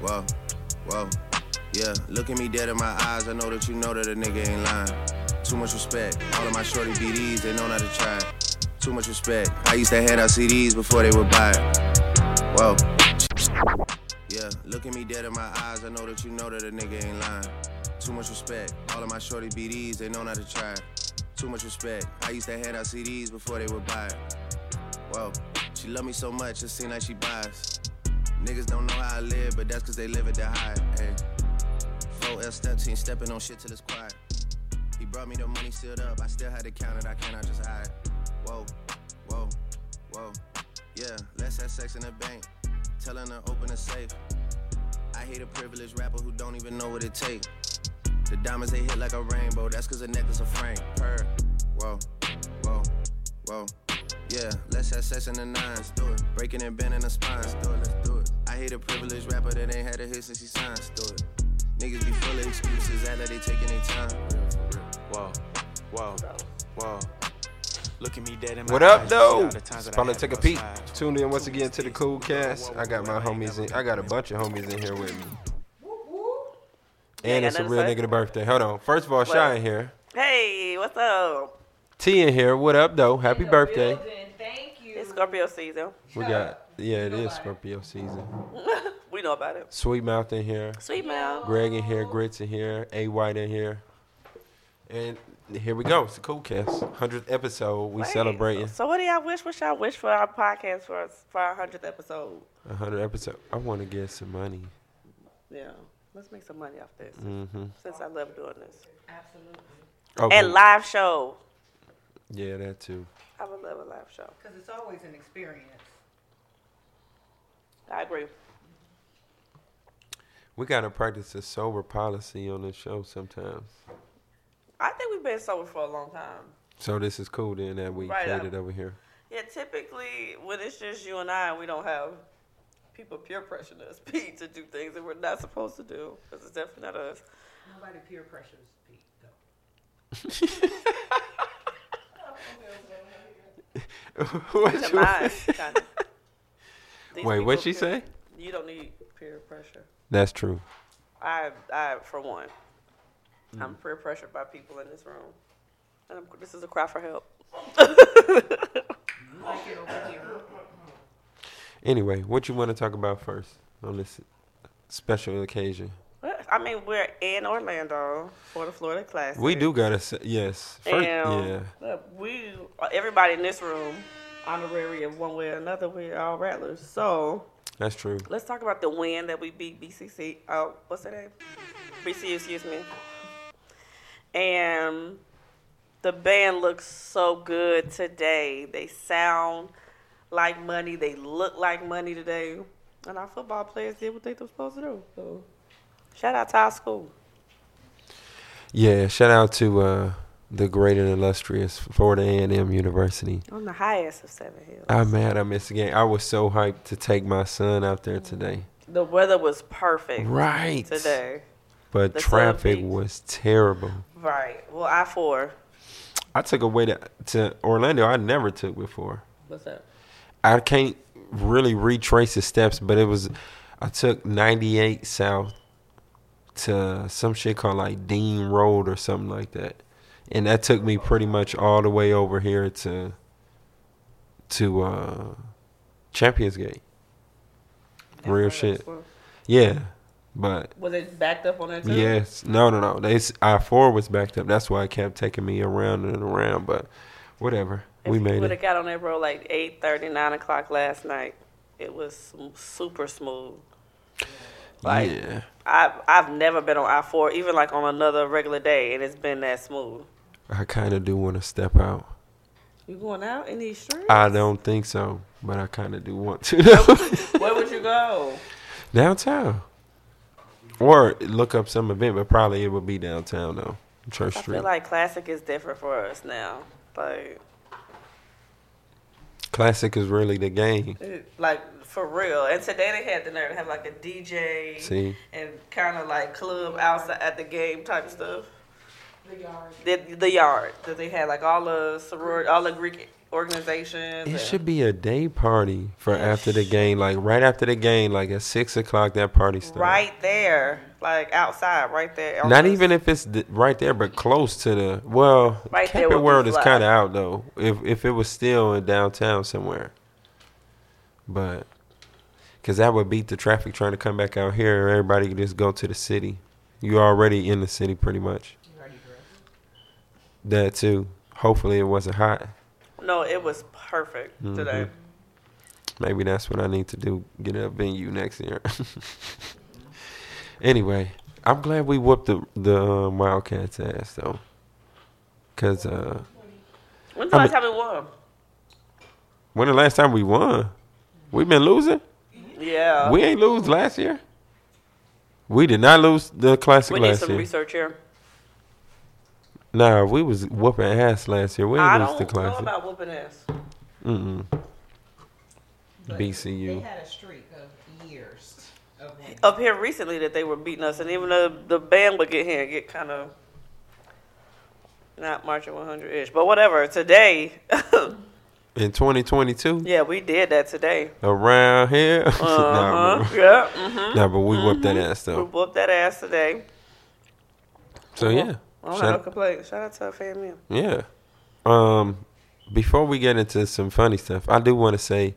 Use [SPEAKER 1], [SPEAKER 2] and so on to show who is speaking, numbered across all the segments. [SPEAKER 1] Whoa, whoa. Yeah, look at me dead in my eyes. I know that you know that a nigga ain't lying. Too much respect. All of my shorty BDs, they know not to try. it. Too much respect. I used to hand out CDs before they would buy it. Whoa. Yeah, look at me dead in my eyes. I know that you know that a nigga ain't lying. Too much respect. All of my shorty BDs, they know not to try. it. Too much respect. I used to hand out CDs before they would buy it. Whoa, she love me so much, it seem like she buys. Niggas don't know how I live, but that's cause they live at the high. Hey. 4L step team stepping on shit till it's quiet. He brought me the money sealed up, I still had to count it, I cannot just hide. Whoa, whoa, whoa. Yeah, let's have sex in the bank. Telling her open a safe. I hate a privileged rapper who don't even know what it takes. The diamonds they hit like a rainbow, that's cause a necklace of Frank. Purr. Whoa, whoa, whoa. Yeah, let's have sex in the nines. Do it. Breaking and bending the spines. Do it, let's do it. I hate a privileged rapper that ain't had a hit since he signed. Do it. Niggas be full of excuses, act like they taking their time.
[SPEAKER 2] Whoa, whoa, whoa. Look at me dead in my
[SPEAKER 3] What up,
[SPEAKER 2] eyes, you see all
[SPEAKER 3] though?
[SPEAKER 2] the times
[SPEAKER 3] It's
[SPEAKER 2] that I
[SPEAKER 3] about to
[SPEAKER 2] had
[SPEAKER 3] take a
[SPEAKER 2] go
[SPEAKER 3] peek.
[SPEAKER 2] slide.
[SPEAKER 3] Tuned in once again to the Cool Cast. I got my homies in. I got a bunch of homies in here with me. And
[SPEAKER 4] Yeah,
[SPEAKER 3] it's a
[SPEAKER 4] another
[SPEAKER 3] real
[SPEAKER 4] side?
[SPEAKER 3] nigga birthday. Hold on. First of all, Shy in here.
[SPEAKER 4] Hey, what's up?
[SPEAKER 3] T in here. What up, though? Happy
[SPEAKER 5] the
[SPEAKER 3] birthday.
[SPEAKER 5] building. Thank you.
[SPEAKER 4] It's Scorpio season.
[SPEAKER 3] We got, yeah, it is Scorpio season.
[SPEAKER 4] We know about it.
[SPEAKER 3] Sweet Mouth in here.
[SPEAKER 4] Sweet mouth.
[SPEAKER 3] Greg in here. Grits in here. A White in here. And here we go. It's a Cool Cast. 100th episode. We
[SPEAKER 4] Wait,
[SPEAKER 3] celebrating
[SPEAKER 4] So, what do y'all wish? What y'all wish for our podcast for us for our hundredth episode?
[SPEAKER 3] 100 episode. I want to get some money.
[SPEAKER 4] Yeah, let's make some money off this
[SPEAKER 3] Mm-hmm.
[SPEAKER 4] since I love doing this.
[SPEAKER 5] Absolutely.
[SPEAKER 3] Oh,
[SPEAKER 4] And live show.
[SPEAKER 3] yeah, that too.
[SPEAKER 4] I would love a live show.
[SPEAKER 5] Because it's always an experience.
[SPEAKER 4] I agree.
[SPEAKER 3] We gotta practice a sober policy on this show sometimes.
[SPEAKER 4] I think we've been sober for a long time.
[SPEAKER 3] So this is cool then that we
[SPEAKER 4] Right
[SPEAKER 3] created
[SPEAKER 4] up.
[SPEAKER 3] over here.
[SPEAKER 4] Yeah, typically when it's just you and I, we don't have people peer pressuring us Pete, to do things that we're not supposed to do. Because it's definitely not us.
[SPEAKER 5] Nobody peer pressures Pete, though.
[SPEAKER 3] What
[SPEAKER 4] To
[SPEAKER 3] you-
[SPEAKER 4] mine, kind of. These
[SPEAKER 3] Wait,
[SPEAKER 4] people
[SPEAKER 3] what'd she
[SPEAKER 4] peer-
[SPEAKER 3] say?
[SPEAKER 4] You don't need peer pressure.
[SPEAKER 3] That's true.
[SPEAKER 4] I, I, for one, I'm
[SPEAKER 3] Mm.
[SPEAKER 4] peer pressured by people in this room, and I'm, this is a cry for help.
[SPEAKER 5] Like it over here.
[SPEAKER 3] Anyway, what you wanna talk about first on this special occasion?
[SPEAKER 4] What? I mean, we're in Orlando for the Florida Classic.
[SPEAKER 3] We do gotta say yes. First,
[SPEAKER 4] And
[SPEAKER 3] yeah.
[SPEAKER 4] look, we, everybody in this room, honorary of one way or another, we're all rattlers. So
[SPEAKER 3] That's true.
[SPEAKER 4] let's talk about the win that we beat BCC. Oh, what's her name? BCU, excuse me. And the band looks so good today. They sound like money. They look like money today. And our football players did what they were supposed to do. So shout out to our school.
[SPEAKER 3] Yeah, shout out to uh the great and illustrious Florida A and M University.
[SPEAKER 4] On the highest of Seven Hills.
[SPEAKER 3] I'm mad I missed a game. I was so hyped to take my son out there today.
[SPEAKER 4] the weather was perfect
[SPEAKER 3] Right.
[SPEAKER 4] today.
[SPEAKER 3] But
[SPEAKER 4] The sun
[SPEAKER 3] traffic
[SPEAKER 4] peaks.
[SPEAKER 3] was terrible.
[SPEAKER 4] Right. Well, I four.
[SPEAKER 3] I took a way to, to Orlando I never took before.
[SPEAKER 4] What's up?
[SPEAKER 3] I can't really retrace the steps, but it was I took 98 south to some shit called like Dean Road or something like that. And that took me pretty much all the way over here to to uh Champions Gate. Real shit. Yeah. But
[SPEAKER 4] Was it backed up on that too?
[SPEAKER 3] Yes. No, no, no. They I four was backed up. That's why it kept taking me around and around. But whatever, we made
[SPEAKER 4] Would have
[SPEAKER 3] it.
[SPEAKER 4] got on that road like eight thirty, nine o'clock last night. It was sm- super smooth. like-
[SPEAKER 3] yeah,
[SPEAKER 4] I've I've never been on I four, even like on another regular day, and it's been that smooth.
[SPEAKER 3] I kind of do want to step out.
[SPEAKER 4] You going out in these streets?
[SPEAKER 3] I don't think so, but I kind of do want to
[SPEAKER 4] Where would you go?
[SPEAKER 3] downtown, or look up some event. But probably it would be downtown though, Church
[SPEAKER 4] I
[SPEAKER 3] Street.
[SPEAKER 4] feel like classic is different for us now. Like,
[SPEAKER 3] Classic is really the game.
[SPEAKER 4] it, like for real. And today they had the nerve to have like a DJ
[SPEAKER 3] See,
[SPEAKER 4] and kind of like club outside at the game type stuff.
[SPEAKER 5] The yard.
[SPEAKER 4] The, the yard that they had like all the sorority, all the Greek organizations.
[SPEAKER 3] It
[SPEAKER 4] and-
[SPEAKER 3] should be a day party for
[SPEAKER 4] It
[SPEAKER 3] after the
[SPEAKER 4] should.
[SPEAKER 3] game, like right after the game, like at six o'clock. That party starts.
[SPEAKER 4] right there, like outside, right there. on
[SPEAKER 3] Not
[SPEAKER 4] the-
[SPEAKER 3] even if it's th- right there, but close to the well.
[SPEAKER 4] Right there
[SPEAKER 3] Camping
[SPEAKER 4] would be
[SPEAKER 3] World is
[SPEAKER 4] fly.
[SPEAKER 3] kind of out though. If if it was still in downtown somewhere, but because that would beat the traffic trying to come back out here. and Everybody could just go to the city. You already in the city pretty much.
[SPEAKER 5] You already dressed.
[SPEAKER 3] That too. Hopefully it wasn't hot.
[SPEAKER 4] No, it was perfect
[SPEAKER 3] Mm-hmm.
[SPEAKER 4] today.
[SPEAKER 3] Maybe that's what I need to do. Get a venue next year. anyway, I'm glad we whooped the the um, Wildcats ass though. Cause uh,
[SPEAKER 4] When's the
[SPEAKER 3] I'm-
[SPEAKER 4] last time it won?
[SPEAKER 3] when the last time we won, we been losing.
[SPEAKER 4] Yeah.
[SPEAKER 3] We ain't lose last year. We did not lose the classic
[SPEAKER 4] We need
[SPEAKER 3] last
[SPEAKER 4] some
[SPEAKER 3] year.
[SPEAKER 4] research here.
[SPEAKER 3] Nah, we was whooping ass last year. We
[SPEAKER 4] I
[SPEAKER 3] ain't lose the
[SPEAKER 4] don't know
[SPEAKER 3] classic.
[SPEAKER 4] about whooping ass.
[SPEAKER 3] Mm mm.
[SPEAKER 5] But
[SPEAKER 3] BCU.
[SPEAKER 5] They had a streak of years of winning.
[SPEAKER 4] Up here recently that they were beating us, and even the, the band would get here and get kind of not marching 100 ish. But whatever, today,
[SPEAKER 3] In 2022,
[SPEAKER 4] yeah, we did that today.
[SPEAKER 3] around here. nah,
[SPEAKER 4] Uh huh.
[SPEAKER 3] bro.
[SPEAKER 4] yeah. Mm-hmm.
[SPEAKER 3] nah, but we whooped that ass
[SPEAKER 4] We
[SPEAKER 3] though.
[SPEAKER 4] whooped that ass today. Oh,
[SPEAKER 3] So
[SPEAKER 4] I
[SPEAKER 3] yeah,
[SPEAKER 4] don't have no
[SPEAKER 3] Shout-
[SPEAKER 4] complaint. Shout out to our family.
[SPEAKER 3] yeah. Um, before we get into some funny stuff, I do want to say,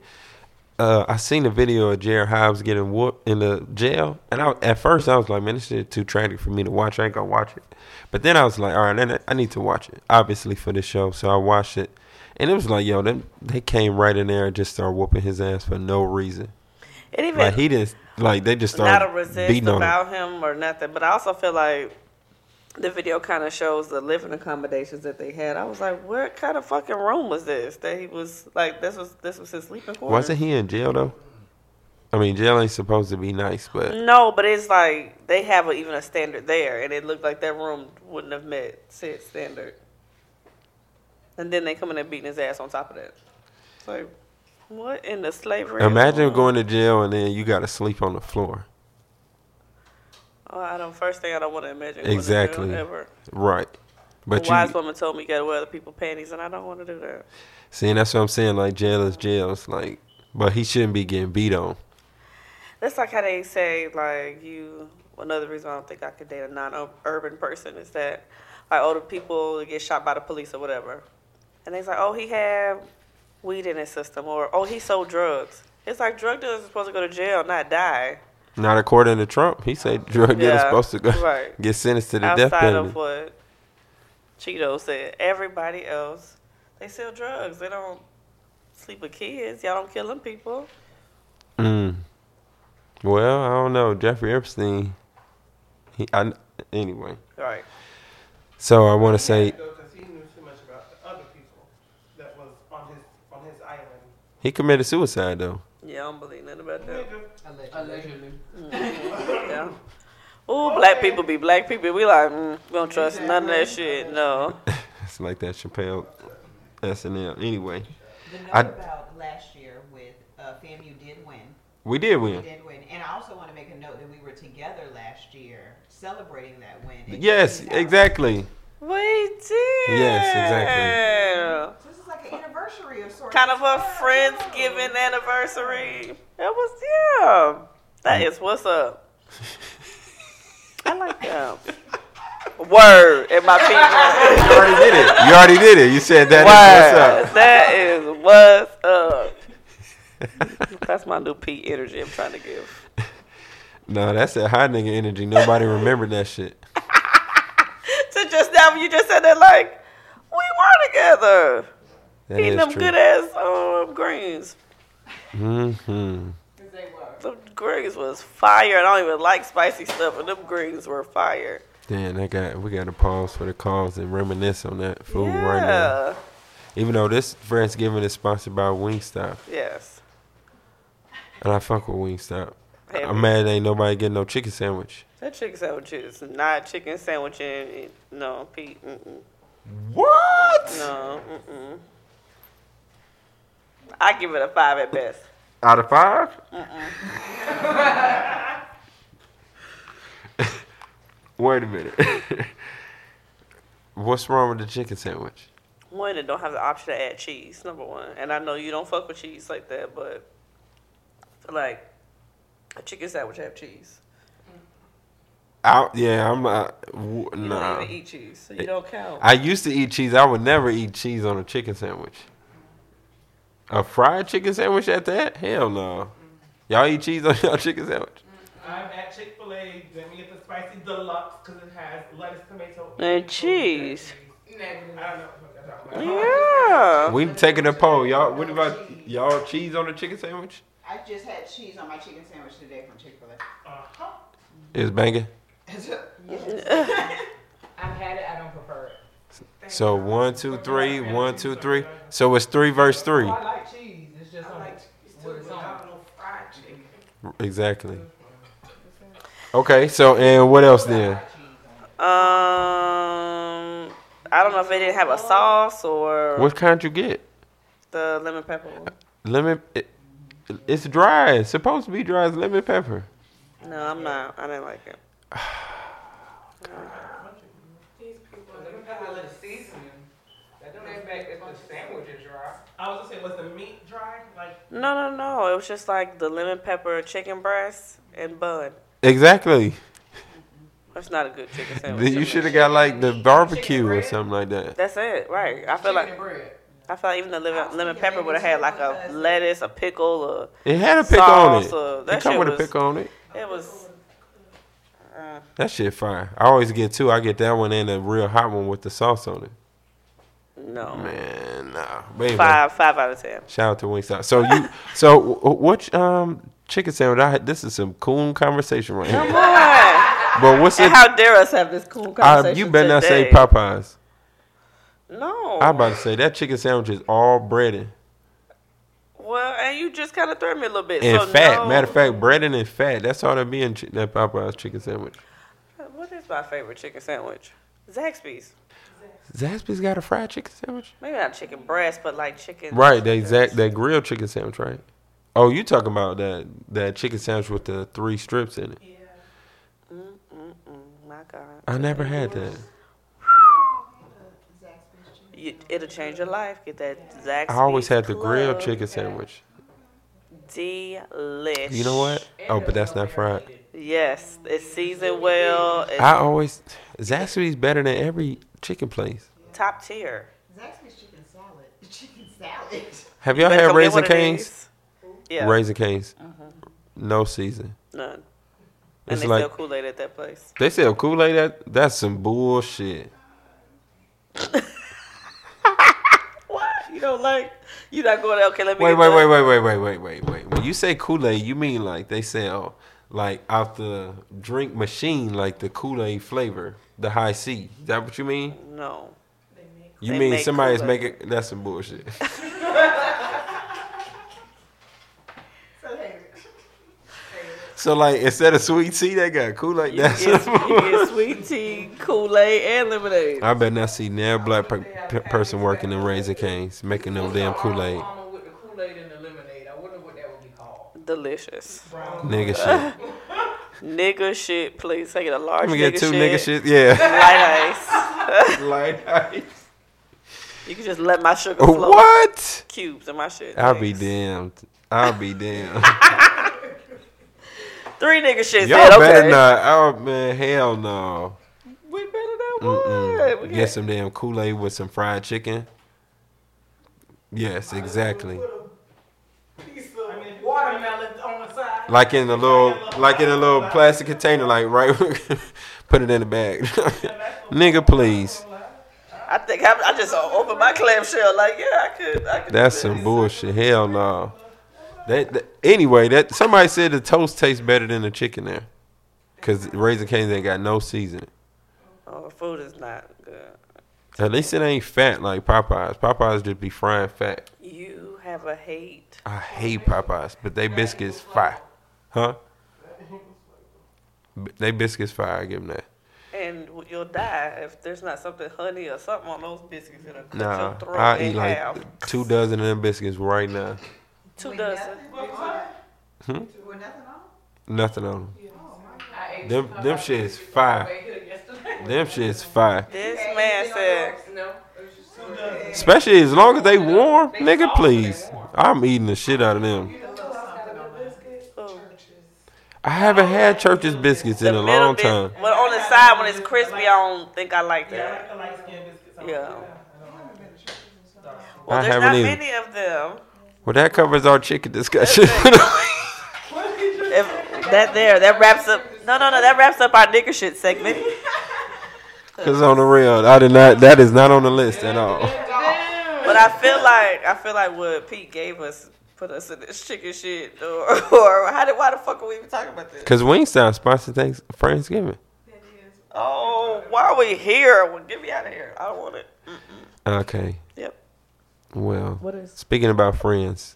[SPEAKER 3] uh, I seen a video of Jared Hobbs getting whooped in the jail, and I at first I was like, man, this shit too tragic for me to watch. I ain't gonna watch it. But then I was like, all right, then I need to watch it, obviously for this show. So I watched it, and it was like, yo, them they came right in there and just started whooping his ass for no reason.
[SPEAKER 4] It even
[SPEAKER 3] Like he didn't, like they just
[SPEAKER 4] not a
[SPEAKER 3] started
[SPEAKER 4] resist
[SPEAKER 3] beating on him.
[SPEAKER 4] about him or nothing. But I also feel like the video kind of shows the living accommodations that they had. I was like, what kind of fucking room was this? That he was like, this was this was his sleeping quarters.
[SPEAKER 3] Wasn't he in jail though? I mean, jail ain't supposed to be nice, but.
[SPEAKER 4] No, but it's like they have a, even a standard there, and it looked like that room wouldn't have met said standard. And then they come in and beating his ass on top of that. It's like, what in the slavery? is going
[SPEAKER 3] Imagine
[SPEAKER 4] on?
[SPEAKER 3] going to jail and then you got to sleep on the floor.
[SPEAKER 4] Oh, I don't. First thing I don't want to imagine. going to jail
[SPEAKER 3] Exactly.
[SPEAKER 4] Ever.
[SPEAKER 3] Right. But
[SPEAKER 4] a wise
[SPEAKER 3] you
[SPEAKER 4] woman told me you gotta wear other people's panties, and I don't want to do that.
[SPEAKER 3] see, and that's what I'm saying. Like jail is jail. It's like, but he shouldn't be getting beat on.
[SPEAKER 4] That's like how they say, like you. Another reason I don't think I could date a non-urban person is that like older people get shot by the police or whatever, and they's like, oh, he had weed in his system, or oh, he sold drugs. It's like drug dealers are supposed to go to jail, not die.
[SPEAKER 3] Not according to Trump. He said drug dealers
[SPEAKER 4] Yeah,
[SPEAKER 3] supposed to go
[SPEAKER 4] right.
[SPEAKER 3] get sentenced to the
[SPEAKER 4] outside
[SPEAKER 3] death penalty.
[SPEAKER 4] of what Cheeto said. Everybody else, they sell drugs. They don't sleep with kids. Y'all don't kill them people.
[SPEAKER 3] Mm. Well, I don't know. Jeffrey Epstein. He. I, anyway.
[SPEAKER 4] Right.
[SPEAKER 3] So I want to say
[SPEAKER 6] because he knew too much about the other people that was on his on his island.
[SPEAKER 3] he committed suicide though.
[SPEAKER 4] Yeah, I don't believe nothing about that. Mm-hmm.
[SPEAKER 5] Allegedly.
[SPEAKER 4] Yeah. Ooh, black people be black people. We like, mm, we don't trust none of that shit. No.
[SPEAKER 3] It's like that Chappelle SNL. Anyway,
[SPEAKER 5] The note
[SPEAKER 3] I-
[SPEAKER 5] about last year with uh, FAMU did win.
[SPEAKER 3] we did
[SPEAKER 5] We
[SPEAKER 3] win.
[SPEAKER 5] did win, and I also want to make a note that we were together last year celebrating that win. at
[SPEAKER 3] Yes,
[SPEAKER 5] Kiki's house.
[SPEAKER 3] exactly.
[SPEAKER 4] We did.
[SPEAKER 3] Yes, exactly.
[SPEAKER 5] So this is like an anniversary of sorts.
[SPEAKER 4] Kind of a
[SPEAKER 5] Yeah.
[SPEAKER 4] Friendsgiving anniversary. It was, yeah. That is what's up. I like that. Word in my people.
[SPEAKER 3] You already did it. You already did it. You said that.
[SPEAKER 4] Word.
[SPEAKER 3] Is what's up.
[SPEAKER 4] That is what's up. That's my new P energy I'm trying to give.
[SPEAKER 3] No, that's that high nigga energy. Nobody remembered that shit.
[SPEAKER 4] So just now you just said that like, we were together.
[SPEAKER 3] That
[SPEAKER 4] Eating them good ass um, greens.
[SPEAKER 3] hmm
[SPEAKER 5] 'Cause they were.
[SPEAKER 4] Them greens was fire. and I don't even like spicy stuff, but them greens were fire.
[SPEAKER 3] Damn, I got we got to pause for the calls and reminisce on that food right now. Even though this Friendsgiving is sponsored by Wingstop,
[SPEAKER 4] Yes.
[SPEAKER 3] and I fuck with Wingstop.
[SPEAKER 4] Hey,
[SPEAKER 3] I'm mad ain't nobody getting no chicken sandwich.
[SPEAKER 4] that chicken sandwich is not chicken sandwich. And no, Pete. Mm-mm,
[SPEAKER 3] What?
[SPEAKER 4] no. Mm-mm. I give it a five at best.
[SPEAKER 3] Out of five? Uh-uh. Wait a minute. What's wrong with the chicken sandwich?
[SPEAKER 4] one, it don't have the option to add cheese. Number one, and I know you don't fuck with cheese like that, but I feel like a chicken sandwich have cheese.
[SPEAKER 3] Out, yeah, I'm not. w-
[SPEAKER 4] You
[SPEAKER 3] Nah.
[SPEAKER 4] don't even eat cheese, so you don't count.
[SPEAKER 3] I used to eat cheese. I would never eat cheese on a chicken sandwich. A fried chicken sandwich at that? Hell no. Y'all eat cheese on y'all chicken sandwich?
[SPEAKER 6] I'm at Chick Fil A. Then we get the spicy deluxe because it has lettuce, tomato,
[SPEAKER 4] And cheese.
[SPEAKER 6] I don't know. what that's about.
[SPEAKER 4] yeah.
[SPEAKER 3] We taking a poll. Y'all, what about y'all cheese on a chicken sandwich?
[SPEAKER 5] I just had cheese on my chicken sandwich today from Chick Fil A.
[SPEAKER 6] Uh-huh.
[SPEAKER 3] It's banging.
[SPEAKER 7] I've had it. I don't prefer it.
[SPEAKER 3] So one, two, three, one, two, three. So it's three verse three.
[SPEAKER 7] Oh, I like cheese. It's just on it. What it's on.
[SPEAKER 6] fried chicken.
[SPEAKER 3] Exactly. Okay. So and what else then?
[SPEAKER 4] Um, I don't know if they didn't have a sauce or
[SPEAKER 3] What kind you get?
[SPEAKER 4] the lemon pepper one.
[SPEAKER 3] Lemon. It, it's dry. It's supposed to be dry as lemon pepper.
[SPEAKER 4] No, I'm not. I didn't like it.
[SPEAKER 7] I let it season. That don't make if the sandwich is dry.
[SPEAKER 6] I was gonna say, was the meat dry? Like,
[SPEAKER 4] No, no, no. It was just like the lemon pepper chicken breast and bun.
[SPEAKER 3] Exactly.
[SPEAKER 4] That's not a good chicken sandwich.
[SPEAKER 3] Then you
[SPEAKER 4] to
[SPEAKER 3] should
[SPEAKER 4] me.
[SPEAKER 3] have got like the barbecue or something like that.
[SPEAKER 4] That's it, right? I feel
[SPEAKER 7] Chicken
[SPEAKER 4] like
[SPEAKER 7] and bread.
[SPEAKER 4] I feel like even the
[SPEAKER 5] I
[SPEAKER 4] lemon,
[SPEAKER 5] was
[SPEAKER 4] lemon
[SPEAKER 5] thinking
[SPEAKER 4] pepper
[SPEAKER 5] maybe
[SPEAKER 4] would have had
[SPEAKER 5] chicken
[SPEAKER 4] like a
[SPEAKER 5] was-
[SPEAKER 4] lettuce, a pickle, or
[SPEAKER 3] It had a pick
[SPEAKER 4] Sauce, uh,
[SPEAKER 3] on it.
[SPEAKER 4] that
[SPEAKER 3] It come
[SPEAKER 4] shit
[SPEAKER 3] with a
[SPEAKER 4] was-
[SPEAKER 3] pick on it.
[SPEAKER 4] it was.
[SPEAKER 3] That shit fire. I always get two. I get that one and a real hot one with the sauce on it.
[SPEAKER 4] No,
[SPEAKER 3] Man, nah. But anyway,
[SPEAKER 4] five five out of ten.
[SPEAKER 3] shout out to Wingstop. So you, so wh- wh- what? Um, chicken sandwich. I had, this is some cool conversation right here.
[SPEAKER 4] Come on,
[SPEAKER 3] But what's it?
[SPEAKER 4] and how dare us have this cool
[SPEAKER 3] I,
[SPEAKER 4] conversation?
[SPEAKER 3] you better not say
[SPEAKER 4] today.
[SPEAKER 3] Popeyes.
[SPEAKER 4] No,
[SPEAKER 3] I about to say that chicken sandwich is all breading
[SPEAKER 4] well, and you just kind of threatened me a little bit.
[SPEAKER 3] and
[SPEAKER 4] so
[SPEAKER 3] fat.
[SPEAKER 4] no-
[SPEAKER 3] Matter of fact, breading and fat. That's all that be in chi- that Popeyes chicken sandwich.
[SPEAKER 4] what is my favorite chicken sandwich? Zaxby's.
[SPEAKER 3] Zaxby's got a fried chicken sandwich.
[SPEAKER 4] Maybe not chicken breast, but like chicken.
[SPEAKER 3] Right, the exact that grilled chicken sandwich, right? Oh, you talking about that that chicken sandwich with the three strips in it?
[SPEAKER 4] Mm-mm, my God,
[SPEAKER 3] I never had that.
[SPEAKER 4] You- it'll change your life. Get that Zaxby's.
[SPEAKER 3] I always had the grilled
[SPEAKER 4] Club.
[SPEAKER 3] chicken sandwich.
[SPEAKER 4] Delish.
[SPEAKER 3] You know what? Oh, but that's not fried.
[SPEAKER 4] Yes, it's seasoned well. It's
[SPEAKER 3] I always Zaxby's better than every chicken place.
[SPEAKER 4] top tier.
[SPEAKER 5] Zaxby's chicken salad. Chicken salad.
[SPEAKER 3] Have y'all
[SPEAKER 4] Better
[SPEAKER 3] had
[SPEAKER 4] come get
[SPEAKER 3] raisin
[SPEAKER 4] one of
[SPEAKER 3] canes?
[SPEAKER 4] these. Yeah, Uh-huh.
[SPEAKER 3] Raisin canes, no season.
[SPEAKER 4] none. And
[SPEAKER 3] It's
[SPEAKER 4] they sell
[SPEAKER 3] like
[SPEAKER 4] Kool Aid at that place.
[SPEAKER 3] they sell Kool Aid. That that's some bullshit.
[SPEAKER 4] What? You don't like? You not going? Okay, let me.
[SPEAKER 3] Wait,
[SPEAKER 4] get
[SPEAKER 3] wait,
[SPEAKER 4] the-
[SPEAKER 3] wait, wait, wait, wait, wait, wait, wait. When you say Kool Aid, you mean like they sell like out the drink machine, like the Kool Aid flavor, the high C. Is that what you mean?
[SPEAKER 4] No.
[SPEAKER 3] You
[SPEAKER 4] They
[SPEAKER 3] mean
[SPEAKER 4] make
[SPEAKER 3] somebody's
[SPEAKER 4] Kool-Aid.
[SPEAKER 3] making that's some bullshit.
[SPEAKER 5] So hey,
[SPEAKER 3] so like instead of sweet tea, they got Kool Aid.
[SPEAKER 4] You
[SPEAKER 3] That's
[SPEAKER 4] get,
[SPEAKER 3] some
[SPEAKER 4] you get
[SPEAKER 3] bullshit.
[SPEAKER 4] sweet tea, Kool Aid, and lemonade.
[SPEAKER 3] I bet not see now black per- per- person working in Razor Canes making them damn Kool Aid
[SPEAKER 7] Almond with the Kool-Aid and the lemonade. I wonder what that would be called.
[SPEAKER 4] Delicious.
[SPEAKER 3] nigga shit.
[SPEAKER 4] Nigga shit, please. I get a large.
[SPEAKER 3] Let me get
[SPEAKER 4] nigga
[SPEAKER 3] two
[SPEAKER 4] shit,
[SPEAKER 3] nigga shit. Yeah,
[SPEAKER 4] Light ice.
[SPEAKER 3] like
[SPEAKER 4] You can just let my sugar flow.
[SPEAKER 3] Oh, what?
[SPEAKER 4] Cubes in my shit.
[SPEAKER 3] I'll be
[SPEAKER 4] Thanks.
[SPEAKER 3] damned. I'll be damned.
[SPEAKER 4] Three nigga shit.
[SPEAKER 3] Y'all
[SPEAKER 4] said, okay.
[SPEAKER 3] better not. Oh man, hell no.
[SPEAKER 4] We better not
[SPEAKER 3] Mm-mm.
[SPEAKER 4] what? We
[SPEAKER 3] Get some damn Kool Aid with some fried chicken. Yes, exactly.
[SPEAKER 6] I mean, watermelon on the side.
[SPEAKER 3] Like in a little, like in a little plastic container, like right. put it in the bag, nigga. Please.
[SPEAKER 4] I think I, I just opened my clamshell. Like, yeah, I could. I could do
[SPEAKER 3] That's
[SPEAKER 4] this.
[SPEAKER 3] some bullshit. Hell no. That, that- anyway, that somebody said the toast tastes better than the chicken there, cause raisin canes ain't got no seasoning.
[SPEAKER 4] Oh, food is not good.
[SPEAKER 3] At least it ain't fat like Popeyes. Popeyes just be frying fat.
[SPEAKER 4] You have a hate.
[SPEAKER 3] I hate Popeyes, but they biscuits fire. Huh? B- They biscuits fire, I give them that.
[SPEAKER 4] And you'll die if there's not something honey or something on those biscuits that'll cut
[SPEAKER 3] Nah,
[SPEAKER 4] your throat
[SPEAKER 3] I
[SPEAKER 4] in
[SPEAKER 3] eat like
[SPEAKER 4] half.
[SPEAKER 3] two dozen of them biscuits right now.
[SPEAKER 4] Two
[SPEAKER 5] with
[SPEAKER 4] dozen.
[SPEAKER 5] nothing on it?
[SPEAKER 3] Hmm?
[SPEAKER 5] With nothing on it?
[SPEAKER 3] Nothing on
[SPEAKER 7] I ate
[SPEAKER 3] Them-
[SPEAKER 7] some
[SPEAKER 3] them
[SPEAKER 7] Popeyes
[SPEAKER 3] shit is
[SPEAKER 7] biscuits
[SPEAKER 3] fire.
[SPEAKER 7] on the way here yesterday.
[SPEAKER 3] them. Them shit's fire.
[SPEAKER 4] This
[SPEAKER 5] You had
[SPEAKER 4] man
[SPEAKER 5] anything on
[SPEAKER 4] said,
[SPEAKER 7] No, it was just
[SPEAKER 6] Two dozen.
[SPEAKER 3] Especially as long as they warm,
[SPEAKER 7] They
[SPEAKER 3] nigga.
[SPEAKER 7] soft, but they
[SPEAKER 3] Please,
[SPEAKER 7] warm.
[SPEAKER 3] I'm eating the shit out of them.
[SPEAKER 7] You know who else got a good biscuit?
[SPEAKER 4] Oh.
[SPEAKER 3] I haven't had Church's biscuits in a
[SPEAKER 4] middle
[SPEAKER 3] long
[SPEAKER 4] bit-
[SPEAKER 3] time.
[SPEAKER 4] Well, on the side when it's crispy, I don't think I like
[SPEAKER 6] Yeah, I
[SPEAKER 4] that.
[SPEAKER 6] like the light skin biscuits. I
[SPEAKER 4] Yeah.
[SPEAKER 6] don't like that. I don't like that.
[SPEAKER 4] Well,
[SPEAKER 3] I
[SPEAKER 4] there's
[SPEAKER 3] haven't
[SPEAKER 4] not
[SPEAKER 3] either.
[SPEAKER 4] many of them.
[SPEAKER 3] Well, that covers our chicken discussion.
[SPEAKER 4] If, that there, that wraps up. No, no, no, that wraps up our nigger shit segment.
[SPEAKER 3] Cause on the real, I did not. That is not on the list at all.
[SPEAKER 4] But I feel like I feel like what Pete gave us put us in this chicken shit, or, or how did why the fuck are we even talking about this?
[SPEAKER 3] Cause Wingstop sponsored thanks Thanksgiving.
[SPEAKER 4] Oh, why are we here? Well, get me out of here. I don't want it.
[SPEAKER 3] Okay.
[SPEAKER 4] Yep.
[SPEAKER 3] Well,
[SPEAKER 4] What is?
[SPEAKER 3] speaking about friends,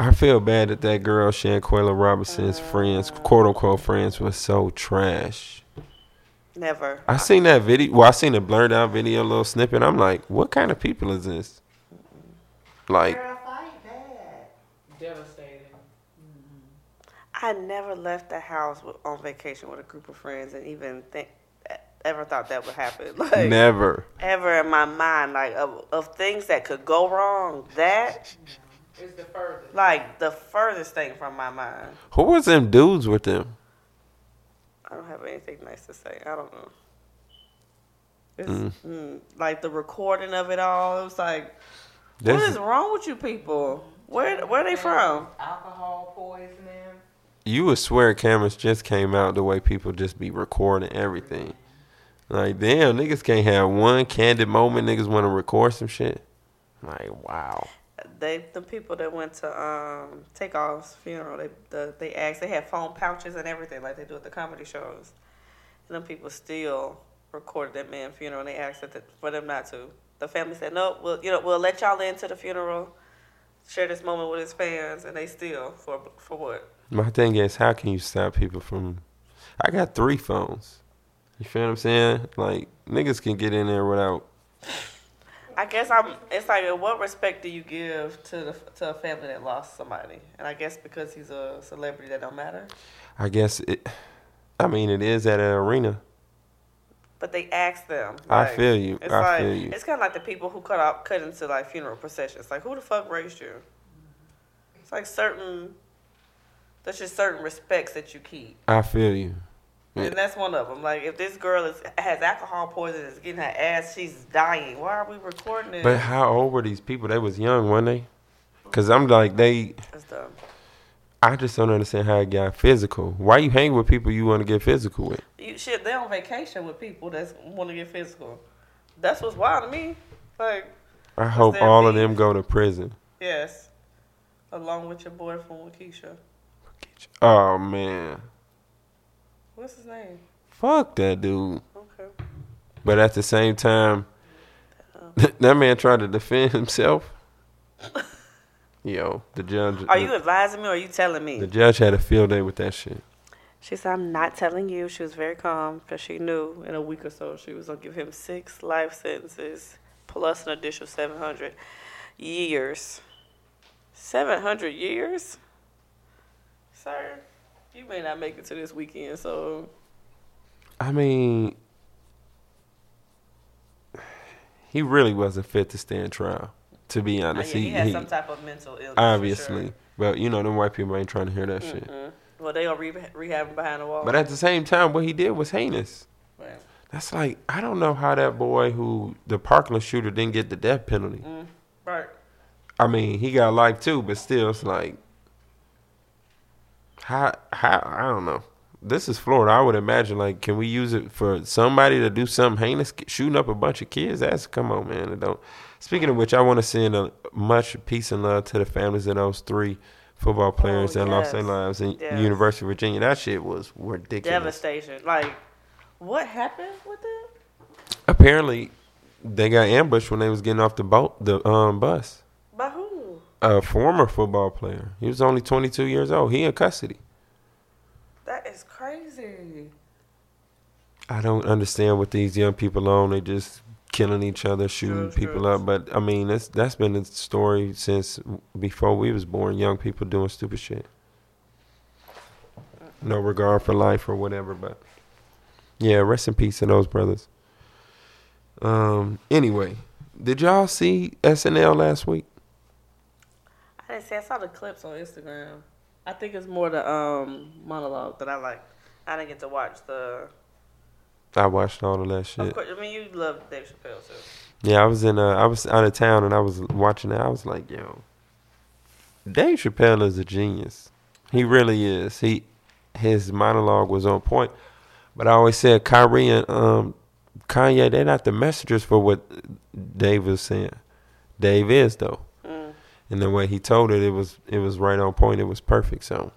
[SPEAKER 3] I feel bad that that girl Shanquella Robinson's friends, quote unquote friends, was so trash.
[SPEAKER 4] Never.
[SPEAKER 3] I seen that video. Well, I seen a blurred out video, little snippet. I'm like, what kind of people is this? Like,
[SPEAKER 5] Girl, fight back.
[SPEAKER 7] Devastating.
[SPEAKER 4] I never left the house with, on vacation with a group of friends and even think ever thought that would happen. Like
[SPEAKER 3] never.
[SPEAKER 4] ever in my mind, like of, of things that could go wrong. That
[SPEAKER 7] It's the furthest.
[SPEAKER 4] like the furthest thing from my mind.
[SPEAKER 3] Who was them dudes with them?
[SPEAKER 4] I don't have anything nice to say. I don't know. It's, mm, like the recording of it all. It was like,
[SPEAKER 3] This
[SPEAKER 4] what is wrong with you people? Where where they from?
[SPEAKER 7] Alcohol poisoning.
[SPEAKER 3] you would swear cameras just came out the way people just be recording everything. Like, damn, niggas can't have one candid moment. Niggas want to record some shit. Like, wow.
[SPEAKER 4] They the people that went to um Takeoff's funeral. They the, they asked. They had phone pouches and everything like they do at the comedy shows. And them people still recorded that man's funeral. And they asked that for them not to. The family said no. We'll you know we'll let y'all into the funeral, share this moment with his fans, and they still for for what?
[SPEAKER 3] My thing is, how can you stop people from? I got three phones. You feel what I'm saying? Like, niggas can get in there without.
[SPEAKER 4] I guess I'm. It's like, in what respect do you give to the to a family that lost somebody? And I guess because he's a celebrity, that don't matter.
[SPEAKER 3] I guess it. I mean, it is at an arena.
[SPEAKER 4] But they ask them.
[SPEAKER 3] I
[SPEAKER 4] like-
[SPEAKER 3] feel you.
[SPEAKER 4] It's
[SPEAKER 3] I
[SPEAKER 4] like
[SPEAKER 3] feel you.
[SPEAKER 4] it's kind of like the people who cut off cut into like funeral processions. Like, who the fuck raised you? It's like certain. There's just certain respects that you keep,
[SPEAKER 3] I feel you. Yeah.
[SPEAKER 4] and that's one of them. Like, if this girl is has alcohol poisoning, is getting her ass, she's dying. Why are we recording it?
[SPEAKER 3] But how old were these people? They was young, weren't they? Cause I'm like they.
[SPEAKER 4] That's dumb.
[SPEAKER 3] I just don't understand how it got physical. Why you hang with people you want to get physical with?
[SPEAKER 4] You shit, they on vacation with people that's want to get physical. That's what's wild to me. Like,
[SPEAKER 3] I hope
[SPEAKER 4] their
[SPEAKER 3] all of
[SPEAKER 4] beef?
[SPEAKER 3] them go to prison.
[SPEAKER 4] yes, along with your boy from Waukesha.
[SPEAKER 3] Oh man,
[SPEAKER 4] What's his name?
[SPEAKER 3] fuck that dude.
[SPEAKER 4] Okay.
[SPEAKER 3] But at the same time, that man tried to defend himself. Yo, the judge.
[SPEAKER 4] Are
[SPEAKER 3] the,
[SPEAKER 4] you advising me or are you telling
[SPEAKER 3] the
[SPEAKER 4] me?
[SPEAKER 3] judge had a field day with that shit.
[SPEAKER 4] She said, I'm not telling you. She was very calm because she knew in a week or so she was going to give him six life sentences plus an additional 700 years. 700 years? Sir, you may not make it to this weekend, so
[SPEAKER 3] I mean, he really wasn't fit to stand trial. To be
[SPEAKER 4] Uh,
[SPEAKER 3] honest,
[SPEAKER 4] yeah, he,
[SPEAKER 3] he,
[SPEAKER 4] had
[SPEAKER 3] he-
[SPEAKER 4] some type of mental illness. for
[SPEAKER 3] obviously.
[SPEAKER 4] sure.
[SPEAKER 3] But you know, them white people ain't trying to hear that shit.
[SPEAKER 4] Well, they gonna re- rehab him behind the wall.
[SPEAKER 3] But at the same time, what he did was heinous.
[SPEAKER 4] Right.
[SPEAKER 3] That's like I don't know how that boy who the Parkland shooter didn't get the death penalty.
[SPEAKER 4] Right.
[SPEAKER 3] I mean, he got life too, but still, it's like how how I don't know. This is Florida. I would imagine like, can we use it for somebody to do something heinous, shooting up a bunch of kids? That's come on, man. It don't. Speaking of which, I want to send a much peace and love to the families of those three football players that lost their
[SPEAKER 4] Oh, yes.
[SPEAKER 3] lives in
[SPEAKER 4] Yes.
[SPEAKER 3] University of Virginia. That shit was ridiculous.
[SPEAKER 4] Devastation. Like, what happened with them?
[SPEAKER 3] Apparently, they got ambushed when they was getting off the boat, the um bus.
[SPEAKER 4] By who?
[SPEAKER 3] A former football player. He was only 22 years old. He in custody.
[SPEAKER 4] That is crazy.
[SPEAKER 3] I don't understand what these young people on. They just killing each other, shooting
[SPEAKER 4] Drugs,
[SPEAKER 3] people
[SPEAKER 4] drugs.
[SPEAKER 3] up. But I mean, that's that's been the story since before we was born. Young people doing stupid shit. No regard for life or whatever. But yeah, rest in peace to those brothers. Um. Anyway, Did y'all see SNL last week?
[SPEAKER 4] I didn't say I saw the clips on Instagram. I think it's more the um monologue that I like. I didn't get to watch the.
[SPEAKER 3] I watched all of that
[SPEAKER 4] Of
[SPEAKER 3] shit.
[SPEAKER 4] course, I mean you love Dave Chappelle too.
[SPEAKER 3] Yeah, I was in. Uh, I was out of town and I was watching that. I was like, yo, Dave Chappelle is a genius. He really is. He his monologue was on point. But I always said Kyrie and um, Kanye, they're not the messengers for what Dave was saying. Dave is though, and the way he told it, it was it was right on point. It was perfect. So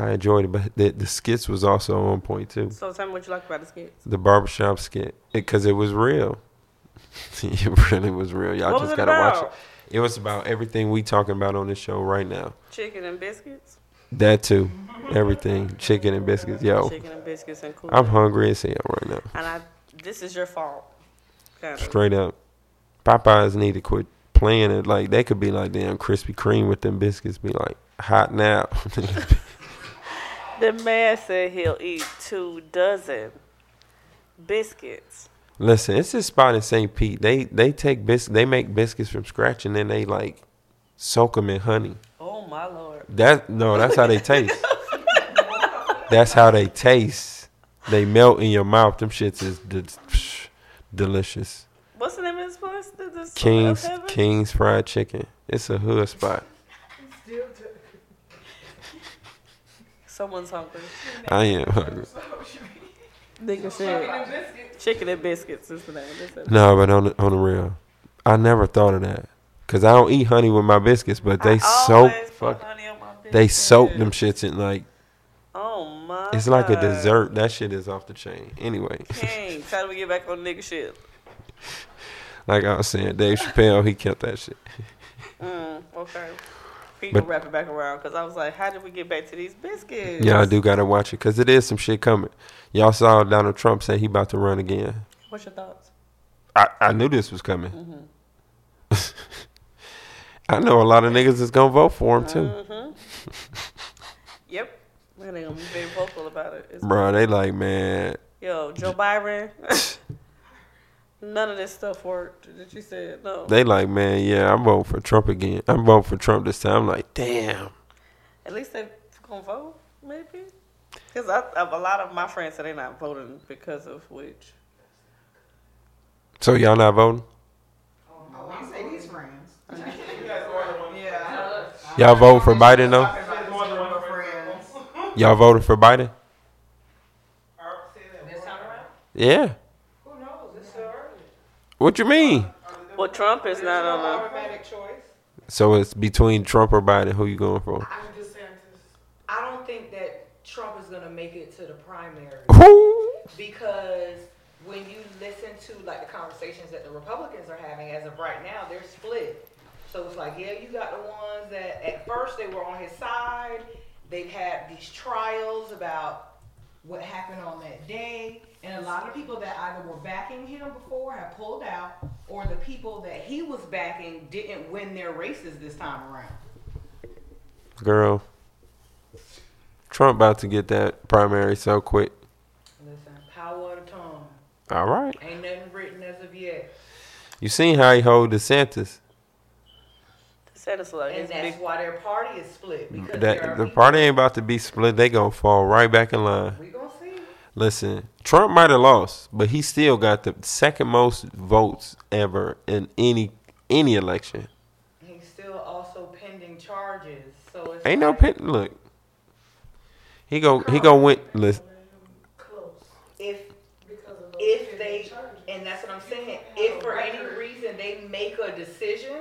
[SPEAKER 3] I enjoyed it. But the, the skits was also on point too
[SPEAKER 4] So tell me what you like about the skits.
[SPEAKER 3] the barbershop skit because it, was real. it really was real. Y'all
[SPEAKER 4] What was
[SPEAKER 3] just
[SPEAKER 4] it
[SPEAKER 3] gotta watch
[SPEAKER 4] about?
[SPEAKER 3] it. It was about everything we talking about on this show right now.
[SPEAKER 4] Chicken and biscuits.
[SPEAKER 3] That too, everything, chicken and biscuits. Yo,
[SPEAKER 4] Chicken and biscuits and cool.
[SPEAKER 3] Oh. I'm hungry as hell right now.
[SPEAKER 4] And I, this is your fault. Kind of.
[SPEAKER 3] Straight up, Popeyes need to quit playing it. Like they could be like damn Krispy Kreme with them biscuits. Be like hot now.
[SPEAKER 4] The man said he'll eat two dozen biscuits.
[SPEAKER 3] Listen, it's this spot in St. Pete. They they take bis- they make biscuits from scratch and then they like soak them in honey.
[SPEAKER 4] Oh my lord!
[SPEAKER 3] That no, that's how they taste. that's how they taste. They melt in your mouth. Them shits is de- psh, delicious.
[SPEAKER 4] What's the name of this place? The- the-
[SPEAKER 3] Kings
[SPEAKER 4] Up Heaven?
[SPEAKER 3] Kings Fried Chicken. It's a hood spot.
[SPEAKER 4] Someone's hungry.
[SPEAKER 3] I am hungry.
[SPEAKER 4] Nigga said chicken and biscuits is the name. Listen.
[SPEAKER 3] No, but on the, on the real, I never thought of that. Cause I don't eat honey with my biscuits, but they
[SPEAKER 4] I
[SPEAKER 3] soak
[SPEAKER 4] always put
[SPEAKER 3] fuck.
[SPEAKER 4] honey on my
[SPEAKER 3] They
[SPEAKER 4] biscuits.
[SPEAKER 3] soak them shits in like
[SPEAKER 4] Oh my!
[SPEAKER 3] it's like a
[SPEAKER 4] God.
[SPEAKER 3] dessert. That shit is off the chain. Anyway.
[SPEAKER 4] Dang, how do we get back on nigga shit?
[SPEAKER 3] Like I was saying, Dave Chappelle, he kept that shit.
[SPEAKER 4] Mm, okay. We
[SPEAKER 3] But-
[SPEAKER 4] can wrap it back around because I was like, how did we get back to these biscuits?
[SPEAKER 3] Y'all do gotta watch it, cause it is some shit coming. Y'all saw Donald Trump say he about to run again.
[SPEAKER 4] What's your thoughts?
[SPEAKER 3] I, I knew this was coming. I know a lot of niggas is gonna vote for him too,
[SPEAKER 4] Mm-hmm. yep. And they gonna be very vocal about it. It's-
[SPEAKER 3] bro. They like, man,
[SPEAKER 4] Yo, Joe Byron. None of this stuff worked that you said. No.
[SPEAKER 3] they like, man, yeah, I'm voting for Trump again. I'm voting for Trump this time. I'm like, damn,
[SPEAKER 4] At least they gonna vote, maybe. Because I, I- a lot of my friends said they're not voting because of which.
[SPEAKER 3] so y'all not voting?
[SPEAKER 5] Oh, you say these friends.
[SPEAKER 3] Y'all voting for Biden though?
[SPEAKER 5] Everybody's
[SPEAKER 6] more than
[SPEAKER 5] number
[SPEAKER 6] one
[SPEAKER 5] of friends.
[SPEAKER 3] Y'all voted for Biden?
[SPEAKER 6] Our- say that
[SPEAKER 7] This
[SPEAKER 6] word.
[SPEAKER 7] time around?
[SPEAKER 3] Yeah.
[SPEAKER 7] Who knows? It's so early.
[SPEAKER 3] What you mean?
[SPEAKER 4] Well, Trump is not
[SPEAKER 7] No
[SPEAKER 4] on
[SPEAKER 7] automatic choice.
[SPEAKER 3] So it's between Trump or Biden. Who you going for?
[SPEAKER 6] I'm just saying this.
[SPEAKER 7] I don't think that Trump is gonna make it to the primary
[SPEAKER 3] Who?
[SPEAKER 7] because when you listen to like the conversations that the Republicans are having as of right now, they're split. So it's like, yeah, you got the ones that at first they were on his side. They've had these trials about
[SPEAKER 5] What happened on that day, and a lot of people that either were backing him before have pulled out, or the people that he was backing didn't win their races this time around.
[SPEAKER 3] Girl, Trump about to get that primary so quick.
[SPEAKER 7] listen, power of the tongue.
[SPEAKER 3] All right.
[SPEAKER 7] Ain't nothing written as of yet,
[SPEAKER 3] You seen how he hold DeSantis.
[SPEAKER 4] Said it's like
[SPEAKER 7] and
[SPEAKER 4] it's big.
[SPEAKER 7] that's why their party is split because there are
[SPEAKER 3] That the
[SPEAKER 7] people-
[SPEAKER 3] party ain't about to be split. They gonna fall right back in line.
[SPEAKER 7] We gonna see.
[SPEAKER 3] Listen, Trump might have lost, but he still got the second most votes ever in any any election.
[SPEAKER 7] He's still also pending charges, so it's
[SPEAKER 3] Ain't no
[SPEAKER 7] like,
[SPEAKER 3] pit. Look, he go he go win. Listen,
[SPEAKER 7] If if they and that's what I'm saying. If for any reason they make a decision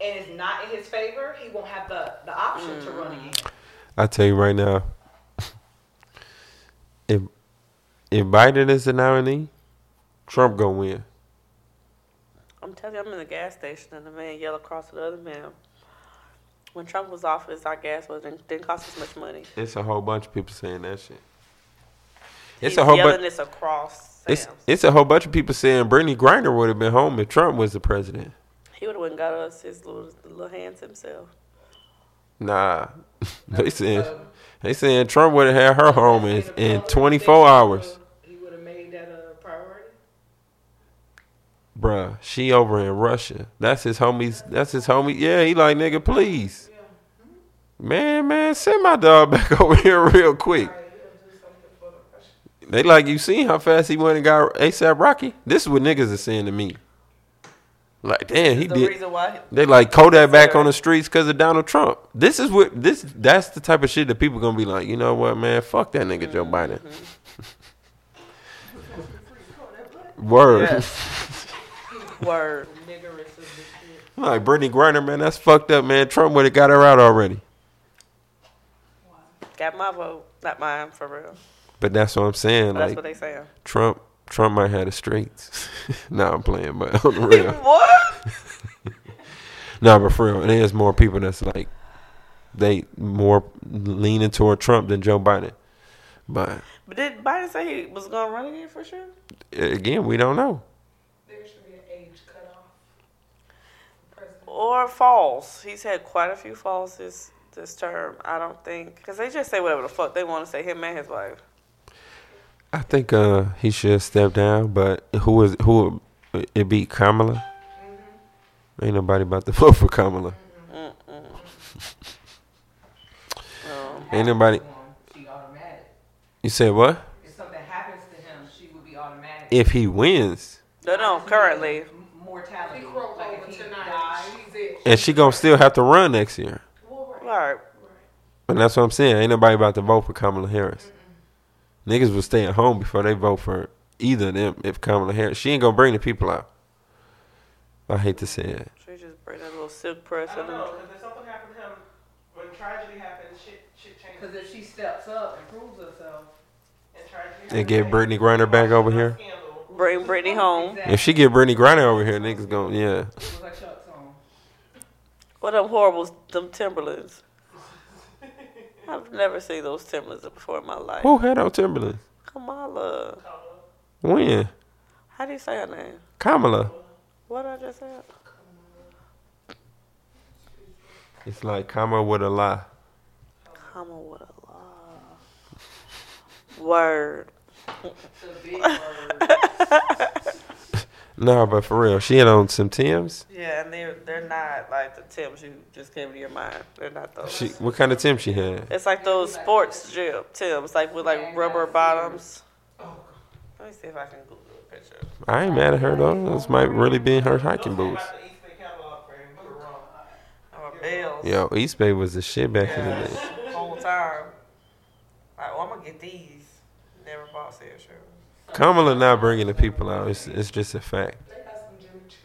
[SPEAKER 7] and it's not in his favor, he won't have the the option to run
[SPEAKER 3] Mm.
[SPEAKER 7] again.
[SPEAKER 3] I tell you right now, if if Biden is the nominee, Trump gonna win.
[SPEAKER 4] I'm telling you, I'm in the gas station and the man yelled across to the other man. When Trump was office, our gas wasn't didn't cost as much money.
[SPEAKER 3] It's a whole bunch of people saying that shit. It's
[SPEAKER 4] He's
[SPEAKER 3] a whole
[SPEAKER 4] yelling
[SPEAKER 3] bunch.
[SPEAKER 4] this across.
[SPEAKER 3] It's
[SPEAKER 4] Sam's.
[SPEAKER 3] it's a whole bunch of people saying Brittany Griner would have been home if Trump was the president.
[SPEAKER 4] he would have went and got us his little little hands himself.
[SPEAKER 3] Nah, they saying they saying Trump would have had her home in, in 24 hours.
[SPEAKER 7] He would have made that a priority.
[SPEAKER 3] bruh, she over in Russia. That's his homies. That's his homie. Yeah, he like, nigga, please. Man, man, send my dog back over here real quick. They like you seen how fast he went and got ASAP Rocky. This is what niggas are saying to me. Like, damn, he
[SPEAKER 4] the
[SPEAKER 3] did.
[SPEAKER 4] reason why
[SPEAKER 3] They like Kodak back on the streets because of Donald Trump. This is what this. That's the type of shit that people gonna be like. You know what, man? Fuck that nigga Joe Biden. Word.
[SPEAKER 4] word.
[SPEAKER 3] like Brittany Griner, man, that's fucked up, man. Trump would have got her out already.
[SPEAKER 4] Got my vote, not mine for real.
[SPEAKER 3] But that's what I'm saying.
[SPEAKER 4] But that's
[SPEAKER 3] like
[SPEAKER 4] what they saying.
[SPEAKER 3] Trump, Trump might have the streets. nah, I'm playing, but on the real,
[SPEAKER 4] What?
[SPEAKER 3] nah, but for real, there's more people that's like they more leaning toward Trump than Joe Biden. But
[SPEAKER 4] But did Biden say he was gonna run again for sure?
[SPEAKER 3] again, we don't know.
[SPEAKER 7] There should be an age cutoff. President.
[SPEAKER 4] Or false? He's had quite a few falls this this term. I don't think because they just say whatever the fuck they want to say. Him and his wife.
[SPEAKER 3] I think uh, he should step down, but who is who? would- It be Kamala.
[SPEAKER 4] Mm-hmm.
[SPEAKER 3] Ain't nobody about to vote for Kamala.
[SPEAKER 4] Um,
[SPEAKER 3] Ain't nobody.
[SPEAKER 5] She automatic.
[SPEAKER 3] You said what?
[SPEAKER 5] If something happens to him, she would be automatic.
[SPEAKER 3] If he wins,
[SPEAKER 4] no, no. Currently,
[SPEAKER 5] M- mortality.
[SPEAKER 7] He croaked
[SPEAKER 5] Like
[SPEAKER 7] over
[SPEAKER 5] if he
[SPEAKER 7] tonight.
[SPEAKER 5] dies,
[SPEAKER 7] She's it.
[SPEAKER 3] and she gonna still have to run next year.
[SPEAKER 7] Well, right.
[SPEAKER 4] right?
[SPEAKER 3] And that's what I'm saying. Ain't nobody about to vote for Kamala Harris. Niggas will stay at home before they vote for either of them. If Kamala Harris, she ain't gonna bring the people out. I hate to say it.
[SPEAKER 4] She just bring that little silk press
[SPEAKER 6] I
[SPEAKER 4] and them.
[SPEAKER 6] don't know, because if something happened to him, when tragedy happens, shit, shit changes.
[SPEAKER 5] Because if she steps up and proves herself,
[SPEAKER 6] And tragedy
[SPEAKER 3] And
[SPEAKER 6] happens,
[SPEAKER 3] get
[SPEAKER 6] like,
[SPEAKER 3] Brittany Griner back over here.
[SPEAKER 6] Scandal.
[SPEAKER 4] Bring Brittany home.
[SPEAKER 5] exactly.
[SPEAKER 3] If she get Brittany Griner over here, niggas gonna yeah.
[SPEAKER 5] It was like Chuck's song.
[SPEAKER 4] What them horrible them Timberlands? I've never seen those Timberlands before in my life.
[SPEAKER 3] Who had on Timberland?
[SPEAKER 4] Kamala.
[SPEAKER 3] When?
[SPEAKER 4] How do you say her name?
[SPEAKER 3] Kamala.
[SPEAKER 4] What did I just said?
[SPEAKER 3] It's like Kamala with a lie.
[SPEAKER 4] Comma with a law. Word.
[SPEAKER 5] The big word.
[SPEAKER 3] Nah, but for real, she had on some Tims.
[SPEAKER 4] Yeah, and they're they're not like the Timbs you just came to your mind. They're not those.
[SPEAKER 3] She what kind of Tim she had?
[SPEAKER 4] it's like those sports gym Timbs, like with like rubber bottoms. Let me see if I can Google a picture.
[SPEAKER 3] I ain't mad at her though. Those might really be her hiking
[SPEAKER 6] Don't
[SPEAKER 3] boots.
[SPEAKER 6] say about the East Bay catalog, man. You were wrong.
[SPEAKER 4] Or bells.
[SPEAKER 3] Yo, East Bay was the shit back in the day.
[SPEAKER 4] Whole time. Like, well, I'm gonna get these. Never bought said shoes.
[SPEAKER 3] Kamala not bringing the people out. It's it's just a fact.
[SPEAKER 7] They got some Jimmy Choo.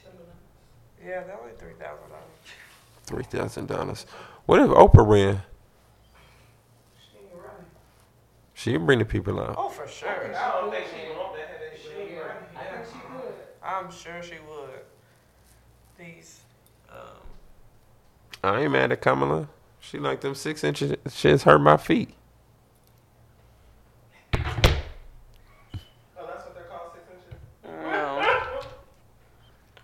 [SPEAKER 7] Timberland.
[SPEAKER 4] Yeah, they're only three thousand dollars.
[SPEAKER 3] Three thousand dollars. What if Oprah ran?
[SPEAKER 7] She ain't running.
[SPEAKER 3] She bring the people out.
[SPEAKER 4] Oh, for sure.
[SPEAKER 6] I don't think she want that headache. She ain't right.
[SPEAKER 7] I think she good.
[SPEAKER 4] I'm sure she would. These. Um,
[SPEAKER 3] I ain't mad at Kamala. She like them six inches shits hurt my feet.
[SPEAKER 6] Oh, that's what they're called, six inches.
[SPEAKER 4] No.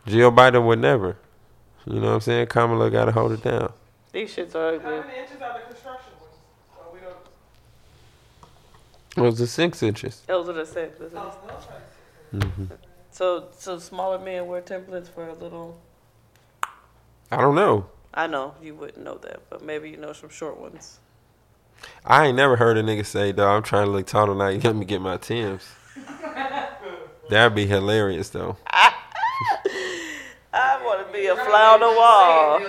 [SPEAKER 3] Jill Biden would never. You know what I'm saying? Kamala gotta hold it down.
[SPEAKER 4] These shits are
[SPEAKER 6] How
[SPEAKER 4] ugly.
[SPEAKER 6] many inches are the construction ones? Oh, we don't.
[SPEAKER 3] It was the six inches.
[SPEAKER 4] Those are the six. isn't it? So, so smaller men wear templates for a little.
[SPEAKER 3] I don't know.
[SPEAKER 4] I know you wouldn't know that, but maybe you know some short ones.
[SPEAKER 3] I ain't never heard a nigga say, dog, I'm trying to look tall tonight. Let me get my Tim's. That'd be hilarious, though.
[SPEAKER 4] I want to be a fly on the wall.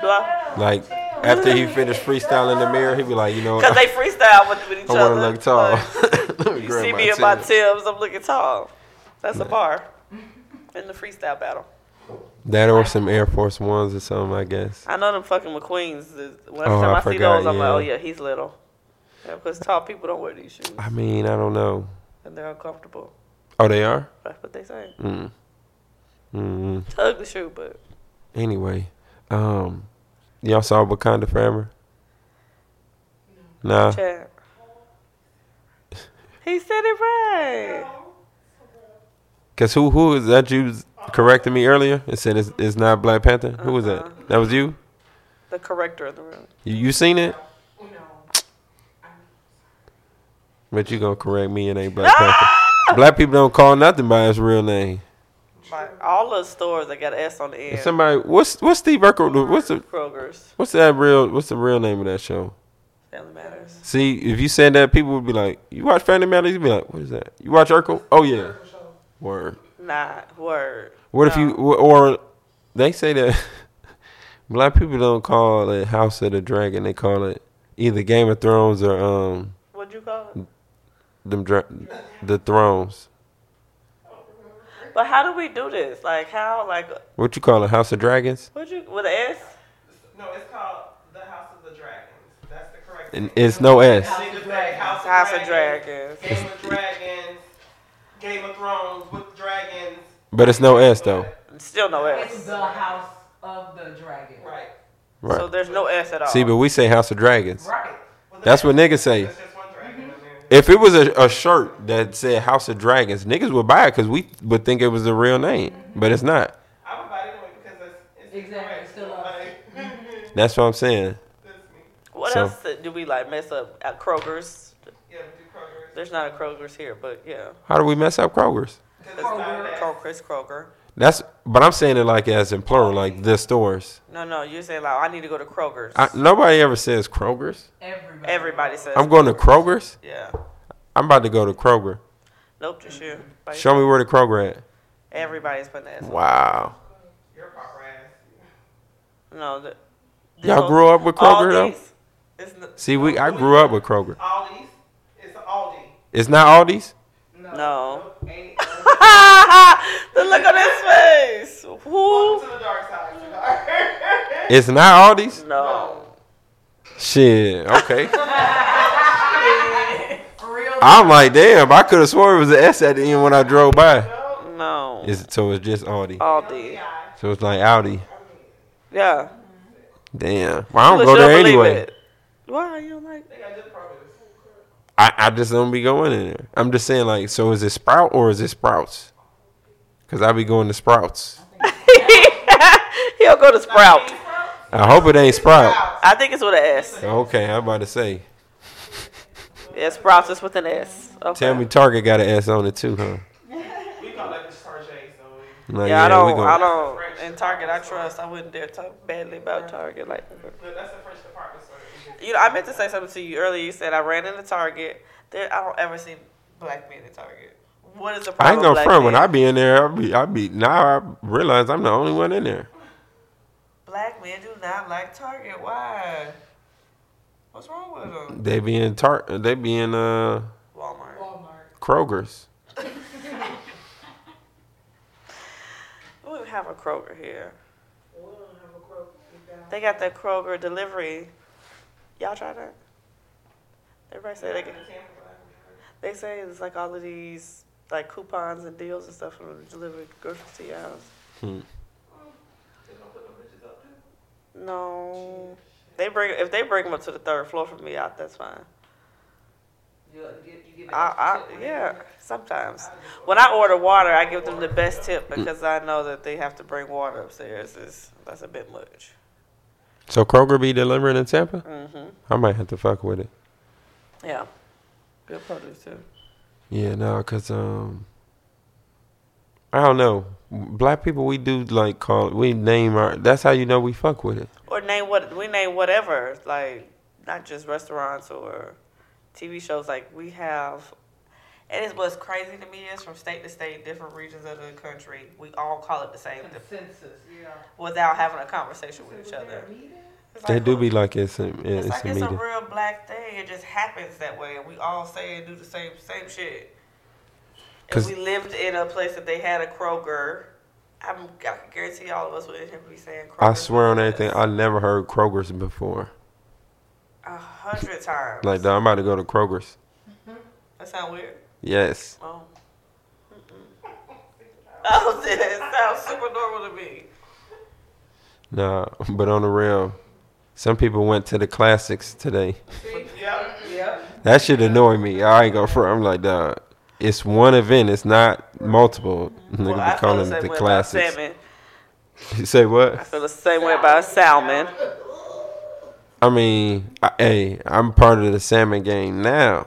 [SPEAKER 4] Do I?
[SPEAKER 3] Like, after he finished freestyling in the mirror, he'd be like, you know,
[SPEAKER 4] Cause they freestyle with, with each
[SPEAKER 3] I
[SPEAKER 4] other.
[SPEAKER 3] want to look tall.
[SPEAKER 4] Like,
[SPEAKER 3] Let
[SPEAKER 4] you
[SPEAKER 3] grab
[SPEAKER 4] see me in my
[SPEAKER 3] Tim's.
[SPEAKER 4] Tim's, I'm looking tall. That's a bar in the freestyle battle.
[SPEAKER 3] That or some Air Force Ones or something, I guess.
[SPEAKER 4] I know them fucking McQueens. the- Every
[SPEAKER 3] Oh,
[SPEAKER 4] time
[SPEAKER 3] I
[SPEAKER 4] I, see
[SPEAKER 3] forgot,
[SPEAKER 4] those, I'm like,
[SPEAKER 3] yeah.
[SPEAKER 4] oh yeah, he's little. Yeah, because tall people don't wear these shoes
[SPEAKER 3] I mean, I don't know.
[SPEAKER 4] and they're uncomfortable.
[SPEAKER 3] Oh, they are?
[SPEAKER 4] That's what they say.
[SPEAKER 3] Mm. Mm.
[SPEAKER 4] It's an ugly shoe, but
[SPEAKER 3] Anyway, um, y'all saw Wakanda Forever? Nah.
[SPEAKER 4] Chad. He said it right.
[SPEAKER 3] Cause who who is that you corrected me earlier and said it's, it's not Black Panther? Who was
[SPEAKER 4] Uh-uh.
[SPEAKER 3] that? That was you?
[SPEAKER 4] The corrector of the room.
[SPEAKER 3] You, you seen it?
[SPEAKER 7] No.
[SPEAKER 3] But you gonna correct me and ain't Black Panther. Black people don't call nothing by his real name.
[SPEAKER 4] My, all the stores that got an S on the end.
[SPEAKER 3] And somebody, what's what's Steve Urkel? What's the
[SPEAKER 4] Kroger's.
[SPEAKER 3] what's that real? What's the real name of that show?
[SPEAKER 4] Family Matters.
[SPEAKER 3] See, if you said that, people would be like, "You watch Family Matters?" You'd be like, "What is that? You watch Urkel?" Oh yeah, word.
[SPEAKER 4] Not word.
[SPEAKER 3] What if
[SPEAKER 4] No.
[SPEAKER 3] you or they say that black people don't call it House of the Dragon; they call it either Game of Thrones or um
[SPEAKER 4] What'd you call it?
[SPEAKER 3] them dra- the Thrones.
[SPEAKER 4] But how do we do this? Like how? Like
[SPEAKER 3] What you call it? House of Dragons?
[SPEAKER 4] what you with an S?
[SPEAKER 6] No, it's called The House of the Dragons. That's the correct
[SPEAKER 3] And
[SPEAKER 6] name.
[SPEAKER 3] it's no S.
[SPEAKER 6] They just say House,
[SPEAKER 4] House of
[SPEAKER 6] of
[SPEAKER 4] Dragons.
[SPEAKER 6] Game of Dragons, Game of Thrones with dragons.
[SPEAKER 3] But it's no S though.
[SPEAKER 4] Still no
[SPEAKER 5] It's
[SPEAKER 4] S.
[SPEAKER 5] the house of the dragon.
[SPEAKER 6] Right.
[SPEAKER 4] So
[SPEAKER 3] Right.
[SPEAKER 4] there's no S at all.
[SPEAKER 3] See, but we say House of Dragons.
[SPEAKER 5] Right.
[SPEAKER 3] That's what niggas say.
[SPEAKER 6] That's just one dragon in there.
[SPEAKER 3] If it was a, a shirt that said House of Dragons, niggas would buy it because we would think it was the real name, but it's not.
[SPEAKER 6] I would buy it anyway because it's, it's
[SPEAKER 5] Exactly,
[SPEAKER 6] correct.
[SPEAKER 5] it's still
[SPEAKER 6] like,
[SPEAKER 3] That's what I'm saying.
[SPEAKER 6] that's me.
[SPEAKER 4] what
[SPEAKER 3] so-
[SPEAKER 4] else do we like mess up at Kroger's?
[SPEAKER 6] Yeah, do Kroger's.
[SPEAKER 4] There's not a Kroger's here, but yeah,
[SPEAKER 3] How do we mess up Kroger's?
[SPEAKER 6] 'Cause it's not that.
[SPEAKER 4] Kroger's Kroger.
[SPEAKER 3] That's, but I'm saying it like as in plural, like the stores.
[SPEAKER 4] No, no, you're saying like I need to go to Kroger's.
[SPEAKER 3] I, nobody ever says Kroger's.
[SPEAKER 5] Everybody.
[SPEAKER 4] Everybody says.
[SPEAKER 3] I'm going to Kroger's.
[SPEAKER 4] yeah.
[SPEAKER 3] I'm about to go to Kroger.
[SPEAKER 4] Nope, just you. Like,
[SPEAKER 3] Show me where the Kroger at.
[SPEAKER 4] Everybody's putting the S. on.
[SPEAKER 3] Wow.
[SPEAKER 6] You're pop ass.
[SPEAKER 4] No. The,
[SPEAKER 3] Y'all grew up with
[SPEAKER 4] all
[SPEAKER 3] Kroger, though?
[SPEAKER 4] these- It's n-
[SPEAKER 3] See, we I grew up with Kroger.
[SPEAKER 6] Aldi's. It's Aldi.
[SPEAKER 3] It's not Aldi's.
[SPEAKER 4] No.
[SPEAKER 6] Ain't
[SPEAKER 4] the look on his face.
[SPEAKER 6] Welcome
[SPEAKER 4] Who?
[SPEAKER 6] to the dark side. sweetheart.
[SPEAKER 3] It's not Aldi's.
[SPEAKER 4] No.
[SPEAKER 3] Shit. Okay.
[SPEAKER 5] Real.
[SPEAKER 3] I'm like, damn. I could have swore it was an S at the end when I drove by.
[SPEAKER 4] No.
[SPEAKER 3] Is so it's just Aldi.
[SPEAKER 4] Aldi.
[SPEAKER 3] So it's like Audi.
[SPEAKER 4] Yeah.
[SPEAKER 3] Damn. Well, I don't
[SPEAKER 4] But
[SPEAKER 3] go
[SPEAKER 4] you
[SPEAKER 3] there
[SPEAKER 4] believe
[SPEAKER 3] anyway.
[SPEAKER 4] it. Why you don't like?
[SPEAKER 3] I, I just don't be going in there. I'm just saying, like, so is it Sprout or is it Sprouts? Because I be going to Sprouts.
[SPEAKER 4] He'll go to Sprout.
[SPEAKER 3] I hope it ain't Sprout.
[SPEAKER 4] I think it's with an S.
[SPEAKER 3] Okay, I'm about to say.
[SPEAKER 4] Yeah, Sprouts is with an S. Okay.
[SPEAKER 3] Tell me Target got an S on it too, huh?
[SPEAKER 6] we call that just Tarjay, so we-
[SPEAKER 3] Like,
[SPEAKER 4] Yeah, I
[SPEAKER 3] we
[SPEAKER 4] don't.
[SPEAKER 3] go-
[SPEAKER 4] I don't. In Target, I trust. I wouldn't dare talk badly about Target like that.
[SPEAKER 6] no, that's the French department store.
[SPEAKER 4] You know, I meant to say something to you earlier. You said I ran into Target. There, I don't ever see black men in Target. What is the problem?
[SPEAKER 3] I ain't gonna
[SPEAKER 4] with black
[SPEAKER 3] front when
[SPEAKER 4] men?
[SPEAKER 3] I be in there. I be, I be. Now I realize I'm the only one in there.
[SPEAKER 4] Black men do not like Target. Why? What's wrong with them?
[SPEAKER 3] They be in tar. They be in uh
[SPEAKER 4] Walmart.
[SPEAKER 3] Kroger's.
[SPEAKER 4] We don't even have a Kroger here. They got that Kroger delivery. Y'all try that? Everybody say they can. They say it's like all of these like coupons and deals and stuff from delivered groceries to your house. Hmm. No, they bring if they bring them up to the third floor for me out. That's fine. I, I yeah. Sometimes when I order water, I give them the best tip because I know that they have to bring water upstairs. Is that's a bit much.
[SPEAKER 3] So Kroger be delivering in Tampa.
[SPEAKER 4] hmm
[SPEAKER 3] I might have to fuck with it.
[SPEAKER 4] Yeah, good produce too.
[SPEAKER 3] Yeah, no, cause um, I don't know. Black people, we do like call. We name our. That's how you know we fuck with it.
[SPEAKER 4] Or name what we name whatever like not just restaurants or TV shows. Like we have, and it's what's crazy to me is from state to state, different regions of the country, we all call it the same th-
[SPEAKER 5] Consensus. Yeah.
[SPEAKER 4] without having a conversation with each other. It's
[SPEAKER 3] They
[SPEAKER 4] like,
[SPEAKER 3] do be like it's a, yeah,
[SPEAKER 4] It's
[SPEAKER 3] it's
[SPEAKER 4] like
[SPEAKER 3] a
[SPEAKER 4] it's a
[SPEAKER 3] meeting.
[SPEAKER 4] real black thing. It just happens that way, and we all say and do the same same shit. If
[SPEAKER 3] 'Cause-
[SPEAKER 4] we lived in a place that they had a Kroger, I'm, I can guarantee all of us would here be saying Kroger.
[SPEAKER 3] I swear on everything, I never heard Kroger's before.
[SPEAKER 4] a hundred times.
[SPEAKER 3] Like, dawg, I'm about to go to Kroger's.
[SPEAKER 4] that sound weird.
[SPEAKER 3] Yes.
[SPEAKER 4] Oh. Mm-mm. Oh, that sounds super normal to me.
[SPEAKER 3] Nah, but on the real, some people went to the classics today.
[SPEAKER 6] Yeah.
[SPEAKER 3] That should annoy me. I ain't gonna front. I'm like, dog, it's one event. It's not multiple.
[SPEAKER 4] I
[SPEAKER 3] Nigga be
[SPEAKER 4] feel the
[SPEAKER 3] calling
[SPEAKER 4] same
[SPEAKER 3] it the
[SPEAKER 4] way about
[SPEAKER 3] classics.
[SPEAKER 4] salmon.
[SPEAKER 3] You say
[SPEAKER 4] I
[SPEAKER 3] what?
[SPEAKER 4] feel the same way about salmon.
[SPEAKER 3] I mean, I, hey, I'm part of the salmon game now.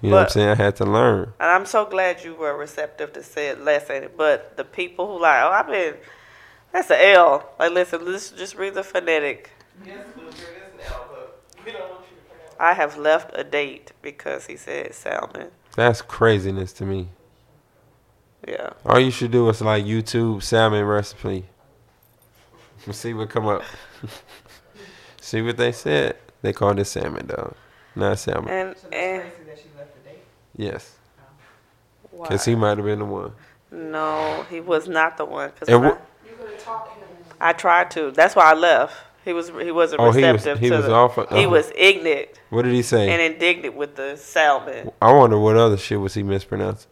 [SPEAKER 3] You know what I'm
[SPEAKER 4] But-
[SPEAKER 3] saying? I had to learn.
[SPEAKER 4] And I'm so glad you were receptive to said lesson. But the people who like, oh, I've been, that's an L. Like, listen, let's just read the phonetic.
[SPEAKER 6] Yes, Luke, it is now, but we don't want you to pronounce
[SPEAKER 4] I have left a date because he said salmon.
[SPEAKER 3] That's craziness to me.
[SPEAKER 4] Yeah.
[SPEAKER 3] All you should do is like YouTube salmon recipe. And See what come up. See what they said. They called it salmon dog, not salmon.
[SPEAKER 4] And
[SPEAKER 5] So
[SPEAKER 4] and
[SPEAKER 5] that's crazy that she left the date.
[SPEAKER 3] Yes,
[SPEAKER 4] why?
[SPEAKER 3] because he might have been the one.
[SPEAKER 4] no, he was not the one. Cause
[SPEAKER 3] And
[SPEAKER 4] when
[SPEAKER 3] wh-
[SPEAKER 7] You could have talked him.
[SPEAKER 4] I, I tried to. That's why I left. He was he wasn't
[SPEAKER 3] Oh, he was-
[SPEAKER 4] receptive
[SPEAKER 3] he
[SPEAKER 4] to
[SPEAKER 3] was
[SPEAKER 4] the,
[SPEAKER 3] off- uh-huh.
[SPEAKER 4] He was ignorant
[SPEAKER 3] What did he
[SPEAKER 4] and
[SPEAKER 3] say?
[SPEAKER 4] indignant with the salmon.
[SPEAKER 3] I wonder what other shit was he mispronouncing.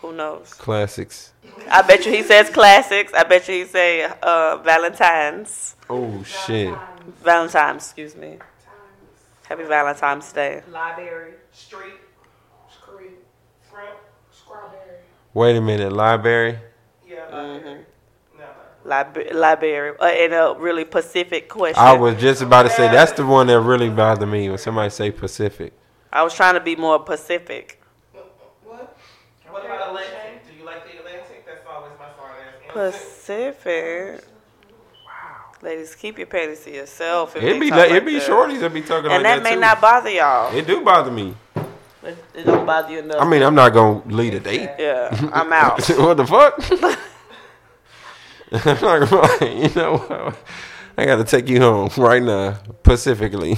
[SPEAKER 4] Who knows?
[SPEAKER 3] Classics.
[SPEAKER 4] I bet you he says classics. I bet you he say uh, Valentine's.
[SPEAKER 3] Oh shit.
[SPEAKER 4] Valentine's, excuse me. Happy Valentine's Day.
[SPEAKER 7] Library.
[SPEAKER 6] Street,
[SPEAKER 7] Scree.
[SPEAKER 6] scrimp,
[SPEAKER 7] Strawberry.
[SPEAKER 3] Wait a minute. Library.
[SPEAKER 6] yeah, like,
[SPEAKER 4] Mm-hmm.
[SPEAKER 6] no, no.
[SPEAKER 4] Liber- Liberia. Uh, and a really Pacific question.
[SPEAKER 3] I was just about to say that's the one that really bothered me when somebody say Pacific.
[SPEAKER 4] I was trying to be more Pacific.
[SPEAKER 6] What? What about Atlantic? Do you like the Atlantic? That's always my smart ass answer.
[SPEAKER 4] Pacific. Ladies, keep your panties to yourself. if
[SPEAKER 3] It
[SPEAKER 4] they
[SPEAKER 3] be
[SPEAKER 4] talk
[SPEAKER 3] like, it
[SPEAKER 4] like
[SPEAKER 3] be
[SPEAKER 4] that.
[SPEAKER 3] shorties that be talking like
[SPEAKER 4] And
[SPEAKER 3] that
[SPEAKER 4] that may
[SPEAKER 3] too.
[SPEAKER 4] not bother y'all.
[SPEAKER 3] It do bother me.
[SPEAKER 4] It, it don't bother you enough.
[SPEAKER 3] I mean, I'm not gonna lead a date.
[SPEAKER 4] yeah, I'm out.
[SPEAKER 3] what the fuck? I'm not gonna lie. You know, what? I gotta take you home right now, pacifically.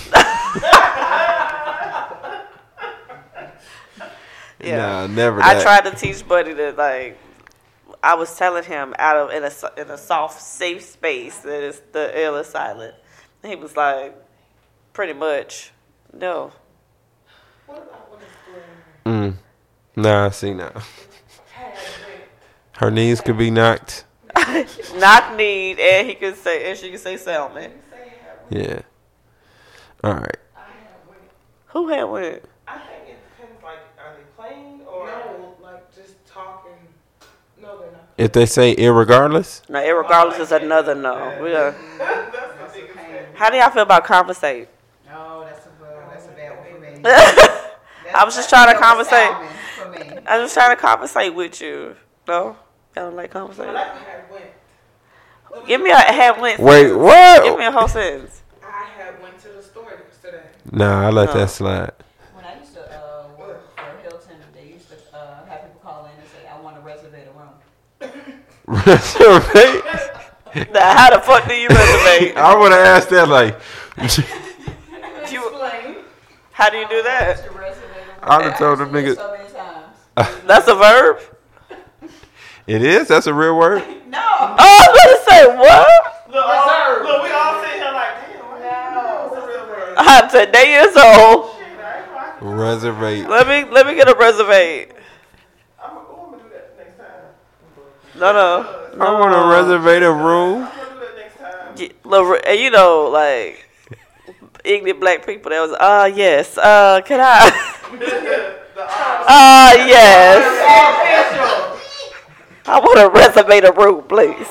[SPEAKER 4] Yeah.
[SPEAKER 3] Nah, never. That.
[SPEAKER 4] I tried to teach Buddy that like I was telling him out of in a so- in a soft safe space that it's the L is silent. And he was like, pretty much, no.
[SPEAKER 7] What about when it's green?
[SPEAKER 3] Mm. Nah, see now. Her knees could be knocked.
[SPEAKER 4] Knock need, and he could say, and she could say salmon.
[SPEAKER 3] Yeah. All right.
[SPEAKER 6] I have went.
[SPEAKER 4] Who had went?
[SPEAKER 6] I think it depends. Like, are they playing or?
[SPEAKER 7] No, like just talking. No, they're not.
[SPEAKER 3] If they say irregardless,
[SPEAKER 4] No, irregardless is another no. We are-
[SPEAKER 6] That's the biggest thing.
[SPEAKER 4] How do y'all feel about conversate?
[SPEAKER 5] No, that's a uh, that's a bad one for me.
[SPEAKER 4] I was just trying to conversate.
[SPEAKER 5] For me.
[SPEAKER 4] I was just trying to conversate with you. No, y'all don't like
[SPEAKER 6] But
[SPEAKER 4] conversate.
[SPEAKER 6] I had went.
[SPEAKER 4] Give me a had went. sentence.
[SPEAKER 3] wait,
[SPEAKER 4] Give me
[SPEAKER 3] what?
[SPEAKER 4] a whole sentence.
[SPEAKER 6] I had went to the store today.
[SPEAKER 3] Nah, I let
[SPEAKER 4] Huh.
[SPEAKER 3] that slide.
[SPEAKER 5] When I used to uh, work for Hilton, they used to uh, have people call in and say, "I want to reserve a room."
[SPEAKER 3] Reservate?
[SPEAKER 4] Now, how the fuck do you reservate?
[SPEAKER 3] I would have asked that like.
[SPEAKER 4] You- how do you do that?
[SPEAKER 5] To reserve a room.
[SPEAKER 3] I done told them
[SPEAKER 5] I've seen it
[SPEAKER 3] niggas-
[SPEAKER 5] so many times.
[SPEAKER 4] That's a verb.
[SPEAKER 3] It is. That's a real word.
[SPEAKER 5] No,
[SPEAKER 4] Oh, I was gonna say what?
[SPEAKER 6] Look, all,
[SPEAKER 5] Reserved.
[SPEAKER 6] uh, look, we all sitting here like, damn, why no, it's a real word.
[SPEAKER 4] I'm today years old.
[SPEAKER 6] Shit, I ain't gonna-
[SPEAKER 3] Reservate.
[SPEAKER 4] Let me let me get a reservate.
[SPEAKER 6] I'm gonna oh, I'm gonna do that next time.
[SPEAKER 4] No, no.
[SPEAKER 3] I want to reservate a room.
[SPEAKER 6] I'm gonna do that next time.
[SPEAKER 4] Y- la- And you know, like ignorant black people. That was uh yes. Uh, can I?
[SPEAKER 6] the odds.
[SPEAKER 4] Uh, yes. I want to reservate a room, please.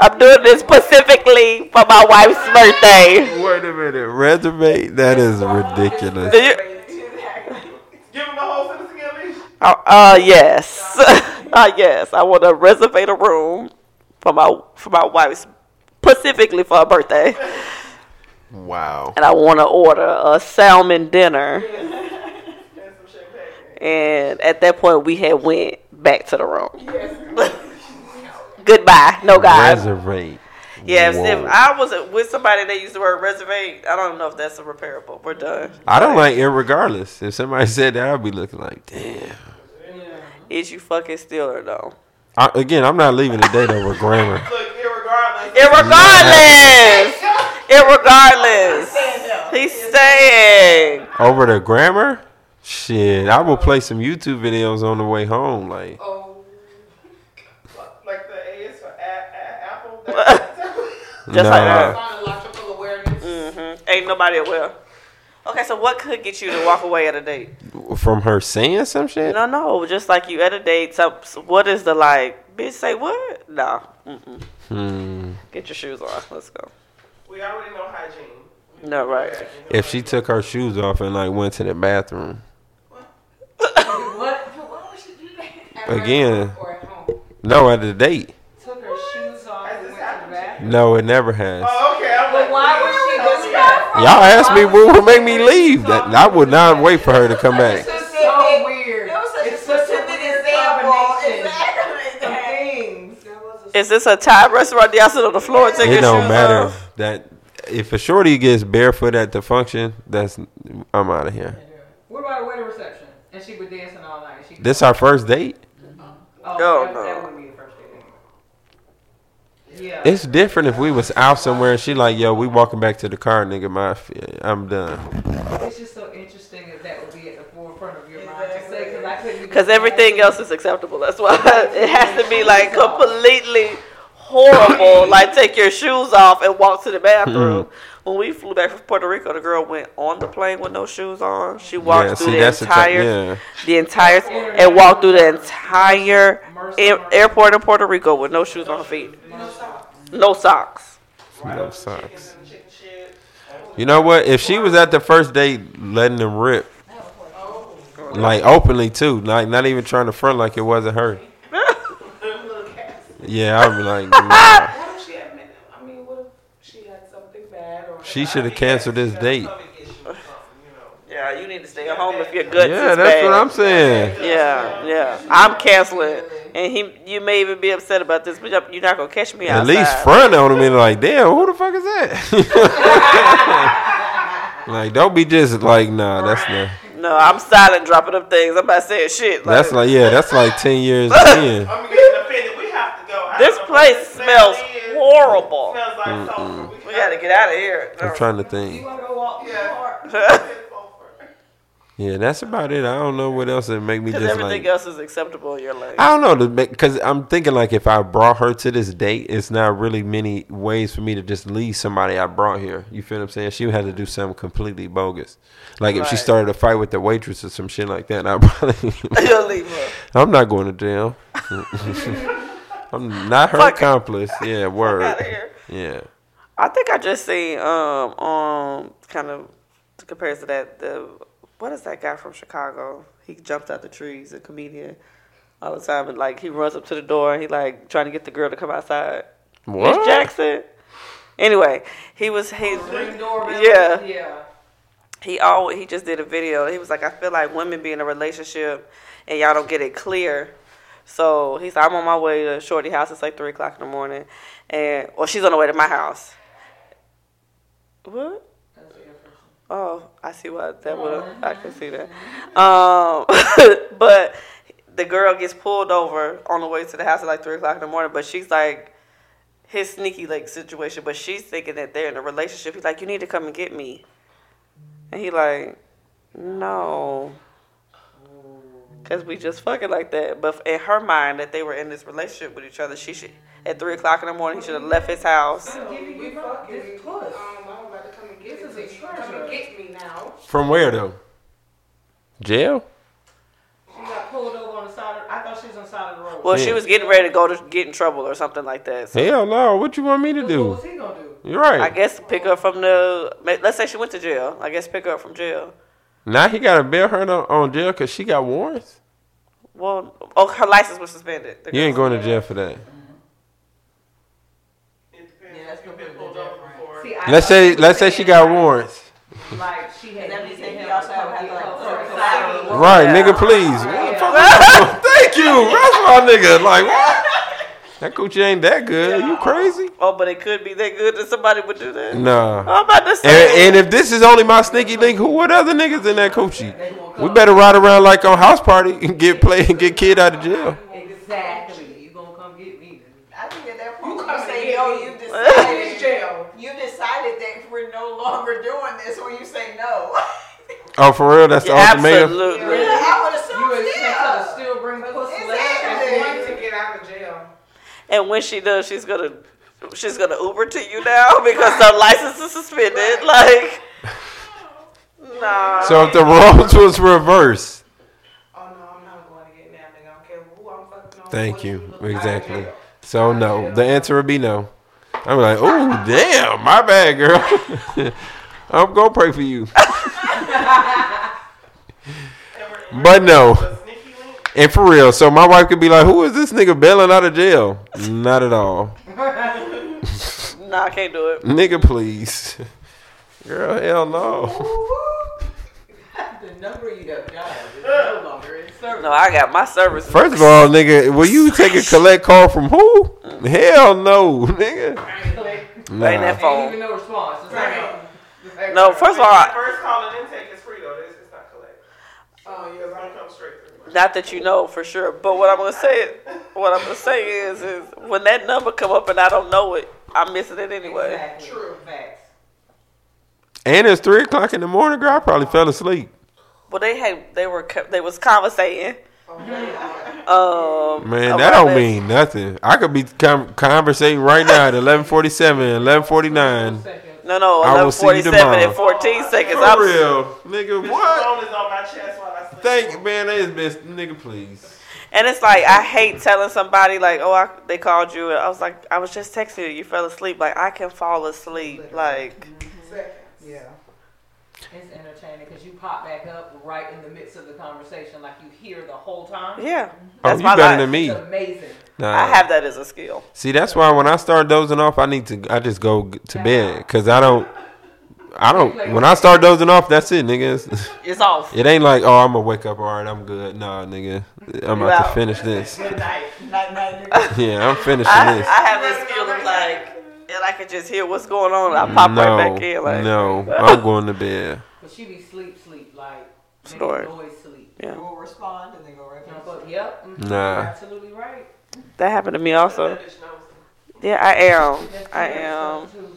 [SPEAKER 4] I'm doing this specifically for my wife's birthday.
[SPEAKER 3] Wait a minute. Reservate? That is ridiculous.
[SPEAKER 4] Do you-
[SPEAKER 6] Give him the whole sentence again, please.
[SPEAKER 4] Uh, uh yes. uh, yes. I want to reservate a room for my for my wife's specifically for her birthday,
[SPEAKER 3] Wow.
[SPEAKER 4] and I want to order a salmon dinner. And at that point, we had went back to the room. Goodbye.
[SPEAKER 3] Oh,
[SPEAKER 4] No guys.
[SPEAKER 3] Reservate.
[SPEAKER 4] Yes, if
[SPEAKER 3] Whoa.
[SPEAKER 4] I was with somebody that used the word reservate, I don't know if that's a repairable. We're done.
[SPEAKER 3] I don't like it regardless. If somebody said that, I'd be looking like, damn.
[SPEAKER 4] Is you fucking stealer though?
[SPEAKER 3] I, again, I'm not leaving the date over grammar.
[SPEAKER 6] Look, irregardless.
[SPEAKER 4] Irregardless. Irregardless. He's saying.
[SPEAKER 3] Over the grammar? Shit, I will play some YouTube videos on the way home. Like,
[SPEAKER 7] Oh,
[SPEAKER 6] Like the A is for a- a- apple. That's-
[SPEAKER 4] Just like that.
[SPEAKER 7] phonological awareness.
[SPEAKER 4] Mm-hmm. Ain't nobody aware. Okay, so what could get you to walk away at a date?
[SPEAKER 3] from her saying some shit?
[SPEAKER 4] No, no, just like you at a date. So, so what is the like, bitch? Say what? No. Mm-mm.
[SPEAKER 3] Hmm.
[SPEAKER 4] Get your shoes on. Let's go.
[SPEAKER 6] we already know hygiene.
[SPEAKER 4] No, right.
[SPEAKER 3] If she took her shoes off and like went to the bathroom,
[SPEAKER 5] What?
[SPEAKER 7] Why would she do that?
[SPEAKER 3] work Again.
[SPEAKER 7] Or at home.
[SPEAKER 3] no, at the date,
[SPEAKER 5] Took her shoes off and went to the bathroom.
[SPEAKER 3] no, it never has.
[SPEAKER 6] Oh, okay. I'm like,
[SPEAKER 7] Why would she do that?
[SPEAKER 3] Y'all asked me what would make me leave. That I would not wait for her to come back.
[SPEAKER 5] It's so weird.
[SPEAKER 7] That was such
[SPEAKER 5] It's
[SPEAKER 7] a
[SPEAKER 5] such a
[SPEAKER 7] specific
[SPEAKER 5] weird
[SPEAKER 7] example.
[SPEAKER 5] combination
[SPEAKER 7] Exactly.
[SPEAKER 5] Some things. That was a
[SPEAKER 4] Is this a Thai restaurant? Do y'all sit on the floor and take
[SPEAKER 3] It
[SPEAKER 4] your
[SPEAKER 3] don't
[SPEAKER 4] shoes
[SPEAKER 3] matter
[SPEAKER 4] off?
[SPEAKER 3] that if a shorty gets barefoot at the function, that's I'm out of here.
[SPEAKER 5] What about a wedding reception? And she was dancing all night. She
[SPEAKER 3] This our first date.
[SPEAKER 5] oh,
[SPEAKER 4] No,
[SPEAKER 5] that,
[SPEAKER 4] no.
[SPEAKER 5] that would be the first date. anyway. Yeah.
[SPEAKER 3] It's different if we was out somewhere and she like, yo, we walking back to the car, nigga. My, f- I'm done.
[SPEAKER 5] It's just so interesting that that would be at the forefront of your mind to say because I couldn't. even
[SPEAKER 4] Because everything else is acceptable. That's why it has to be like completely horrible. like take your shoes off and walk to the bathroom.
[SPEAKER 3] Mm-hmm.
[SPEAKER 4] When we flew back from Puerto Rico, the girl went on the plane with no shoes on. She walked
[SPEAKER 3] Yeah,
[SPEAKER 4] through
[SPEAKER 3] see,
[SPEAKER 4] the
[SPEAKER 3] that's the type-
[SPEAKER 4] entire,
[SPEAKER 3] yeah.
[SPEAKER 4] the entire, and walked through the entire air, airport in Puerto Rico with no shoes on her feet, no socks.
[SPEAKER 3] No socks. You know what? If she was at the first date, letting them rip, like openly too, like not even trying to front like it wasn't her. Yeah, I'd be like, nah.
[SPEAKER 6] What if she had been, I mean, what if she had something bad or
[SPEAKER 3] she should have canceled this date.
[SPEAKER 6] stomach issue or something, you know?
[SPEAKER 4] Yeah, you need to stay at home if your guts
[SPEAKER 3] Yeah,
[SPEAKER 4] is
[SPEAKER 3] that's
[SPEAKER 4] bad.
[SPEAKER 3] what I'm saying.
[SPEAKER 4] Yeah, yeah. I'm canceling, and he, you may even be upset about this, but you're not gonna catch me
[SPEAKER 3] At
[SPEAKER 4] outside.
[SPEAKER 3] least front on him and like, damn, who the fuck is that? like, don't be just like, nah, that's not.
[SPEAKER 4] No, I'm silent, dropping up things. I'm not saying shit. Like,
[SPEAKER 3] That's like, yeah, that's like ten years in.
[SPEAKER 6] I'm getting offended. We have to go. I
[SPEAKER 4] this
[SPEAKER 6] don't know what
[SPEAKER 4] place
[SPEAKER 6] this
[SPEAKER 4] smells
[SPEAKER 6] is.
[SPEAKER 4] horrible.
[SPEAKER 6] Smells like sulfur.
[SPEAKER 4] We gotta get out of here.
[SPEAKER 3] I'm trying to think.
[SPEAKER 5] want to go walk through the park.
[SPEAKER 3] Yeah, that's about it. I don't know what else that make me
[SPEAKER 4] Because
[SPEAKER 3] just
[SPEAKER 4] everything
[SPEAKER 3] like.
[SPEAKER 4] else is acceptable in your life.
[SPEAKER 3] I don't know, because I'm thinking like if I brought her to this date, it's not really many ways for me to just leave somebody I brought here. You feel what I'm saying? She would have to do something completely bogus, like if she
[SPEAKER 4] Right.
[SPEAKER 3] started a fight with the waitress or some shit like that. I probably,
[SPEAKER 4] You'll leave her.
[SPEAKER 3] I'm not going to jail. I'm not her
[SPEAKER 4] Fuck.
[SPEAKER 3] accomplice. Yeah,
[SPEAKER 4] Out of
[SPEAKER 3] word.
[SPEAKER 4] here.
[SPEAKER 3] Yeah,
[SPEAKER 4] I think I just seen um um kind of to compare to that the what is that guy from Chicago? He jumps out the trees, a comedian, all the time, and like he runs up to the door and he like trying to get the girl to come outside. Miss
[SPEAKER 3] what?
[SPEAKER 4] Jackson. Anyway, he was he
[SPEAKER 5] Ring doorbell.
[SPEAKER 4] yeah
[SPEAKER 5] Yeah.
[SPEAKER 4] he always he just did a video. He was like, I feel like women be in a relationship and y'all don't get it clear. So he's like, I'm on my way to Shorty house. It's like three o'clock in the morning, and or she's on the way to my house. What? Oh, I see why that would I can see that. Um, but the girl gets pulled over on the way to the house at like three o'clock in the morning. But she's like his sneaky like situation. But she's thinking that they're in a relationship. He's like, you need to come and get me. And he like, no. Cause we just fucking like that. But in her mind that they were in this relationship with each other, she should at three o'clock in the morning he should have left his house.
[SPEAKER 5] Giving you fuck this puss.
[SPEAKER 6] This is
[SPEAKER 5] This is a treasure. She
[SPEAKER 6] me now.
[SPEAKER 3] From where though? Jail?
[SPEAKER 5] got pulled over on the side. Of, I thought she was on the side of the road.
[SPEAKER 4] Well, she
[SPEAKER 3] Yeah.
[SPEAKER 4] was getting ready to go to get in trouble or something like that. So
[SPEAKER 3] Hell no! What you want me to
[SPEAKER 5] What
[SPEAKER 3] do?
[SPEAKER 5] was he gonna do?
[SPEAKER 3] You're
[SPEAKER 4] I
[SPEAKER 3] right.
[SPEAKER 4] guess pick her up from the. ma- Let's say she went to jail. I guess pick her up from jail.
[SPEAKER 3] Now he gotta bail her on, on jail because she got warrants.
[SPEAKER 4] Well, oh, her license was suspended. The
[SPEAKER 3] You ain't
[SPEAKER 4] girl's-
[SPEAKER 3] going to jail for that.
[SPEAKER 5] Yeah, that's gonna be
[SPEAKER 6] Been pulled over before.
[SPEAKER 5] See, I
[SPEAKER 3] Let's
[SPEAKER 5] thought
[SPEAKER 3] say
[SPEAKER 5] she
[SPEAKER 3] let's say
[SPEAKER 5] was
[SPEAKER 3] she
[SPEAKER 5] saying,
[SPEAKER 3] got warrants.
[SPEAKER 5] Like she had.
[SPEAKER 7] That means that
[SPEAKER 5] needed him
[SPEAKER 7] he
[SPEAKER 5] to
[SPEAKER 7] also
[SPEAKER 5] come
[SPEAKER 7] had to,
[SPEAKER 5] get
[SPEAKER 7] like,
[SPEAKER 5] her
[SPEAKER 7] put
[SPEAKER 5] from
[SPEAKER 7] her
[SPEAKER 5] the
[SPEAKER 7] back
[SPEAKER 5] side of the road.
[SPEAKER 3] Right,
[SPEAKER 4] Yeah.
[SPEAKER 3] nigga, please. Thank you. That's my nigga. Like what? That coochie ain't that good. You crazy?
[SPEAKER 4] Oh, but it could be that good that somebody would do that.
[SPEAKER 3] Nah.
[SPEAKER 4] I'm about to say.
[SPEAKER 3] And, and if this is only my sneaky link, who what other niggas in that coochie? We better ride around like on house party and get play and get kid out of jail.
[SPEAKER 5] Exactly. You gonna come get me?
[SPEAKER 7] I think at that point you say no. You decided
[SPEAKER 5] jail.
[SPEAKER 7] You decided that we're no longer doing this when you say no.
[SPEAKER 3] Oh, for real? That's the ultimatum.
[SPEAKER 4] absolutely.
[SPEAKER 7] I would
[SPEAKER 5] You
[SPEAKER 7] assume
[SPEAKER 5] expect her to
[SPEAKER 7] yeah.
[SPEAKER 5] still bring puss
[SPEAKER 7] Exactly.
[SPEAKER 5] later?
[SPEAKER 6] to get out of jail.
[SPEAKER 4] And when she does, she's gonna she's gonna Uber to you now because her license is suspended. Like, nah.
[SPEAKER 3] So if the roles was reversed,
[SPEAKER 6] Oh no, I'm not going to get nabbed. nigga. I don't care who I'm fucking on.
[SPEAKER 3] thank
[SPEAKER 6] what
[SPEAKER 3] you.
[SPEAKER 6] look like.
[SPEAKER 3] Exactly. So no, the answer would be no. I'm like, oh damn, my bad, girl. I'm gonna pray for you. But no.
[SPEAKER 6] The sneaky link.
[SPEAKER 3] And for real, so my wife could be like, "Who is this nigga bailing out of jail?" Not at all,
[SPEAKER 4] Nah, I can't do it.
[SPEAKER 3] nigga. Please, girl, hell no.
[SPEAKER 5] The number you have dialed is no longer in service.
[SPEAKER 4] No, I got my services.
[SPEAKER 3] First of all, nigga, will you take a collect call from who? Hell no, nigga.
[SPEAKER 4] Ain't
[SPEAKER 3] Nah.
[SPEAKER 4] that
[SPEAKER 5] Ain't even
[SPEAKER 4] phone?
[SPEAKER 5] no response. It's
[SPEAKER 6] Right.
[SPEAKER 5] like,
[SPEAKER 4] No, first of all,
[SPEAKER 6] The
[SPEAKER 4] I-
[SPEAKER 6] first call and intake is free though. This is not collect. Oh, yeah, I come straight through.
[SPEAKER 4] not that you know for sure, but what I'm gonna say, what I'm gonna say is, is when that number come up and I don't know it, I'm missing it anyway.
[SPEAKER 5] Exactly. True facts.
[SPEAKER 3] And it's three o'clock in the morning, girl. I probably fell asleep.
[SPEAKER 4] Well, they had, they were, co- they was conversating. Um,
[SPEAKER 3] Man,
[SPEAKER 4] about
[SPEAKER 3] that don't
[SPEAKER 4] this.
[SPEAKER 3] mean nothing. I could be com- conversating right now at 11:47, 11:49.
[SPEAKER 4] No, no,
[SPEAKER 3] I will see you
[SPEAKER 4] 1147 and
[SPEAKER 3] tomorrow.
[SPEAKER 4] 14 seconds.
[SPEAKER 3] For
[SPEAKER 4] I'm,
[SPEAKER 3] real, nigga.
[SPEAKER 6] This
[SPEAKER 3] What?
[SPEAKER 6] phone is on my chest while I sleep.
[SPEAKER 3] Thank man, that is best, nigga. Please.
[SPEAKER 4] and it's like, I hate telling somebody, like, oh, I, they called you. And I was like, I was just texting you. You fell asleep. Like, I can fall asleep. Like,
[SPEAKER 5] Yeah.
[SPEAKER 7] It's entertaining because you pop back up right in the midst of the conversation, like you hear the whole time.
[SPEAKER 4] yeah.
[SPEAKER 3] Oh,
[SPEAKER 4] That's
[SPEAKER 3] you
[SPEAKER 4] my
[SPEAKER 3] better
[SPEAKER 4] life.
[SPEAKER 3] than me.
[SPEAKER 7] It's amazing.
[SPEAKER 3] Nah.
[SPEAKER 4] I have that as a skill.
[SPEAKER 3] See, that's why when I start dozing off, I need to. I just go g- to bed because I don't. I don't. When I start dozing off, that's it, niggas.
[SPEAKER 4] It's off.
[SPEAKER 3] It ain't like, oh, I'm gonna wake up. All right, I'm good. Nah, nigga, I'm
[SPEAKER 4] You
[SPEAKER 3] about to
[SPEAKER 4] out.
[SPEAKER 3] finish this.
[SPEAKER 6] Good night. Night, night, nigga.
[SPEAKER 3] Yeah, I'm finishing
[SPEAKER 4] I,
[SPEAKER 3] this.
[SPEAKER 4] I have this skill of like, and I can just hear what's going on. And I pop right back in. Like,
[SPEAKER 3] no, I'm going to bed.
[SPEAKER 7] But she be sleep, sleep, like making
[SPEAKER 4] Snore.
[SPEAKER 7] noise sleep.
[SPEAKER 4] Yeah.
[SPEAKER 7] will respond and then go right back. But, yep. mhm,
[SPEAKER 3] Nah.
[SPEAKER 7] You're absolutely right.
[SPEAKER 4] That happened to me also.
[SPEAKER 6] That bitch knows.
[SPEAKER 4] Yeah, I am.
[SPEAKER 7] That's
[SPEAKER 4] I
[SPEAKER 7] good
[SPEAKER 4] am.
[SPEAKER 7] stuff, too.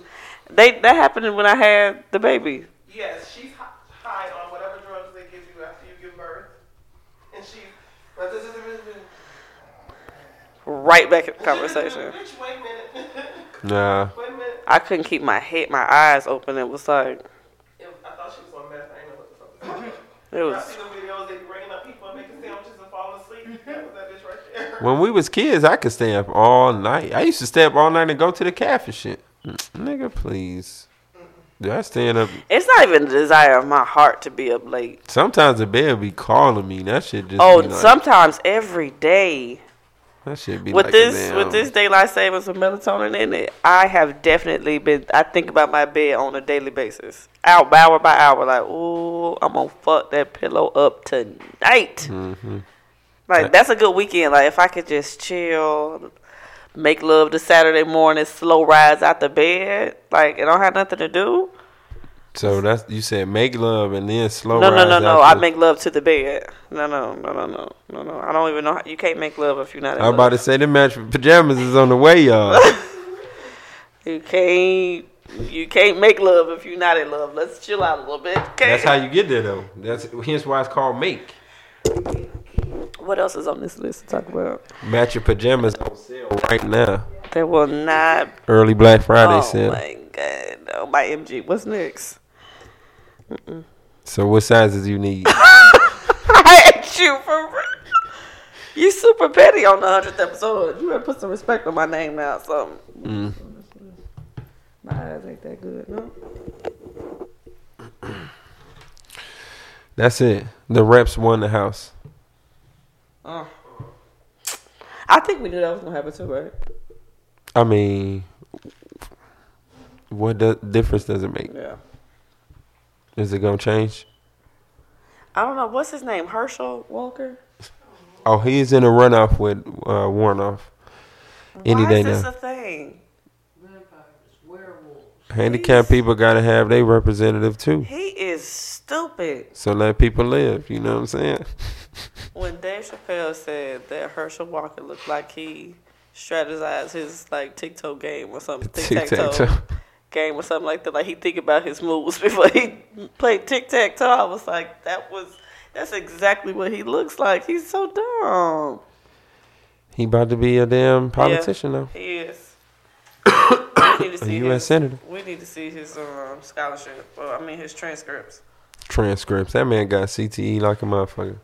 [SPEAKER 4] They that happened when I had the baby.
[SPEAKER 6] Yes, she's hi- high on whatever drugs they give you after you give birth. And she. But this is
[SPEAKER 4] Right back in the conversation.
[SPEAKER 6] Bitch, wait a minute.
[SPEAKER 3] Nah,
[SPEAKER 6] wait a minute.
[SPEAKER 4] I couldn't keep my head, my eyes open. It was like
[SPEAKER 6] It, I thought she was on meth. I didn't know what the fuck was going on.
[SPEAKER 4] it
[SPEAKER 6] I
[SPEAKER 4] was.
[SPEAKER 6] see the videos they be bringing up people and making sandwiches and falling asleep. That was that bitch right there.
[SPEAKER 3] when we was kids, I could stay up all night. I used to stay up all night and go to the calf and shit. Mm, Nigga, please. Dude, I stand up.
[SPEAKER 4] It's not even the desire of my heart to be up late.
[SPEAKER 3] Sometimes the bed be calling me. That shit just.
[SPEAKER 4] Oh,
[SPEAKER 3] be like,
[SPEAKER 4] sometimes every day.
[SPEAKER 3] That shit be
[SPEAKER 4] with
[SPEAKER 3] like,
[SPEAKER 4] this with
[SPEAKER 3] damn.
[SPEAKER 4] this daylight savings with melatonin in it, I have definitely been. I think about my bed on a daily basis, out hour by hour. Like, ooh, I'm gonna fuck that pillow up tonight.
[SPEAKER 3] Mm-hmm.
[SPEAKER 4] Like that's a good weekend. Like if I could just chill, make love to Saturday morning, slow rides out the bed. Like it don't have nothing to do.
[SPEAKER 3] So that's you said make love and then slow.
[SPEAKER 4] No, no,
[SPEAKER 3] rise
[SPEAKER 4] no, no. I
[SPEAKER 3] after.
[SPEAKER 4] make love to the bed. No, no, no, no, no, no, no. I don't even know. How, you can't make love if you're not. In
[SPEAKER 3] I'm
[SPEAKER 4] love.
[SPEAKER 3] about to say the match with pajamas is on the way, y'all.
[SPEAKER 4] You can't you can't make love if you're not in love. Let's chill out a little bit. Okay.
[SPEAKER 3] that's how you get there though. That's hence why it's called make.
[SPEAKER 4] what else is on this list to talk about?
[SPEAKER 3] Match your pajamas on sale right now.
[SPEAKER 4] That will not.
[SPEAKER 3] Early Black Friday
[SPEAKER 4] oh
[SPEAKER 3] sale.
[SPEAKER 4] my god. Oh my MG. What's next?
[SPEAKER 3] So what sizes you need?
[SPEAKER 4] I hate you for real. You super petty on the hundredth episode. You better put some respect on my name now. or Something.
[SPEAKER 3] Mm.
[SPEAKER 4] My eyes ain't that good. No.
[SPEAKER 3] That's it. The reps won the house.
[SPEAKER 4] Oh. I think we knew that was gonna happen too, right?
[SPEAKER 3] I mean, what do- difference does it make?
[SPEAKER 4] Yeah.
[SPEAKER 3] Is it gonna change?
[SPEAKER 4] I don't know. What's his name? Herschel Walker.
[SPEAKER 3] Oh, he's in a runoff with uh, Warnoff. Any
[SPEAKER 4] Why
[SPEAKER 3] day
[SPEAKER 4] is this
[SPEAKER 3] now.
[SPEAKER 4] a thing?
[SPEAKER 3] Handicapped people gotta have their representative too.
[SPEAKER 4] He is stupid.
[SPEAKER 3] So let people live. You know what I'm saying?
[SPEAKER 4] When Dave Chappelle said that Herschel Walker looked like he strategized his like TikTok game or something, tic tac toe
[SPEAKER 3] Tic-tac-toe.
[SPEAKER 4] game or something like that. Like he think about his moves before he played tic tac toe. I was like, that was that's exactly what he looks like. He's so dumb.
[SPEAKER 3] He about to be a damn politician now.
[SPEAKER 4] He is. we need to
[SPEAKER 3] A
[SPEAKER 4] see
[SPEAKER 3] U.S.
[SPEAKER 4] his,
[SPEAKER 3] senator.
[SPEAKER 4] We need to see his um, scholarship. Well, I mean his transcripts.
[SPEAKER 3] Transcripts. That man got CTE like a motherfucker.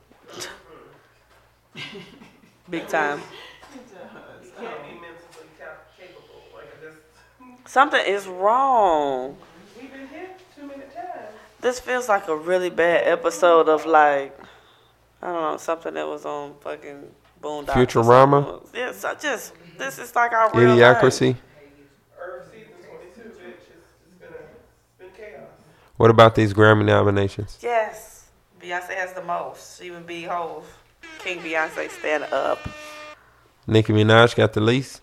[SPEAKER 4] Big time.
[SPEAKER 6] You can't be mentally cap- capable. Like, this.
[SPEAKER 4] Something is wrong.
[SPEAKER 6] We've been here two minute test.
[SPEAKER 4] This feels like a really bad episode of like, I don't know, something that was on fucking Boondocks. or
[SPEAKER 3] Futurama?
[SPEAKER 4] something. Yes, I just this is like our real life.
[SPEAKER 3] Idiocracy.
[SPEAKER 6] Herb season 22, bitch. It's, it's been, a, it's been chaos.
[SPEAKER 3] What about these Grammy nominations?
[SPEAKER 4] Yes, Beyonce has the most. She even be whole. King Beyonce stand up.
[SPEAKER 3] Nicki Minaj got the least.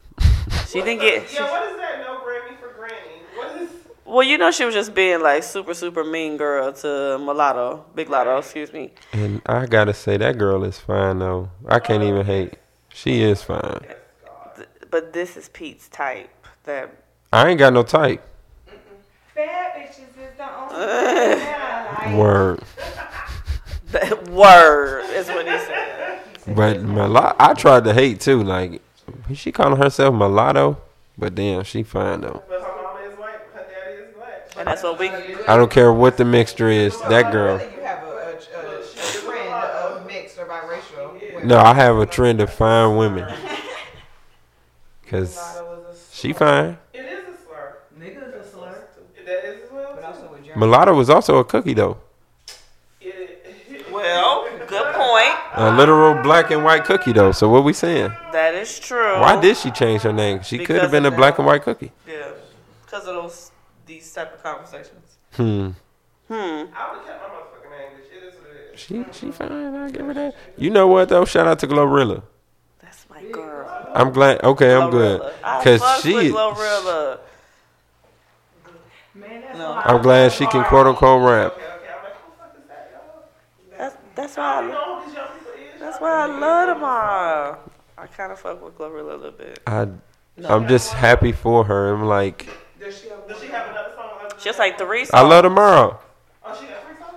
[SPEAKER 4] She didn't get.
[SPEAKER 6] Yeah, what is that? No Grammy for Grammy. What is.
[SPEAKER 4] Well, you know she was just being like super super mean girl to Mulatto, Big Lotto, excuse me.
[SPEAKER 3] And I gotta say that girl is fine though. I can't even hate. She is fine.
[SPEAKER 4] Th- But this is Pete's type. That
[SPEAKER 3] I ain't got no type.
[SPEAKER 7] Bad bitches is the only thing that I like.
[SPEAKER 3] Word.
[SPEAKER 4] that word is what he said.
[SPEAKER 3] But mulatto, I tried to hate too. Like she calling herself mulatto, but damn, she fine though.
[SPEAKER 6] But her mama is white, her daddy is black.
[SPEAKER 4] And that's what we.
[SPEAKER 3] I don't care what the mixture is. That girl.
[SPEAKER 7] You have a, a, a, a trend of mixed or biracial. where
[SPEAKER 3] No, I have a trend to find women. Cause she fine.
[SPEAKER 6] It is a slur.
[SPEAKER 5] Nigga is a slur.
[SPEAKER 6] That is as well.
[SPEAKER 7] But also with German.
[SPEAKER 3] Mulatto was also a cookie though.
[SPEAKER 6] It,
[SPEAKER 4] Well, good point.
[SPEAKER 3] A literal black and white cookie though. So what we saying?
[SPEAKER 4] That is true.
[SPEAKER 3] Why did she change her name? She could have been a black and white cookie.
[SPEAKER 4] Yeah, because of those these type of conversations.
[SPEAKER 3] Hmm.
[SPEAKER 4] Hmm.
[SPEAKER 6] I would have kept my motherfucking language. It is what it is.
[SPEAKER 3] She she fine. I'll give her that. You know what though? Shout out to Glorilla.
[SPEAKER 4] That's my girl.
[SPEAKER 3] I'm glad. Okay, I'm good.
[SPEAKER 4] Glorilla. I
[SPEAKER 3] Cause
[SPEAKER 4] fucks
[SPEAKER 3] she.
[SPEAKER 4] with Glorilla.
[SPEAKER 5] Man, that's
[SPEAKER 4] No.
[SPEAKER 5] why
[SPEAKER 3] I'm glad she can quote unquote rap.
[SPEAKER 6] Okay, okay. I'm like, who the fuck is that, y'all?
[SPEAKER 4] That's that's
[SPEAKER 6] I
[SPEAKER 4] why I
[SPEAKER 6] don't even
[SPEAKER 4] love.
[SPEAKER 6] know who these young people is.
[SPEAKER 4] That's why I love them all. I kind of fuck with Glorilla a little bit.
[SPEAKER 3] I I'm just happy for her. I'm like
[SPEAKER 6] Does she have, does she have another song? Other
[SPEAKER 4] Just like the
[SPEAKER 3] I
[SPEAKER 4] recent.
[SPEAKER 3] love tomorrow.
[SPEAKER 6] oh, she got three songs?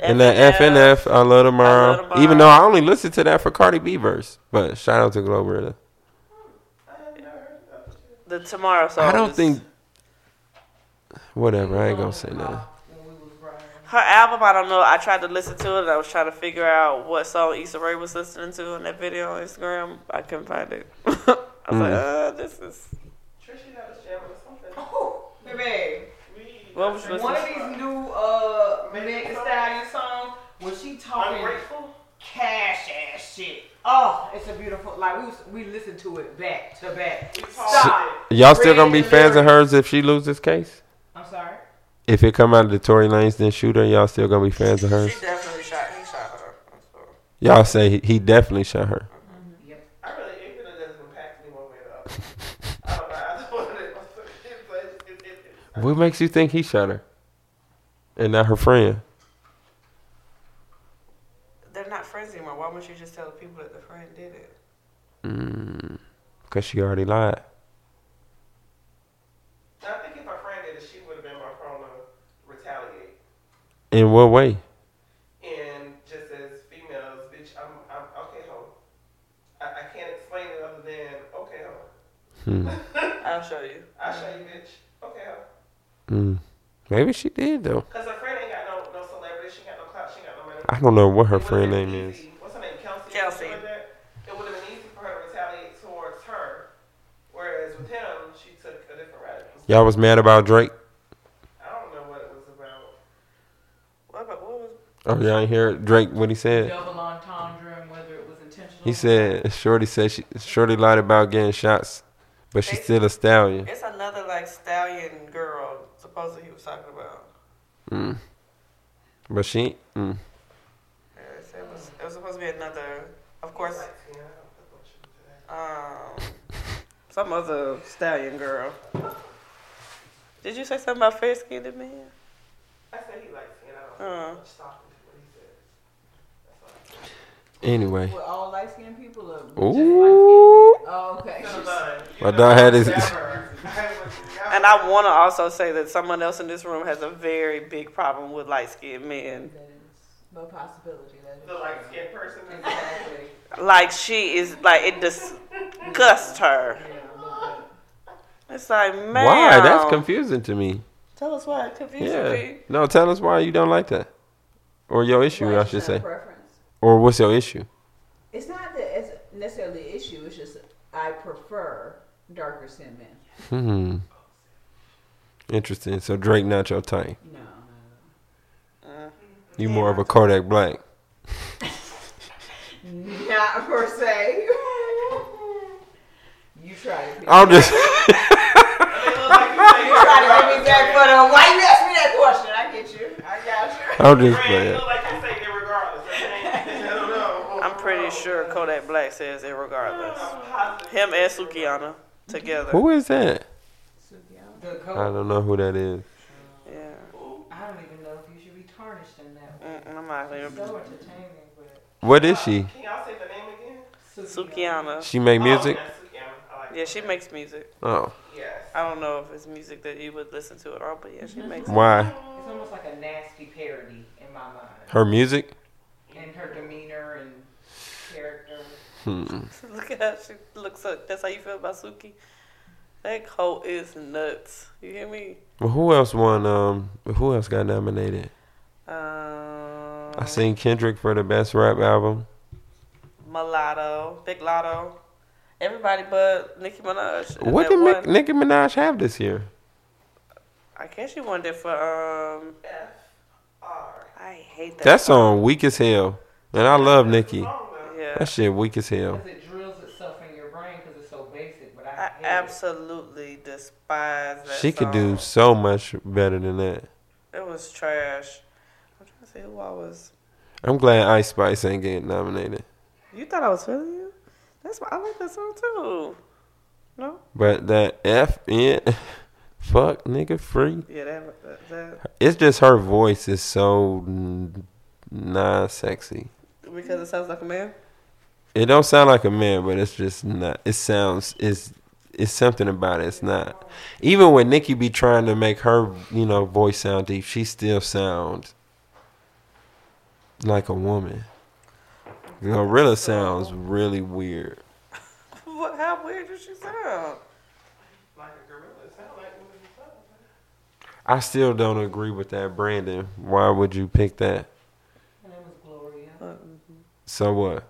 [SPEAKER 3] And that FNF, I love
[SPEAKER 4] I
[SPEAKER 3] tomorrow.
[SPEAKER 4] Love Tomorrow.
[SPEAKER 3] Even though I only listened to that for Cardi B verse, but shout out to Glorilla.
[SPEAKER 6] I have never heard of that.
[SPEAKER 4] The tomorrow song.
[SPEAKER 3] I don't
[SPEAKER 4] is-
[SPEAKER 3] think. Whatever. I ain't gonna say nothing.
[SPEAKER 4] her album. I don't know. I tried to listen to it. and I was trying to figure out what song Issa Rae was listening to in that video on Instagram. I couldn't find it. I was
[SPEAKER 3] Mm.
[SPEAKER 4] like, uh, this is
[SPEAKER 6] Trisha got us jamming or something.
[SPEAKER 5] Oh, baby.
[SPEAKER 6] We
[SPEAKER 4] what was you
[SPEAKER 5] One
[SPEAKER 4] listening
[SPEAKER 5] of
[SPEAKER 4] to?
[SPEAKER 5] these new uh Megan Thee Stallion songs when she talking
[SPEAKER 6] ungrateful.
[SPEAKER 5] cash ass shit. Oh, it's a beautiful like we was, we listened to it back to back.
[SPEAKER 6] So-
[SPEAKER 5] Stop.
[SPEAKER 3] Y'all still gonna be
[SPEAKER 5] Red
[SPEAKER 3] fans of
[SPEAKER 5] alert.
[SPEAKER 3] hers if she loses this case?
[SPEAKER 5] I'm sorry.
[SPEAKER 3] If it come out of the Tory Lanez then shooter, y'all still gonna be fans of hers?
[SPEAKER 4] She definitely shot. He shot her.
[SPEAKER 3] Y'all say he- he definitely shot her.
[SPEAKER 6] I really, it really doesn't impact me one way or the other. I don't know. I just wanted it. But it, it, it,
[SPEAKER 3] What makes you think he shot her? And not her friend.
[SPEAKER 4] They're not friends anymore. Why would not you just tell the people that the friend did it?
[SPEAKER 3] Mm, Cause she already lied.
[SPEAKER 6] I think if my friend did it, she would have been my prone to retaliate.
[SPEAKER 3] In what way?
[SPEAKER 6] And just as females, bitch, I'm, I'm okay, ho. I, I can't explain it other than okay, ho.
[SPEAKER 3] Hmm.
[SPEAKER 4] I'll show you.
[SPEAKER 6] I
[SPEAKER 3] Mm-hmm.
[SPEAKER 6] show you, bitch. Okay, ho.
[SPEAKER 3] Mm. Maybe she did though.
[SPEAKER 6] Cause her friend ain't got no no celebrity. She ain't got no clout. She ain't got no money.
[SPEAKER 3] I don't know what her
[SPEAKER 6] It would've
[SPEAKER 3] friend
[SPEAKER 6] been
[SPEAKER 3] name is.
[SPEAKER 6] easy. What's her name? Kelsey.
[SPEAKER 4] Kelsey.
[SPEAKER 6] Something like that. It would have been easy for her to retaliate towards her, whereas with him, she took a different route.
[SPEAKER 3] Y'all was mad about Drake.
[SPEAKER 6] I don't know what it was about.
[SPEAKER 4] What about what was?
[SPEAKER 3] Oh, y'all ain't hear Drake what he said?
[SPEAKER 5] Double entendre and whether it was intentional.
[SPEAKER 3] He said Shorty said she Shorty lied about getting shots, but she's still a stallion.
[SPEAKER 4] It's another like stallion girl. Supposedly he was talking about.
[SPEAKER 3] Mm. But she mm.
[SPEAKER 4] Yeah, it's- It was, it was supposed to be another. Of course.
[SPEAKER 6] Like, you know, I don't know what she was doing.
[SPEAKER 4] um, some other stallion girl. Did you say something about fair skinned man?
[SPEAKER 6] I said he likes me, and I don't
[SPEAKER 4] Uh.
[SPEAKER 6] know much talking to what he said. That's all.
[SPEAKER 3] anyway.
[SPEAKER 5] With all light skinned people are
[SPEAKER 3] Ooh,
[SPEAKER 5] Oh, okay.
[SPEAKER 6] To the line.
[SPEAKER 3] my dog had his.
[SPEAKER 6] Never. I would never.
[SPEAKER 4] And I want to also say that someone else in this room has a very big problem with light skinned men.
[SPEAKER 7] No possibility. That
[SPEAKER 6] the light skinned person. is-
[SPEAKER 4] Like she is like it disgusts her. It's like man.
[SPEAKER 3] Why? That's confusing to me.
[SPEAKER 4] Tell us why it confused
[SPEAKER 3] Yeah.
[SPEAKER 4] me.
[SPEAKER 3] No, tell us why you don't like that, or your issue, I should say,
[SPEAKER 7] Preference.
[SPEAKER 3] or what's your issue?
[SPEAKER 7] It's not that it's necessarily an issue. It's just I prefer darker skin men.
[SPEAKER 3] Hmm. Interesting. So Drake not your type.
[SPEAKER 7] No.
[SPEAKER 3] You more of a Kodak Black.
[SPEAKER 7] Not per se. you try to be.
[SPEAKER 3] I'm just.
[SPEAKER 7] You try to get me back for the. Why you ask me that question? I get you. I got you.
[SPEAKER 3] I'm just
[SPEAKER 6] Right,
[SPEAKER 3] playing.
[SPEAKER 6] look like you say it regardless. I don't know.
[SPEAKER 4] I'm pretty sure Kodak Black says it regardless. Him and Sukiana together.
[SPEAKER 3] Who is that?
[SPEAKER 5] The
[SPEAKER 3] I
[SPEAKER 5] coat.
[SPEAKER 3] don't know who that is.
[SPEAKER 4] Yeah.
[SPEAKER 5] I don't even know if you should be tarnished in that.
[SPEAKER 4] Mm-mm, I'm not
[SPEAKER 5] It's
[SPEAKER 4] even.
[SPEAKER 5] so entertaining, but
[SPEAKER 3] What is she?
[SPEAKER 6] Can y'all say the name again?
[SPEAKER 4] Sukiana.
[SPEAKER 3] She make music.
[SPEAKER 6] Oh, that's Sukiana. I like
[SPEAKER 4] Yeah, she makes music.
[SPEAKER 3] Oh,
[SPEAKER 6] Yes.
[SPEAKER 4] I don't know if it's music that you would listen to at all, but yeah, she makes.
[SPEAKER 3] why?
[SPEAKER 5] it's almost like a nasty parody in my mind,
[SPEAKER 3] Her music?
[SPEAKER 5] and her demeanor and character.
[SPEAKER 3] Hmm.
[SPEAKER 4] Look at how she looks. Up. That's how you feel about Suki. That coat is nuts. You hear me?
[SPEAKER 3] Well, who else won? Um, who else got nominated?
[SPEAKER 4] Um,
[SPEAKER 3] I seen Kendrick for the best rap album.
[SPEAKER 4] Mulatto, Big Lotto, everybody but Nicki Minaj. And
[SPEAKER 3] What
[SPEAKER 4] that
[SPEAKER 3] did
[SPEAKER 4] one-
[SPEAKER 3] Mick, Nicki Minaj have this year?
[SPEAKER 4] I guess she won it for um.
[SPEAKER 6] F R.
[SPEAKER 4] I hate that.
[SPEAKER 3] That song weak as hell, and I love Nicki.
[SPEAKER 6] Wrong though.
[SPEAKER 4] Yeah,
[SPEAKER 3] That shit weak as hell.
[SPEAKER 5] Because it drills itself in your brain because it's so basic. But I,
[SPEAKER 4] I
[SPEAKER 5] hate it.
[SPEAKER 4] absolutely despise that.
[SPEAKER 3] She could do
[SPEAKER 4] song.
[SPEAKER 3] so much better than that.
[SPEAKER 4] It was trash. I'm trying to say who I was.
[SPEAKER 3] I'm glad Ice Spice ain't getting nominated,
[SPEAKER 4] You thought I was feeling you? That's why I like that song too. No.
[SPEAKER 3] but that F in, fuck nigga free.
[SPEAKER 4] Yeah, that that, that
[SPEAKER 3] It's just her voice is so n- not sexy.
[SPEAKER 4] because it sounds like a man.
[SPEAKER 3] It don't sound like a man, but it's just not. It sounds it's it's something about it. It's not. Even when Nikki be trying to make her you know voice sound deep, she still sounds like a woman. Gorilla sounds really weird.
[SPEAKER 4] What? How weird does she sound?
[SPEAKER 6] Like a gorilla. It sound like what it sound like.
[SPEAKER 3] I still don't agree with that, Brandon. Why would you pick that?
[SPEAKER 5] Her name was Gloria.
[SPEAKER 3] So what?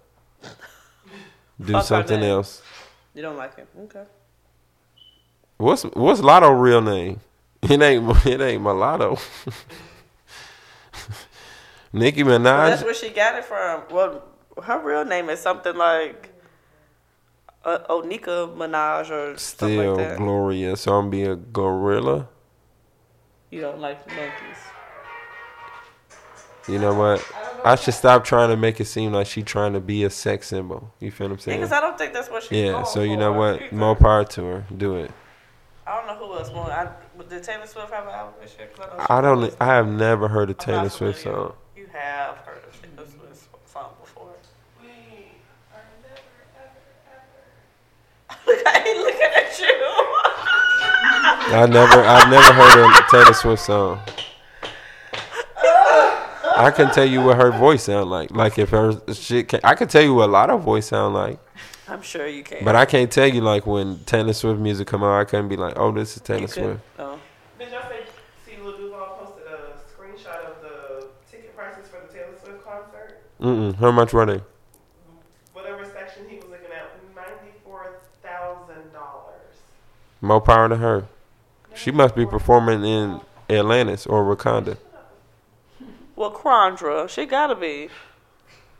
[SPEAKER 3] Do
[SPEAKER 4] Fuck her
[SPEAKER 3] something
[SPEAKER 4] name.
[SPEAKER 3] else.
[SPEAKER 4] You don't like him? Okay.
[SPEAKER 3] What's what's Lotto real name? It ain't it ain't Mulatto. Nicki
[SPEAKER 4] Well, that's
[SPEAKER 3] Minaj.
[SPEAKER 4] where she got it from. Well, her real name is something like uh, Onika Minaj or something
[SPEAKER 3] Still
[SPEAKER 4] like that.
[SPEAKER 3] Gloria, so I'm be a gorilla.
[SPEAKER 4] you don't like monkeys.
[SPEAKER 3] You know what? I should stop trying to make it seem like she trying to be a sex symbol. You feel what I'm saying?
[SPEAKER 4] Because I don't think that's what she's
[SPEAKER 3] Yeah.
[SPEAKER 4] going
[SPEAKER 3] So you know
[SPEAKER 4] for
[SPEAKER 3] what?
[SPEAKER 4] either.
[SPEAKER 3] More power to her. Do it.
[SPEAKER 4] I don't know who else won. I, did Taylor Swift have an album this year? 'Cause know she
[SPEAKER 3] I don't. I have never heard a
[SPEAKER 4] I'm
[SPEAKER 3] Taylor
[SPEAKER 4] not
[SPEAKER 3] Swift
[SPEAKER 4] familiar.
[SPEAKER 3] song.
[SPEAKER 4] You have heard of Taylor Swift's song before.
[SPEAKER 6] We are never, ever, ever.
[SPEAKER 4] Look, I ain't looking at you.
[SPEAKER 3] I never. I've never heard a Taylor Swift song. I can tell you what her voice sound like. Like if her shit, ca I can tell you what a lot of voice sound like.
[SPEAKER 4] I'm sure you can.
[SPEAKER 3] But I can't tell you like when Taylor Swift music come out, I couldn't be like, oh, this is Taylor
[SPEAKER 4] you
[SPEAKER 3] Swift.
[SPEAKER 4] could, oh.
[SPEAKER 6] Did y'all say, see Lil Duval posted a screenshot of the ticket prices for the Taylor Swift concert?
[SPEAKER 3] Mm-mm. How much were they?
[SPEAKER 6] Whatever section he was looking at, $94,000.
[SPEAKER 3] More power to her. She must be performing in Atlantis or Wakanda.
[SPEAKER 4] Well, Quandra, she gotta be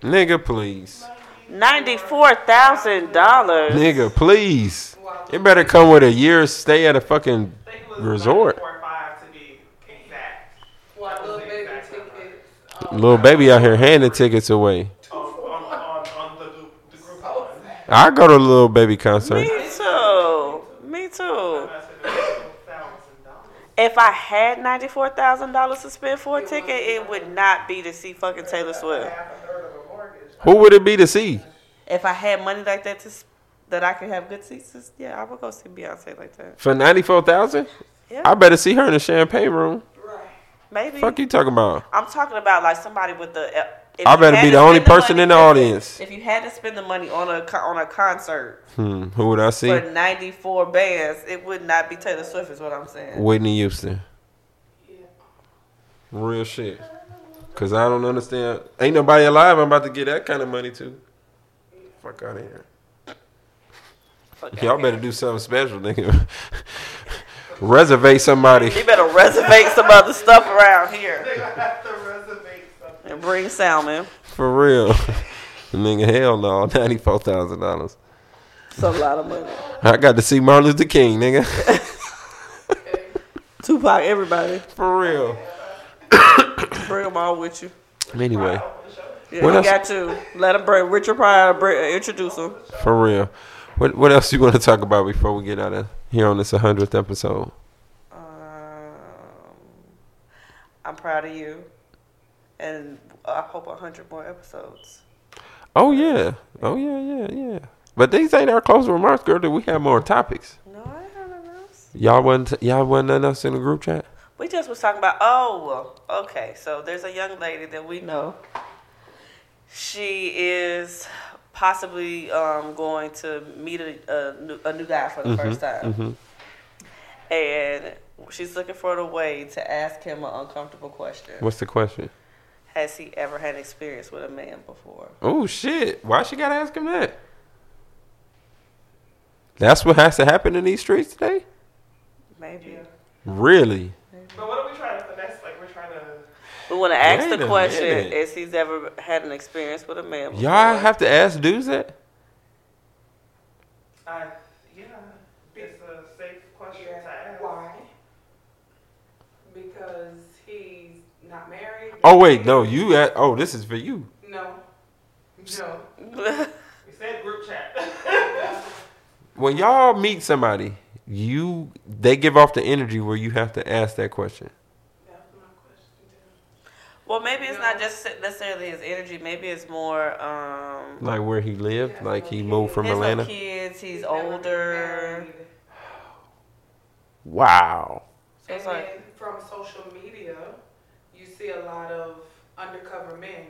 [SPEAKER 3] Nigga, please.
[SPEAKER 4] ninety-four thousand dollars.
[SPEAKER 3] Nigga, please. It better come with a year's stay at a fucking
[SPEAKER 6] I think it was
[SPEAKER 3] Resort.
[SPEAKER 6] 94.5 to be exact.
[SPEAKER 7] Why little baby tickets?
[SPEAKER 3] little baby out here handing tickets away.
[SPEAKER 6] On, on, on, on the, group- the group one.
[SPEAKER 3] I go to a little baby concert.
[SPEAKER 4] Me too. Me too.
[SPEAKER 6] I said $1,000.
[SPEAKER 4] If I had ninety-four thousand dollars to spend for a ticket, it would not be to see fucking Taylor Swift.
[SPEAKER 6] Half a third of a mortgage.
[SPEAKER 3] Who would it be to see?
[SPEAKER 4] If I had money like that to, s- that I could have good seats, to s- yeah, I would go see Beyonce like that.
[SPEAKER 3] For ninety four thousand?
[SPEAKER 4] Yeah.
[SPEAKER 3] I better see her in the champagne room.
[SPEAKER 4] Maybe.
[SPEAKER 3] Fuck you talking about?
[SPEAKER 4] I'm talking about like somebody with the. eh, if
[SPEAKER 3] I
[SPEAKER 4] you
[SPEAKER 3] better
[SPEAKER 4] had
[SPEAKER 3] be
[SPEAKER 4] to
[SPEAKER 3] the
[SPEAKER 4] spend
[SPEAKER 3] only person
[SPEAKER 4] money-
[SPEAKER 3] in the audience.
[SPEAKER 4] If you had to spend the money on a co- on a concert
[SPEAKER 3] Hmm. Who would I see?
[SPEAKER 4] for 94 bands, it would not be Taylor Swift, is what I'm saying.
[SPEAKER 3] Whitney Houston. Real shit. Cause I don't understand. Ain't nobody alive. I'm about to get that kind of money too. Fuck out of here.
[SPEAKER 4] Fuck out
[SPEAKER 3] Y'all
[SPEAKER 4] here.
[SPEAKER 3] better do something special, nigga. Reservate somebody.
[SPEAKER 4] You better reservate some other stuff around here.
[SPEAKER 6] They gonna have to reservate something.
[SPEAKER 4] Bring salmon.
[SPEAKER 3] For real. Nigga, hell no, ninety four thousand dollars.
[SPEAKER 4] It's a lot of money.
[SPEAKER 3] I got to see Martin Luther King, nigga.
[SPEAKER 4] Tupac, everybody.
[SPEAKER 3] For real.
[SPEAKER 4] Bring them all with you.
[SPEAKER 3] Anyway,
[SPEAKER 4] Yeah,
[SPEAKER 3] What
[SPEAKER 4] you
[SPEAKER 3] else-
[SPEAKER 4] got to. Let them bring Richard Pryor, bring, introduce them.
[SPEAKER 3] for real. What what else you want to talk about before we get out of here on this hundredth episode?
[SPEAKER 4] Um, I'm proud of you. And I hope 100 more episodes.
[SPEAKER 3] Oh yeah, oh yeah, yeah, yeah. But these ain't our closing remarks, girl. That we have more topics.
[SPEAKER 4] No, I don't know else.
[SPEAKER 3] Y'all wasn't y'all wasn't nothing else in the group chat.
[SPEAKER 4] We just was talking about, oh, okay. So there's a young lady that we know. She is possibly um, going to meet a, a, new, a new guy for the first
[SPEAKER 3] Mm-hmm,
[SPEAKER 4] time. And she's looking for a way to ask him an uncomfortable question.
[SPEAKER 3] What's the question?
[SPEAKER 4] Has he ever had experience with a man before?
[SPEAKER 3] Oh shit! Why she gotta ask him that? That's what has to happen in these streets today.
[SPEAKER 4] Maybe.
[SPEAKER 3] Really?
[SPEAKER 6] But what are we trying to finesse? Like we're trying to.
[SPEAKER 4] We want to ask
[SPEAKER 3] Wait
[SPEAKER 4] the
[SPEAKER 3] a
[SPEAKER 4] question
[SPEAKER 3] minute.
[SPEAKER 4] if he's ever had an experience with a man. Before.
[SPEAKER 3] Y'all have to ask dudes that.
[SPEAKER 6] Uh, yeah. It's a safe question to ask.
[SPEAKER 5] Why? Because he's not married.
[SPEAKER 3] Oh wait, no, you. At, oh, this is for you.
[SPEAKER 5] No. No.
[SPEAKER 6] We said group chat.
[SPEAKER 3] When y'all meet somebody, you they give off the energy where you have to ask that question.
[SPEAKER 4] well, maybe it's not just necessarily his energy. Maybe it's more um,
[SPEAKER 3] Like where he lived, like he moved from
[SPEAKER 4] his no
[SPEAKER 3] Atlanta.
[SPEAKER 4] kids. He's older.
[SPEAKER 3] Wow.
[SPEAKER 4] So
[SPEAKER 5] And
[SPEAKER 4] it's
[SPEAKER 5] then
[SPEAKER 4] like,
[SPEAKER 5] from social media, you see a lot of undercover men.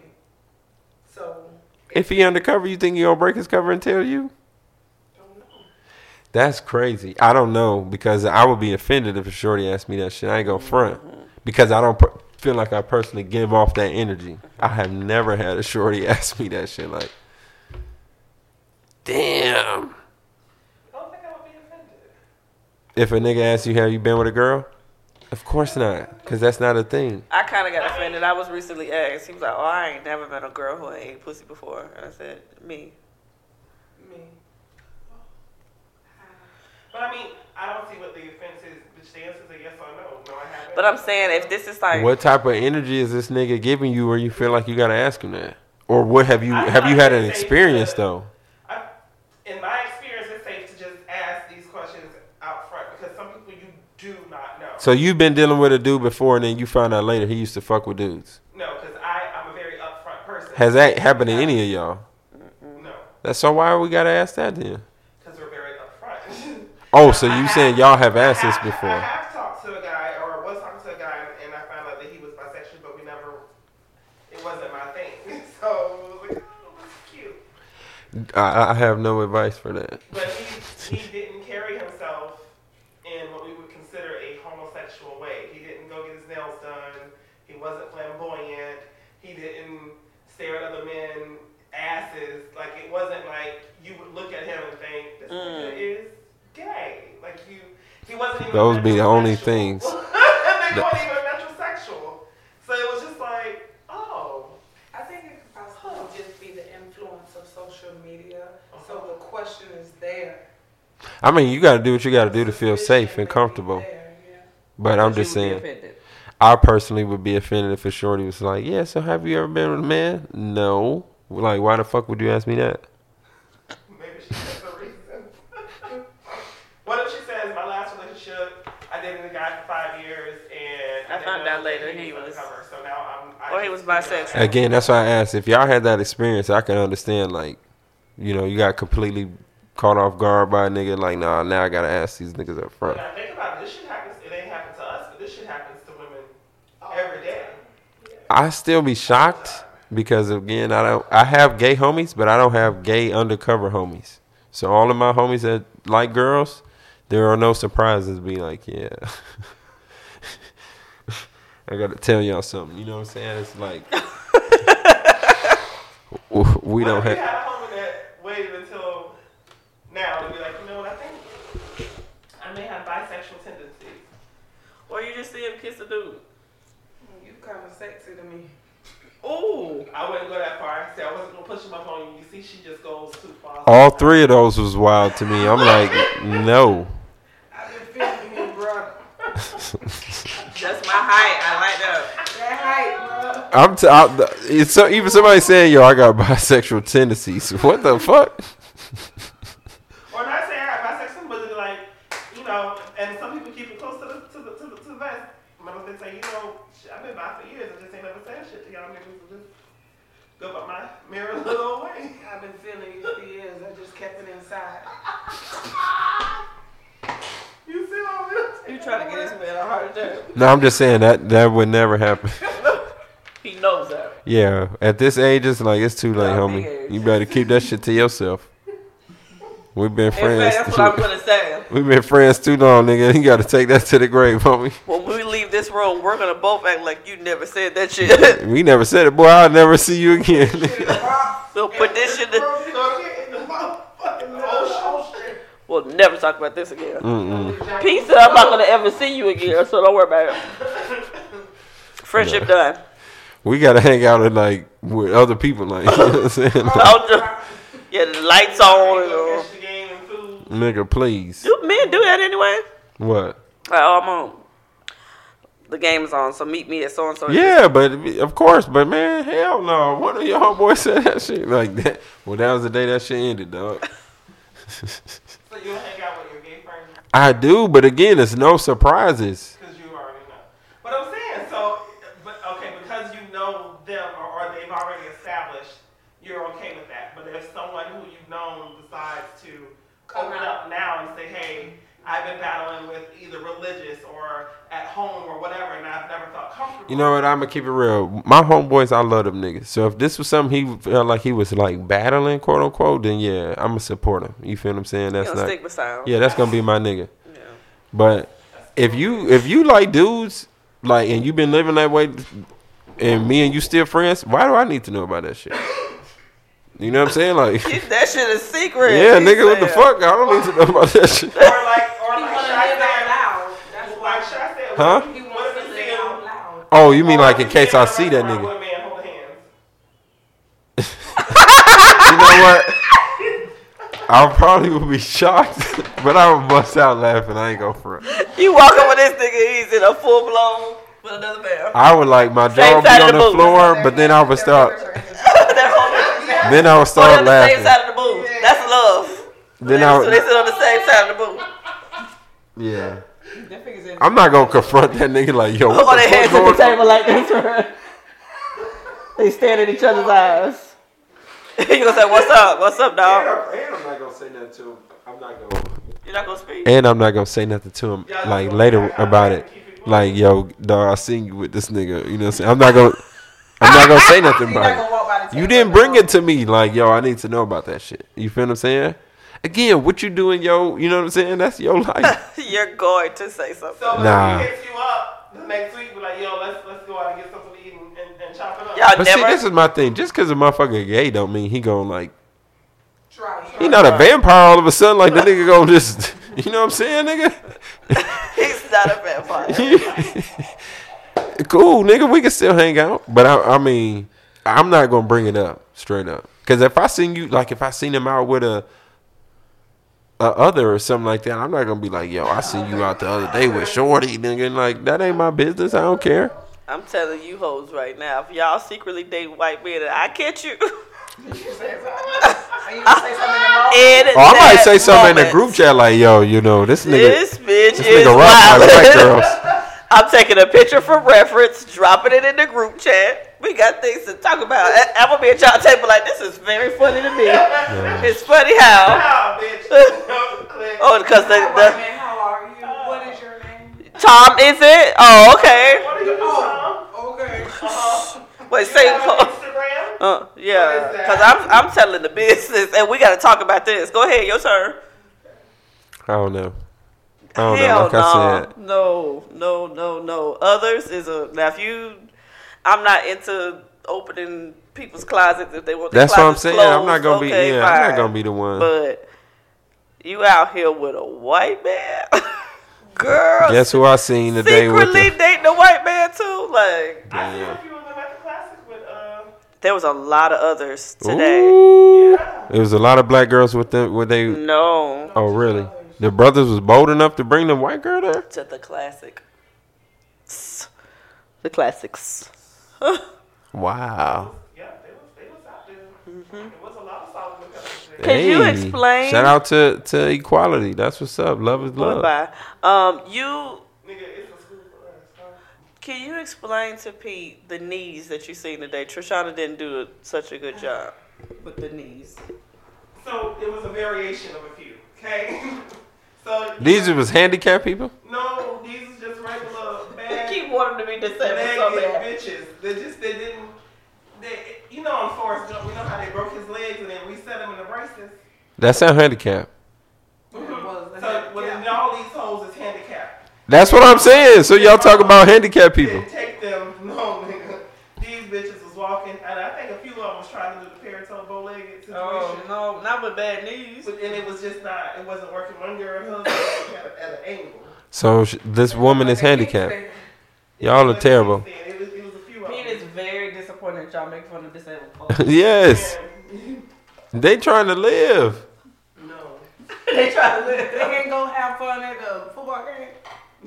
[SPEAKER 5] So
[SPEAKER 3] If he undercover, you think he gonna break his cover and tell you?
[SPEAKER 5] don't know.
[SPEAKER 3] That's crazy. I don't know because I would be offended if a shorty asked me that shit. I ain't gonna front because I don't per- feel like I personally give off that energy. I have never had a shorty ask me that shit. Like, damn.
[SPEAKER 6] I don't think I would be offended.
[SPEAKER 3] If a nigga asks you have you been with a girl, of course not, because that's not a thing.
[SPEAKER 4] I kind of got offended. I was recently asked. He was like, "Oh, I ain't never met a girl who ain't ate pussy before." And I said, "Me."
[SPEAKER 5] Me.
[SPEAKER 6] But I mean, I don't see what the offense is. Which the answer is a yes or no. No, I haven't.
[SPEAKER 4] But I'm saying if this is like,
[SPEAKER 3] What type of energy is this nigga giving you where you feel like you gotta ask him that? Or what have you have you had an experience though?
[SPEAKER 6] I, in my experience, it's safe to just ask these questions out front because some people you do not know.
[SPEAKER 3] So you've been dealing with a dude before and then you found out later he used to fuck with dudes.
[SPEAKER 6] no, because I I'm a very upfront person.
[SPEAKER 3] Has that happened to any of y'all?
[SPEAKER 6] no,
[SPEAKER 3] That's so why we gotta ask that then.
[SPEAKER 6] because we're very upfront.
[SPEAKER 3] Oh, so you saying y'all have
[SPEAKER 6] I
[SPEAKER 3] asked this
[SPEAKER 6] have- I
[SPEAKER 3] before?
[SPEAKER 6] have talked to a guy, or was talking to a guy, and I found out that he was bisexual, but we never. It wasn't my thing, so it was like, oh, that's cute.
[SPEAKER 3] I, I have no advice for that.
[SPEAKER 6] But he, he didn't carry himself in what we would consider a homosexual way. He didn't go get his nails done. He wasn't flamboyant. He didn't stare at other men's asses. Like it wasn't like you would look at him and think this nigga is gay. Like you, he wasn't even.
[SPEAKER 3] Mm. Those be the only
[SPEAKER 6] metrosexual.
[SPEAKER 3] things.
[SPEAKER 6] they weren't even metrosexual. So it was just like, oh,
[SPEAKER 5] I think it could possibly just be the influence of social media. So the question is there.
[SPEAKER 3] I mean, you gotta do what you gotta do to feel safe and comfortable.
[SPEAKER 5] There, yeah.
[SPEAKER 3] But I'm just
[SPEAKER 4] You would be
[SPEAKER 3] saying,
[SPEAKER 4] offended.
[SPEAKER 3] I personally would be offended if a shorty was like, "Yeah, so have you ever been with a man?" No. Like, why the fuck would you ask me that?
[SPEAKER 6] Maybe she has a reason. what if she says, my last relationship, I dated a guy for five years, and
[SPEAKER 4] I
[SPEAKER 6] didn't
[SPEAKER 4] found
[SPEAKER 6] know
[SPEAKER 4] out later
[SPEAKER 6] that
[SPEAKER 4] he was-
[SPEAKER 6] undercover, so now I'm, I
[SPEAKER 4] or he was
[SPEAKER 6] just-
[SPEAKER 4] bisexual.
[SPEAKER 3] Again, that's why I asked if y'all had that experience. I can understand, like, you know, you got completely caught off guard by a nigga. Like, nah, now I gotta ask these niggas up front.
[SPEAKER 6] Now think about it. This shit happens. It ain't happened to us, but this shit happens to women every day.
[SPEAKER 3] I still be shocked because again, I don't. I have gay homies, but I don't have gay undercover homies. So all of my homies that like girls, there are no surprises. Be like, yeah, I gotta tell y'all something. You know what I'm saying? It's like w- we
[SPEAKER 6] What
[SPEAKER 3] don't
[SPEAKER 6] if you
[SPEAKER 3] have.
[SPEAKER 6] had a woman that waited until now to be like, you know what? I think I may have bisexual tendencies.
[SPEAKER 4] Or you just see him kiss a dude.
[SPEAKER 5] You kind of sexy to me.
[SPEAKER 4] Ooh.
[SPEAKER 6] I wouldn't go that far. I said I wasn't gonna push him up on you. You see, she just goes too far.
[SPEAKER 3] All three of those was wild to me. I'm like, no.
[SPEAKER 7] I've been feeling you, bro.
[SPEAKER 4] That's my height. I like that.
[SPEAKER 7] That height, bro.
[SPEAKER 3] I'm t- I, the- it's so even somebody saying, "Yo, I got bisexual tendencies." What the fuck?
[SPEAKER 6] Or not saying I have bisexual, but like, you know, and some people keep it close to the to the to the, to the vest. My husband say, you know, shit, I've been bi for years. I just ain't never saying shit to y'all niggas. So just go by my mirror a little way.
[SPEAKER 7] I've been feeling you for years. I just kept it inside.
[SPEAKER 6] You see what I'm saying?
[SPEAKER 4] You trying to get this man a heart attack.
[SPEAKER 3] No, I'm just saying that that would never happen.
[SPEAKER 4] He knows that.
[SPEAKER 3] Yeah, at this age, it's like it's too late,
[SPEAKER 4] Nah, big
[SPEAKER 3] homie.
[SPEAKER 4] age.
[SPEAKER 3] You better keep that shit to yourself. We've been
[SPEAKER 4] In
[SPEAKER 3] friends.
[SPEAKER 4] fact, that's what I'm gonna say.
[SPEAKER 3] We've been friends too long, nigga. You got to take that to the grave, homie.
[SPEAKER 4] When we leave this room, we're gonna both act like you never said that shit.
[SPEAKER 3] We never said it, boy. I'll never see you again. nigga.
[SPEAKER 4] we'll put this shit. To,
[SPEAKER 6] Oh, shit.
[SPEAKER 4] we'll never talk about this again. Peace. I'm not gonna ever see you again, so don't worry about it. Friendship done.
[SPEAKER 3] we got to hang out and like with other people, like you know what I'm saying. Like,
[SPEAKER 4] Don't do, yeah, the lights on. And, all.
[SPEAKER 6] Catch the game and food.
[SPEAKER 3] nigga, please.
[SPEAKER 4] do men do that anyway?
[SPEAKER 3] What?
[SPEAKER 4] Like, oh, I'm on. The game is on, so meet me at so and so.
[SPEAKER 3] Yeah, but of course, but man, hell no. One of your homeboys said that shit like that. Well, that was the day that shit ended, dog.
[SPEAKER 6] So you hang out with your gay friends.
[SPEAKER 3] I do, but again, it's no surprises.
[SPEAKER 6] Because you already know. But I'm saying, so, but okay, because you know them or, or they've already established, you're okay with that. But if someone who you've known decides to open up now and say, hey, I've been battling with either religious or at home or whatever, and I've never felt comfortable.
[SPEAKER 3] You know what? I'm gonna keep it real. My homeboys, I love them niggas. So if this was something he felt like he was like battling, quote unquote, then yeah, I'm gonna support him. You feel what I'm saying?
[SPEAKER 4] you
[SPEAKER 3] That's
[SPEAKER 4] don't
[SPEAKER 3] not.
[SPEAKER 4] stick beside.
[SPEAKER 3] Yeah, that's gonna be my nigga.
[SPEAKER 4] yeah.
[SPEAKER 3] But if you if you like dudes like and you've been living that way, and me and you still friends, why do I need to know about that shit? You know what I'm saying? Like.
[SPEAKER 4] That shit is secret.
[SPEAKER 3] Yeah,
[SPEAKER 4] She
[SPEAKER 3] nigga, what the
[SPEAKER 4] said.
[SPEAKER 3] fuck? I don't need to know about that shit.
[SPEAKER 6] Or like, or
[SPEAKER 7] He
[SPEAKER 6] like,
[SPEAKER 7] want to
[SPEAKER 6] should I
[SPEAKER 7] live out
[SPEAKER 6] say,
[SPEAKER 7] loud. That's
[SPEAKER 6] like,
[SPEAKER 7] why.
[SPEAKER 6] should I say,
[SPEAKER 3] Huh?
[SPEAKER 7] He
[SPEAKER 6] What
[SPEAKER 7] wants
[SPEAKER 6] if
[SPEAKER 7] to
[SPEAKER 6] it's
[SPEAKER 7] live
[SPEAKER 6] him?
[SPEAKER 7] out loud.
[SPEAKER 3] Oh, you mean
[SPEAKER 6] Or
[SPEAKER 3] like
[SPEAKER 6] if
[SPEAKER 3] in
[SPEAKER 6] it's
[SPEAKER 3] case I
[SPEAKER 6] him in a
[SPEAKER 3] see
[SPEAKER 4] Oh,
[SPEAKER 3] that
[SPEAKER 6] restaurant
[SPEAKER 3] nigga?
[SPEAKER 6] with a man holding hands?
[SPEAKER 3] You know what? I probably would be shocked, but I would bust out laughing. I ain't go for it.
[SPEAKER 4] You walk up with this nigga, he's in a full blown with another man.
[SPEAKER 3] I would like my jaw
[SPEAKER 4] Same
[SPEAKER 3] be
[SPEAKER 4] side of
[SPEAKER 3] on
[SPEAKER 4] the
[SPEAKER 3] the
[SPEAKER 4] booth.
[SPEAKER 3] floor, but then I would start.
[SPEAKER 4] They're on the-
[SPEAKER 3] Then I would
[SPEAKER 4] on
[SPEAKER 3] start
[SPEAKER 4] the same
[SPEAKER 3] laughing.
[SPEAKER 4] side of the booth. That's love.
[SPEAKER 3] Then
[SPEAKER 4] so
[SPEAKER 3] I
[SPEAKER 4] they
[SPEAKER 3] would,
[SPEAKER 4] sit on the same side of the booth.
[SPEAKER 3] yeah.
[SPEAKER 7] That figure's in.
[SPEAKER 3] I'm not gonna confront that nigga like yo.
[SPEAKER 4] Put
[SPEAKER 3] What
[SPEAKER 4] their
[SPEAKER 3] the
[SPEAKER 4] hands at
[SPEAKER 3] fuck
[SPEAKER 4] the
[SPEAKER 3] going on?
[SPEAKER 4] table like this, right? They stand at each other's eyes. you gonna say, What's up? What's up, dog?
[SPEAKER 3] I'm not gonna say nothing to him. I'm not gonna.
[SPEAKER 4] You're not gonna speak.
[SPEAKER 3] And I'm not gonna say nothing to him like later about it. Like yo, dog, I seen you with this nigga. You know what I'm saying? I'm not gonna. I'm not gonna say nothing
[SPEAKER 7] He's not
[SPEAKER 3] about it.
[SPEAKER 7] gonna walk by the table.
[SPEAKER 3] You didn't bring it to me. Like, yo, I need to know about that shit. You feel what I'm saying? Again, what you doing, yo? You know what I'm saying? That's your life.
[SPEAKER 4] You're going to say something.
[SPEAKER 6] So when
[SPEAKER 3] Nah.
[SPEAKER 6] he hits you up the next week, be like, yo, let's let's go out and get something to eat and, and, and chop it up.
[SPEAKER 4] Y'all
[SPEAKER 3] but see,
[SPEAKER 4] never
[SPEAKER 3] this is my thing. Just because a motherfucker gay don't mean he gonna like.
[SPEAKER 7] Try.
[SPEAKER 3] He not a vampire all of a sudden. Like the nigga gonna just. You know what I'm saying, nigga?
[SPEAKER 4] he's not a vampire.
[SPEAKER 3] cool, nigga. We can still hang out, but I, I mean, I'm not gonna bring it up straight up. Cause if I seen you, like, if I seen him out with a, a other or something like that, I'm not gonna be like, yo, I seen you out the other day with Shorty, nigga. Like, that ain't my business. I don't care.
[SPEAKER 4] I'm telling you hoes right now, if y'all secretly date white men and I catch you
[SPEAKER 7] Are you gonna say something to Mo?
[SPEAKER 4] in
[SPEAKER 3] Or Oh, I might
[SPEAKER 4] that
[SPEAKER 3] say something in the
[SPEAKER 4] moment,
[SPEAKER 3] group chat, like, yo, you know, this nigga,
[SPEAKER 4] This bitch
[SPEAKER 3] this
[SPEAKER 4] is
[SPEAKER 3] nigga rock my black
[SPEAKER 4] wild.
[SPEAKER 3] girls.
[SPEAKER 4] I'm taking a picture for reference, dropping it in the group chat. We got things to talk about. I- I'm gonna be at y'all table like this is very funny to me. It's funny how
[SPEAKER 6] Nah, bitch. Click.
[SPEAKER 4] oh because the,
[SPEAKER 7] Hi, white
[SPEAKER 4] the
[SPEAKER 7] man, how are you? What is your name?
[SPEAKER 4] Tom is it? Oh okay.
[SPEAKER 6] What are you on?
[SPEAKER 7] Okay.
[SPEAKER 4] Wait say
[SPEAKER 6] Instagram?
[SPEAKER 4] uh, yeah
[SPEAKER 6] What is that?
[SPEAKER 4] because I'm I'm telling the business and we gotta talk about this. Go ahead, your turn.
[SPEAKER 3] I don't know. I don't know.
[SPEAKER 4] Hell
[SPEAKER 3] Like
[SPEAKER 4] no,
[SPEAKER 3] I said,
[SPEAKER 4] no, no, no, no. Others is a now. If you, I'm not into opening people's closets if they want. Their
[SPEAKER 3] that's what I'm
[SPEAKER 4] closets
[SPEAKER 3] saying. I'm
[SPEAKER 4] closed,
[SPEAKER 3] not gonna be.
[SPEAKER 4] okay,
[SPEAKER 3] Yeah, I'm not
[SPEAKER 4] fine.
[SPEAKER 3] gonna be the one.
[SPEAKER 4] But you out here with a white man, girl.
[SPEAKER 3] Guess who I seen today with?
[SPEAKER 4] secretly
[SPEAKER 3] The,
[SPEAKER 4] dating a white man too? Like
[SPEAKER 6] I see a few of them at the classic with uh
[SPEAKER 4] There was a lot of others today.
[SPEAKER 3] Ooh. It was a lot of black girls with them. Where they?
[SPEAKER 4] No,
[SPEAKER 3] Oh, really? The brothers was bold enough to bring the white girl there.
[SPEAKER 4] to the classic. The classics.
[SPEAKER 3] Wow.
[SPEAKER 6] Yeah, they was they was out there. It was a lot of solid lookups. there.
[SPEAKER 4] Could you explain-
[SPEAKER 3] Shout out to to equality. That's what's up. Love is love.
[SPEAKER 4] Bye. Um, you
[SPEAKER 6] Nigga, it's a school for us. huh?
[SPEAKER 4] can you explain to Pete the knees that you seen today? Trishana didn't do such a good job with the knees.
[SPEAKER 6] So it was a variation of a few. Okay. so
[SPEAKER 3] These was handicapped people.
[SPEAKER 6] no, these is just regular
[SPEAKER 7] I
[SPEAKER 6] bad
[SPEAKER 7] keep wanting to be disabled so
[SPEAKER 6] Ragged
[SPEAKER 7] bad.
[SPEAKER 6] bitches. They just they didn't. They you know on Forrest Gump we know how they broke his legs and they reset him in the braces.
[SPEAKER 3] That sound handicapped.
[SPEAKER 6] So well then all these hoes is handicapped.
[SPEAKER 3] That's what I'm saying. So y'all talk about handicapped people.
[SPEAKER 6] Didn't take them. No nigga. These bitches was walking and I think a few of them was trying to do the paratoe bow legged situation.
[SPEAKER 4] Oh, no, not with bad knees.
[SPEAKER 6] But then it was just not. It wasn't working. One girl husband at, a- at an angle.
[SPEAKER 3] So sh- this woman is handicapped. Y'all are
[SPEAKER 6] Like she
[SPEAKER 3] terrible.
[SPEAKER 6] said, It was, it was a few of
[SPEAKER 4] Pete
[SPEAKER 6] them.
[SPEAKER 4] is very disappointed that y'all make fun of disabled folks.
[SPEAKER 3] yes, they trying to live.
[SPEAKER 6] No.
[SPEAKER 7] they try to live.
[SPEAKER 5] They ain't gonna have fun at the football game.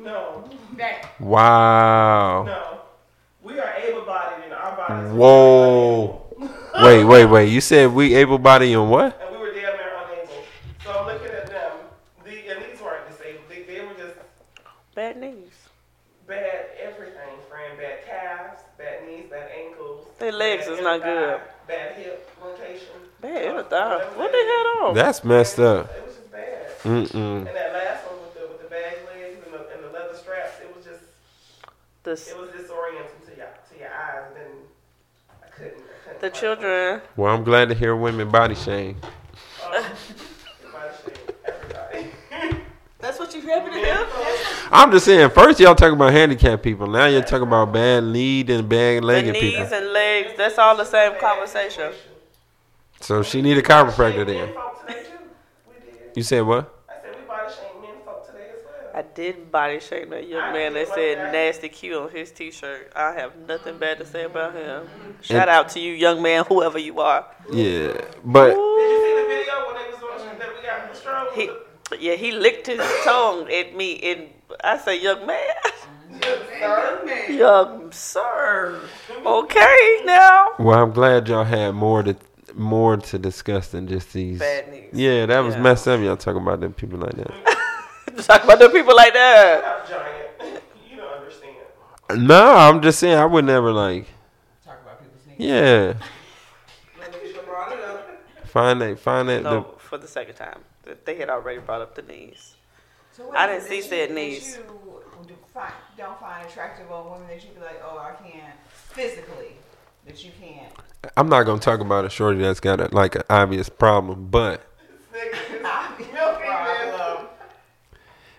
[SPEAKER 6] No.
[SPEAKER 5] That
[SPEAKER 3] Wow.
[SPEAKER 6] No. We are able-bodied and our bodies.
[SPEAKER 3] Whoa. Wait, wait, wait. You said we able-bodied and what?
[SPEAKER 6] and we were damn near unable. So I'm looking at them. The, and these weren't disabled. They, they were just
[SPEAKER 4] Bad knees.
[SPEAKER 6] bad everything, friend. Bad calves, bad knees, bad ankles.
[SPEAKER 4] Their legs
[SPEAKER 6] bad
[SPEAKER 4] is
[SPEAKER 6] hip
[SPEAKER 4] not
[SPEAKER 6] thigh,
[SPEAKER 4] good.
[SPEAKER 6] Bad hip rotation.
[SPEAKER 4] Bad in the
[SPEAKER 6] Uh,
[SPEAKER 4] thigh.
[SPEAKER 6] whatever
[SPEAKER 4] What
[SPEAKER 6] that
[SPEAKER 4] they
[SPEAKER 6] is.
[SPEAKER 4] had on?
[SPEAKER 3] That's messed up.
[SPEAKER 6] It was just bad.
[SPEAKER 3] Mm-mm.
[SPEAKER 6] And that last one with the with the bag legs and the, and the leather straps, it was just
[SPEAKER 4] The,
[SPEAKER 6] it was disorienting to your to your eyes. And then I couldn't. I couldn't
[SPEAKER 4] the
[SPEAKER 6] quite-
[SPEAKER 4] children.
[SPEAKER 3] Well, I'm glad to hear women body shame.
[SPEAKER 6] Um, everybody shame, everybody.
[SPEAKER 4] That's what you happy to hear?
[SPEAKER 3] I'm just saying. First, y'all talking about handicapped people. Now you're talking about bad lead and bad
[SPEAKER 4] The
[SPEAKER 3] legged people.
[SPEAKER 4] knees and legs. That's all the same conversation.
[SPEAKER 3] So she need a chiropractor
[SPEAKER 6] Men
[SPEAKER 3] then.
[SPEAKER 6] folk today too. We did.
[SPEAKER 3] You said what?
[SPEAKER 6] I said we body shame men folk today as well.
[SPEAKER 4] I did body shame that young man that said nasty Q on his t shirt. I have nothing bad to say about him. Shout out to you, young man, whoever you are.
[SPEAKER 3] Yeah, but
[SPEAKER 6] Did you see the video when they was doing shit that we got in the stroll? with
[SPEAKER 4] He,
[SPEAKER 6] the-
[SPEAKER 4] yeah, he licked his tongue at me, and I say, young man, young sir. Okay, now.
[SPEAKER 3] well, I'm glad y'all had more to more to discuss than just these.
[SPEAKER 4] Bad knees.
[SPEAKER 3] Yeah, that was
[SPEAKER 4] Yeah.
[SPEAKER 3] messed up. Y'all talking about them people like that.
[SPEAKER 4] Talk about the people like that.
[SPEAKER 6] I'm giant. you don't understand.
[SPEAKER 3] no, I'm just saying I would never like.
[SPEAKER 5] talk about people's needs.
[SPEAKER 3] Yeah,
[SPEAKER 5] Brought it up.
[SPEAKER 3] find that find that.
[SPEAKER 4] No, for the second time. That They had already brought up the knees.
[SPEAKER 5] So what
[SPEAKER 4] I didn't
[SPEAKER 5] is
[SPEAKER 4] see
[SPEAKER 5] it that you-
[SPEAKER 4] said
[SPEAKER 5] that
[SPEAKER 4] knees.
[SPEAKER 5] you do find- Don't find attractive old women that you be like, oh, I can't physically, that you can't.
[SPEAKER 3] The, I'm not gonna talk about a shorty that's got a, like an obvious problem, but
[SPEAKER 5] Problem.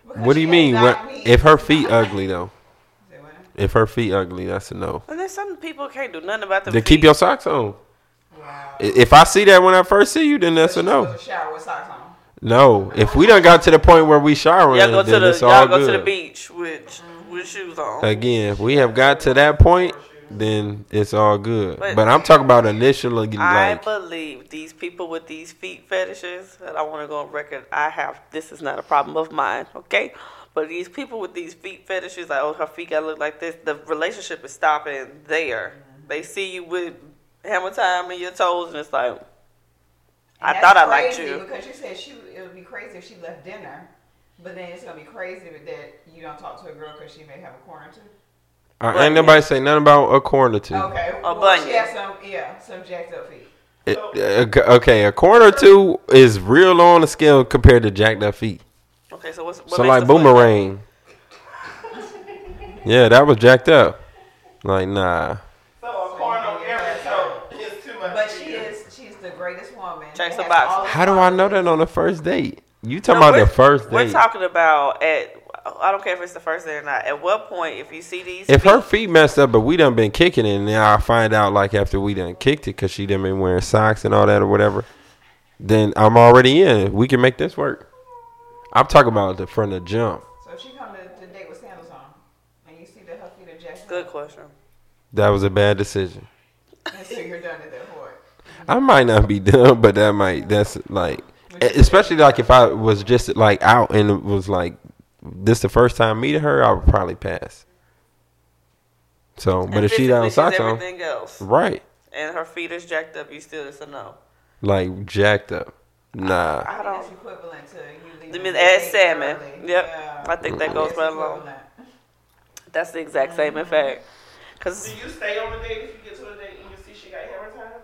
[SPEAKER 5] Because
[SPEAKER 3] what do
[SPEAKER 5] she
[SPEAKER 3] you
[SPEAKER 5] has
[SPEAKER 3] mean? What,
[SPEAKER 5] diabetes.
[SPEAKER 3] if her feet ugly though?
[SPEAKER 5] Say what?
[SPEAKER 3] If her feet ugly, that's a no.
[SPEAKER 4] And then some people can't do nothing about them.
[SPEAKER 3] Then keep
[SPEAKER 4] feet.
[SPEAKER 3] your socks on.
[SPEAKER 5] Wow.
[SPEAKER 3] I- If I see that when I first see you, then that's a
[SPEAKER 5] She's
[SPEAKER 3] no.
[SPEAKER 5] supposed to Shower with socks on.
[SPEAKER 3] No, if we done got to the point where we showering,
[SPEAKER 4] Y'all go to
[SPEAKER 3] then
[SPEAKER 4] the
[SPEAKER 3] it's
[SPEAKER 4] y'all
[SPEAKER 3] all
[SPEAKER 4] go
[SPEAKER 3] good.
[SPEAKER 4] to the beach with with shoes on.
[SPEAKER 3] Again, if we have got to that point, then it's all good. But,
[SPEAKER 4] But-
[SPEAKER 3] I'm talking about initially,
[SPEAKER 4] I
[SPEAKER 3] like
[SPEAKER 4] believe these people with these feet fetishes, and I want to go on record. I have this is not a problem of mine, okay? But these people with these feet fetishes, like oh her feet gotta look like this. The relationship is stopping there. They see you with hammer time in your toes, and it's like I
[SPEAKER 5] And that's
[SPEAKER 4] thought I liked
[SPEAKER 5] crazy
[SPEAKER 4] you.
[SPEAKER 5] because you said she would- it would be crazy if she left dinner, but then it's gonna be crazy with that you don't talk to a girl because she may have a corner too.
[SPEAKER 3] I uh, ain't nobody say nothing about a corner two.
[SPEAKER 5] Okay,
[SPEAKER 4] A
[SPEAKER 5] well, she
[SPEAKER 4] bunion.
[SPEAKER 5] has some yeah some jacked up feet.
[SPEAKER 3] It- uh, okay, a corner two is real low on the scale compared to jacked up feet.
[SPEAKER 4] Okay, so what's what
[SPEAKER 3] so
[SPEAKER 4] makes
[SPEAKER 3] like
[SPEAKER 4] the foot-
[SPEAKER 3] boomerang. yeah, that was jacked up. Like nah,
[SPEAKER 6] So a corn on every toe is too much.
[SPEAKER 5] But she is she's the greatest woman.
[SPEAKER 4] Check
[SPEAKER 5] that
[SPEAKER 4] the
[SPEAKER 5] has
[SPEAKER 4] box.
[SPEAKER 5] all the
[SPEAKER 3] how do I know that on the first date? You talking
[SPEAKER 4] No,
[SPEAKER 3] about the
[SPEAKER 4] we're-
[SPEAKER 3] first
[SPEAKER 4] We're
[SPEAKER 3] date?
[SPEAKER 4] talking about at. I don't care if it's the first day or not. At what point, if you see these,
[SPEAKER 3] If
[SPEAKER 4] feet,
[SPEAKER 3] her feet messed up, but we done been kicking it, and now I find out like after we done kicked it because she done been wearing socks and all that or whatever, then I'm already in. We can make this work. I'm talking about the front of jump.
[SPEAKER 5] So if she come to the date with sandals on, and you see that her feet are jacked
[SPEAKER 4] good
[SPEAKER 5] up,
[SPEAKER 4] question.
[SPEAKER 3] That was a bad decision.
[SPEAKER 5] So you're done at that point.
[SPEAKER 3] I might not be dumb, but that might that's like e-, especially like if I was just like out and it was like this the first time meeting her, I would probably pass. So, but
[SPEAKER 4] And
[SPEAKER 3] if she
[SPEAKER 4] physically,
[SPEAKER 3] down
[SPEAKER 4] she's
[SPEAKER 3] socks on,
[SPEAKER 4] everything else,
[SPEAKER 3] right?
[SPEAKER 4] and her feet is jacked up, you still it's a no.
[SPEAKER 3] Like jacked up. Nah.
[SPEAKER 4] I
[SPEAKER 5] That's
[SPEAKER 4] don't.
[SPEAKER 5] equivalent to you
[SPEAKER 4] I
[SPEAKER 5] leaving.
[SPEAKER 4] mean,
[SPEAKER 5] the
[SPEAKER 4] add
[SPEAKER 5] date
[SPEAKER 4] salmon. Yep,
[SPEAKER 5] early.
[SPEAKER 4] I think that goes
[SPEAKER 5] That's
[SPEAKER 4] right along.
[SPEAKER 5] equivalent.
[SPEAKER 4] That's the exact same, in fact. Cause
[SPEAKER 6] Do you stay on the date if you get to the date and you see she got hammer time?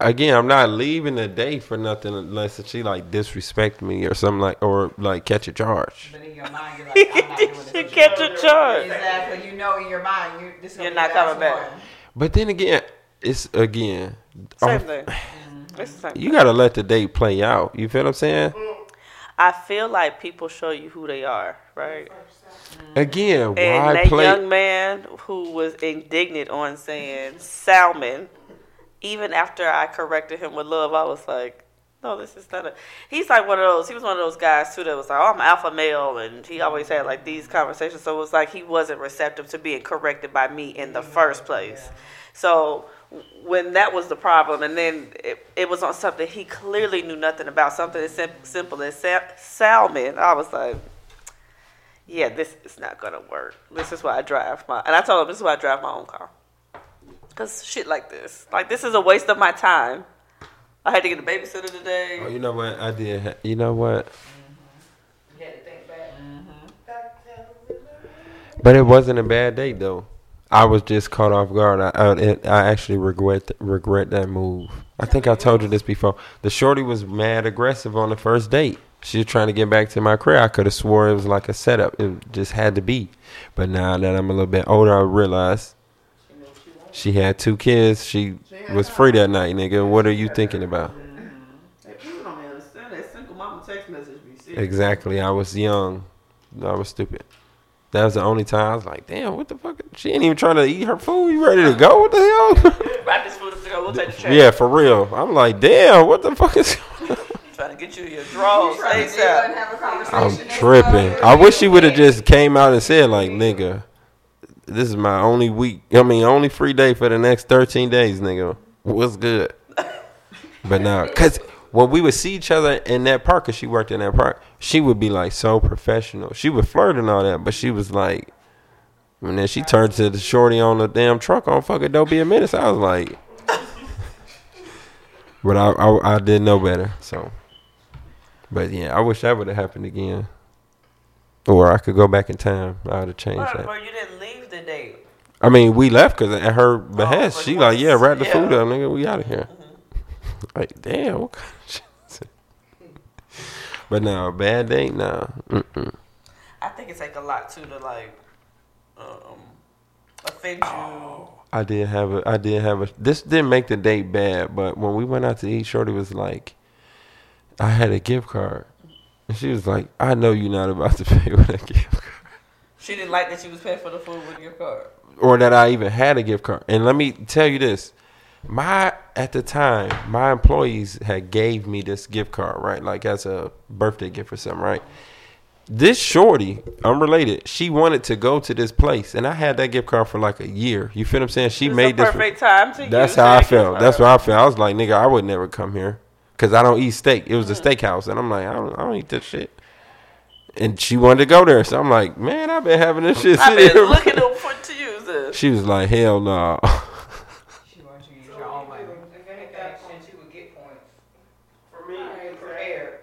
[SPEAKER 3] Again, I'm not leaving the day for nothing unless she like disrespect me or something like or like catch a charge.
[SPEAKER 5] But in your mind, you're like, I'm not doing
[SPEAKER 4] she
[SPEAKER 5] this.
[SPEAKER 4] catch a charge.
[SPEAKER 5] Exactly. You know in your mind, you this
[SPEAKER 4] You're
[SPEAKER 5] gonna be
[SPEAKER 4] not
[SPEAKER 5] the
[SPEAKER 4] coming
[SPEAKER 5] last
[SPEAKER 4] back.
[SPEAKER 5] one.
[SPEAKER 3] But then again, it's again.
[SPEAKER 4] Same
[SPEAKER 3] oh,
[SPEAKER 4] thing. It's the same.
[SPEAKER 3] You gotta let the date play out. You feel what I'm saying?
[SPEAKER 4] Mm. I feel like people show you who they are, right? And
[SPEAKER 3] Again, why
[SPEAKER 4] that
[SPEAKER 3] play?
[SPEAKER 4] young man who was indignant on saying salmon, even after I corrected him with love, I was like, no, this is not a. He's like one of those. He was one of those guys too that was like, oh, I'm alpha male, and he always had like these conversations. So it was like he wasn't receptive to being corrected by me in the first place. So when that was the problem, and then it, it was on something he clearly knew nothing about, something as sim- simple as sa- salmon, I was like, yeah, this is not gonna work. This is why I drive my and I told him this is why I drive my own car. Cause shit like this, like this is a waste of my time. I had to get a babysitter today.
[SPEAKER 3] Oh, you know what? I did. ha- You know what?
[SPEAKER 7] Mm-hmm. You had to think back.
[SPEAKER 3] But it wasn't a bad date though. I was just caught off guard. I I, it, I actually regret regret that move. I think I told you this before. The shorty was mad aggressive on the first date. She was trying to get back to my career. I could have swore it was like a setup. It just had to be. But now that I'm a little bit older, I realize she had two kids. She was free that night, nigga. What are you thinking about?
[SPEAKER 8] People don't understand that single mama text message be serious.
[SPEAKER 3] Exactly. I was young. I was stupid. That was the only time I was like, damn, what the fuck? She ain't even trying to eat her food. You ready to go? What the hell?
[SPEAKER 4] Wrap this food up to go. We'll take the train.
[SPEAKER 3] yeah, for real. I'm like, damn, what the fuck is
[SPEAKER 4] Trying to get you your draws
[SPEAKER 5] Trying to deal and
[SPEAKER 4] ASAP.
[SPEAKER 5] have a conversation.
[SPEAKER 3] I'm tripping. I wish she would have just came out and said, like, nigga, this is my only week. I mean, only free day for the next 13 days, nigga. What's good? But no, because when we would see each other in that park, because she worked in that park, she would be like so professional. She would flirt and all that, but she was like, when then she turned to the shorty on the damn truck on fucking Don't Be a Menace, I was like, but I, I, I didn't know better, so. But yeah, I wish that would have happened again. Or I could go back in time. I would have changed
[SPEAKER 4] Right,
[SPEAKER 3] that.
[SPEAKER 4] but you didn't leave the date.
[SPEAKER 3] I mean, we left because at her behest,
[SPEAKER 4] like
[SPEAKER 3] she like, yeah, wrap the
[SPEAKER 4] once,
[SPEAKER 3] food
[SPEAKER 4] yeah.
[SPEAKER 3] up, nigga. We out of here. Like, damn, what kind of shit is it? But now, a bad date, nah. Mm-mm.
[SPEAKER 4] I think it take a lot too to like um, offend you.
[SPEAKER 3] I did have a, I did have a. This didn't make the date bad, but when we went out to eat, Shorty was like, I had a gift card, and she was like, I know you're not about to pay with that gift card.
[SPEAKER 4] She didn't like that you was paying for the food with your card.
[SPEAKER 3] or that I even had a gift card. And let me tell you this. My at the time, my employees had gave me this gift card, right? Like as a birthday gift or something, right? This shorty, unrelated, she wanted to go to this place, and I had that gift card for like a year. You feel what I'm saying? She
[SPEAKER 4] It's
[SPEAKER 3] made
[SPEAKER 4] a
[SPEAKER 3] this.
[SPEAKER 4] perfect time to
[SPEAKER 3] That's
[SPEAKER 4] use
[SPEAKER 3] how I
[SPEAKER 4] that
[SPEAKER 3] felt.
[SPEAKER 4] gift
[SPEAKER 3] That's
[SPEAKER 4] card.
[SPEAKER 3] what I felt. I was like, nigga, I would never come here because I don't eat steak. It
[SPEAKER 4] Mm.
[SPEAKER 3] was a steakhouse, and I'm like, I don't, I don't eat this shit. And she wanted to go there, so I'm like, man, I've been having this shit.
[SPEAKER 4] I've
[SPEAKER 3] sitting
[SPEAKER 4] been
[SPEAKER 3] here
[SPEAKER 4] looking for to use this.
[SPEAKER 3] she was like, hell no.
[SPEAKER 5] She wants you to use your own money.
[SPEAKER 7] If anything, since you would get points.
[SPEAKER 6] For me,
[SPEAKER 7] Be
[SPEAKER 6] it's like-
[SPEAKER 7] prepared.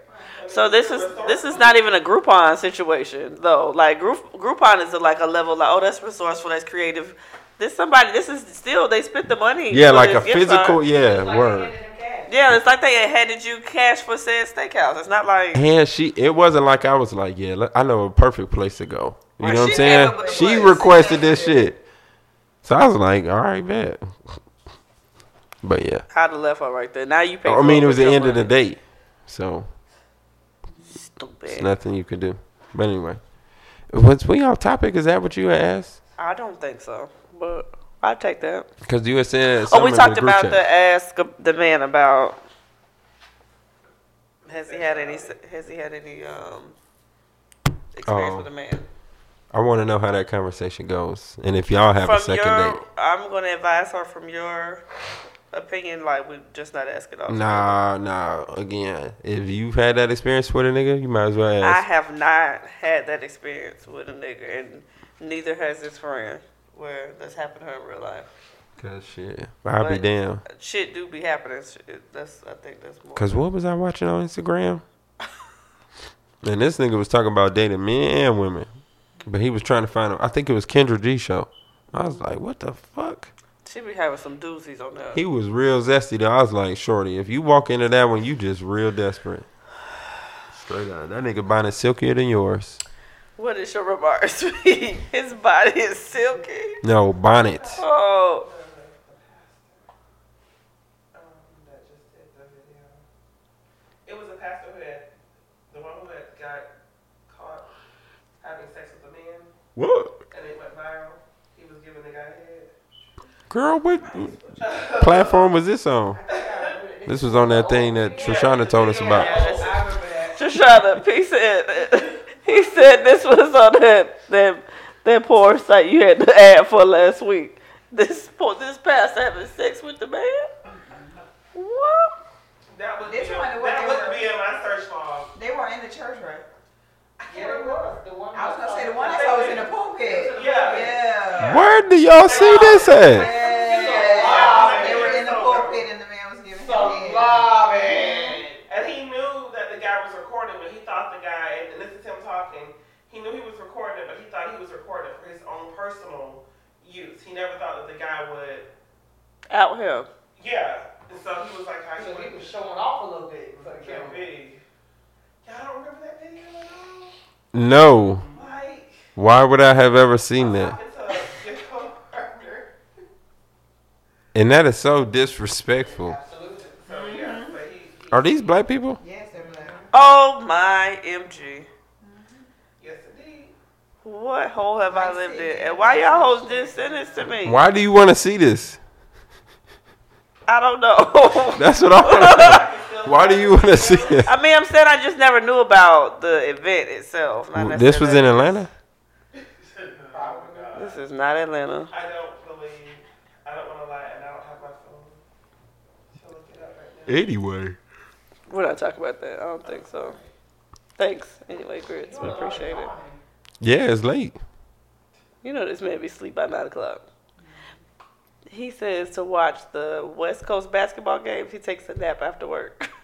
[SPEAKER 4] So this is this is not even a Groupon situation though. Like Group, Groupon is a, like a level like oh that's resourceful that's creative. This somebody this is still they spent the money.
[SPEAKER 3] yeah,
[SPEAKER 4] for
[SPEAKER 3] like
[SPEAKER 4] this
[SPEAKER 3] a
[SPEAKER 4] gift card.
[SPEAKER 3] physical, yeah, word.
[SPEAKER 4] Yeah, it's like they had handed you cash for said steakhouse. It's not like
[SPEAKER 3] And she, it wasn't like I was like, yeah, look, I know a perfect place to go. You know what I'm
[SPEAKER 4] she
[SPEAKER 3] saying?
[SPEAKER 4] had a
[SPEAKER 3] She
[SPEAKER 4] request.
[SPEAKER 3] requested this shit. So I was like, all right, bet. But yeah,
[SPEAKER 4] how the left or right there. Now you pay.
[SPEAKER 3] I
[SPEAKER 4] for
[SPEAKER 3] mean, it was
[SPEAKER 4] with
[SPEAKER 3] the
[SPEAKER 4] your
[SPEAKER 3] end of the
[SPEAKER 4] money.
[SPEAKER 3] date, so it's
[SPEAKER 4] Stupid.
[SPEAKER 3] nothing you could do. But anyway, was we off topic? Is that what you had asked?
[SPEAKER 4] I don't think so, but I take that.
[SPEAKER 3] Because you had said,
[SPEAKER 4] Oh, we
[SPEAKER 3] something in
[SPEAKER 4] talked
[SPEAKER 3] the group
[SPEAKER 4] about
[SPEAKER 3] chat.
[SPEAKER 4] the ask the man about has he had any has he had any um experience
[SPEAKER 3] Oh.
[SPEAKER 4] with a man?
[SPEAKER 3] I want to know how that conversation goes, and if y'all have a
[SPEAKER 4] from
[SPEAKER 3] second
[SPEAKER 4] your,
[SPEAKER 3] date.
[SPEAKER 4] I'm gonna advise her from your opinion. Like we just not asking. off.
[SPEAKER 3] Nah, nah. Again, if you've had that experience with a nigga, you might as well
[SPEAKER 4] I
[SPEAKER 3] ask.
[SPEAKER 4] have not had that experience with a nigga, and neither has this friend. Where that's happened to her in real life.
[SPEAKER 3] Cause shit, I'll be
[SPEAKER 4] But-
[SPEAKER 3] damn.
[SPEAKER 4] Shit do be happening. Shit, That's I think that's more.
[SPEAKER 3] Cause what was I watching on Instagram? and this nigga was talking about dating men and women, but he was trying to find. I think it was Kendra G show. I was like, what the fuck?
[SPEAKER 4] she be having some doozies on that.
[SPEAKER 3] He was real zesty though. I was like, Shorty, if you walk into that one, you just real desperate. Straight up. That nigga bonnet silkier than yours.
[SPEAKER 4] What is your remarks? His body is silky.
[SPEAKER 3] No, bonnet.
[SPEAKER 4] Oh,
[SPEAKER 6] Um, that just did the video. It was a pastor who had, the one who had got caught having sex with a man,
[SPEAKER 3] What?
[SPEAKER 6] and it went viral. He was giving the guy head.
[SPEAKER 3] Girl, what platform was this on? This was on that thing that Trishana told us about.
[SPEAKER 4] that's-
[SPEAKER 6] I remember that.
[SPEAKER 4] Trishana, he said he said this was on that that that porn site you had the ad for last week. This por- this past having sex with the man. What?
[SPEAKER 6] That would be,
[SPEAKER 7] This one, the
[SPEAKER 6] that
[SPEAKER 7] one they
[SPEAKER 6] would
[SPEAKER 7] were-
[SPEAKER 6] be in my search log.
[SPEAKER 7] They were in the church, right?
[SPEAKER 6] I
[SPEAKER 7] Yeah, they was.
[SPEAKER 6] The one
[SPEAKER 7] I was gonna say the one I saw was in the pulpit.
[SPEAKER 6] Yeah.
[SPEAKER 7] Yeah.
[SPEAKER 3] Where do y'all see this at?
[SPEAKER 7] Yeah. They were in the pulpit and the man was giving him head.
[SPEAKER 6] And he knew that the guy was recording, but he thought the guy, and this is him talking, he knew he was recording, but he thought he was recording for his own personal use. He never thought that the guy would,
[SPEAKER 4] Out here.
[SPEAKER 6] yeah. And so he was like, how you want to
[SPEAKER 7] showing off a little bit for
[SPEAKER 6] show him big. Y'all don't remember that video at all?
[SPEAKER 3] No.
[SPEAKER 6] Like,
[SPEAKER 3] Why would I have ever seen that?
[SPEAKER 6] it's a it's a partner.
[SPEAKER 3] And that is so disrespectful.
[SPEAKER 6] So yeah, but he,
[SPEAKER 3] Are these black people?
[SPEAKER 7] Yes, they were like,
[SPEAKER 4] Oh my MG.
[SPEAKER 6] yes indeed.
[SPEAKER 4] What hole have I lived in? And why y'all hoes did send this to me?
[SPEAKER 3] Why do you want to see this?
[SPEAKER 4] I don't know.
[SPEAKER 3] That's what I want to know. Why do you want to see it?
[SPEAKER 4] I mean, I'm saying I just never knew about the event itself. not
[SPEAKER 3] This was in
[SPEAKER 4] necessarily-
[SPEAKER 3] Atlanta?
[SPEAKER 6] Oh my God.
[SPEAKER 4] This is not Atlanta.
[SPEAKER 6] I don't believe, I don't want to lie, and I don't have my phone to look it up right now.
[SPEAKER 3] Anyway.
[SPEAKER 4] We're not talking about that. I don't think so. Thanks anyway, Grits. We appreciate it.
[SPEAKER 3] Yeah, it's late.
[SPEAKER 4] You know this man be asleep by nine o'clock. He says to watch the West Coast basketball games. He takes a nap after work.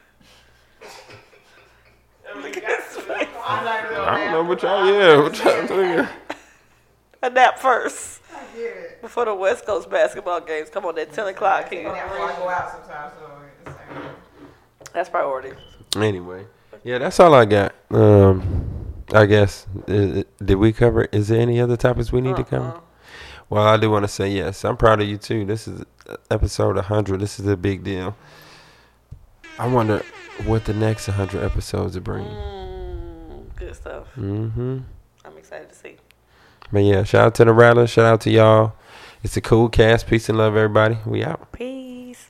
[SPEAKER 6] Oh
[SPEAKER 4] Look at his face.
[SPEAKER 7] I'm not real
[SPEAKER 3] I don't
[SPEAKER 7] now.
[SPEAKER 3] know what y'all, yeah, what y'all doing.
[SPEAKER 4] A nap first
[SPEAKER 7] I get it.
[SPEAKER 4] before the West Coast basketball games. Come on, that ten o'clock. He,
[SPEAKER 7] And that one go out sometimes, so it's like.
[SPEAKER 4] that's priority.
[SPEAKER 3] Anyway, yeah, that's all I got. Um, I guess uh, did we cover? Is there any other topics we need to cover?
[SPEAKER 4] Uh-uh.
[SPEAKER 3] Well, I do want to say yes. I'm proud of you too. This is uh, episode 100. This is a big deal. I wonder what the next 100 episodes will bring.
[SPEAKER 4] Mm, good stuff.
[SPEAKER 3] Mm-hmm.
[SPEAKER 4] I'm excited to see.
[SPEAKER 3] But yeah, shout out to the Rattlers. Shout out to y'all. It's a cool cast. Peace and love, everybody. We out.
[SPEAKER 4] Peace.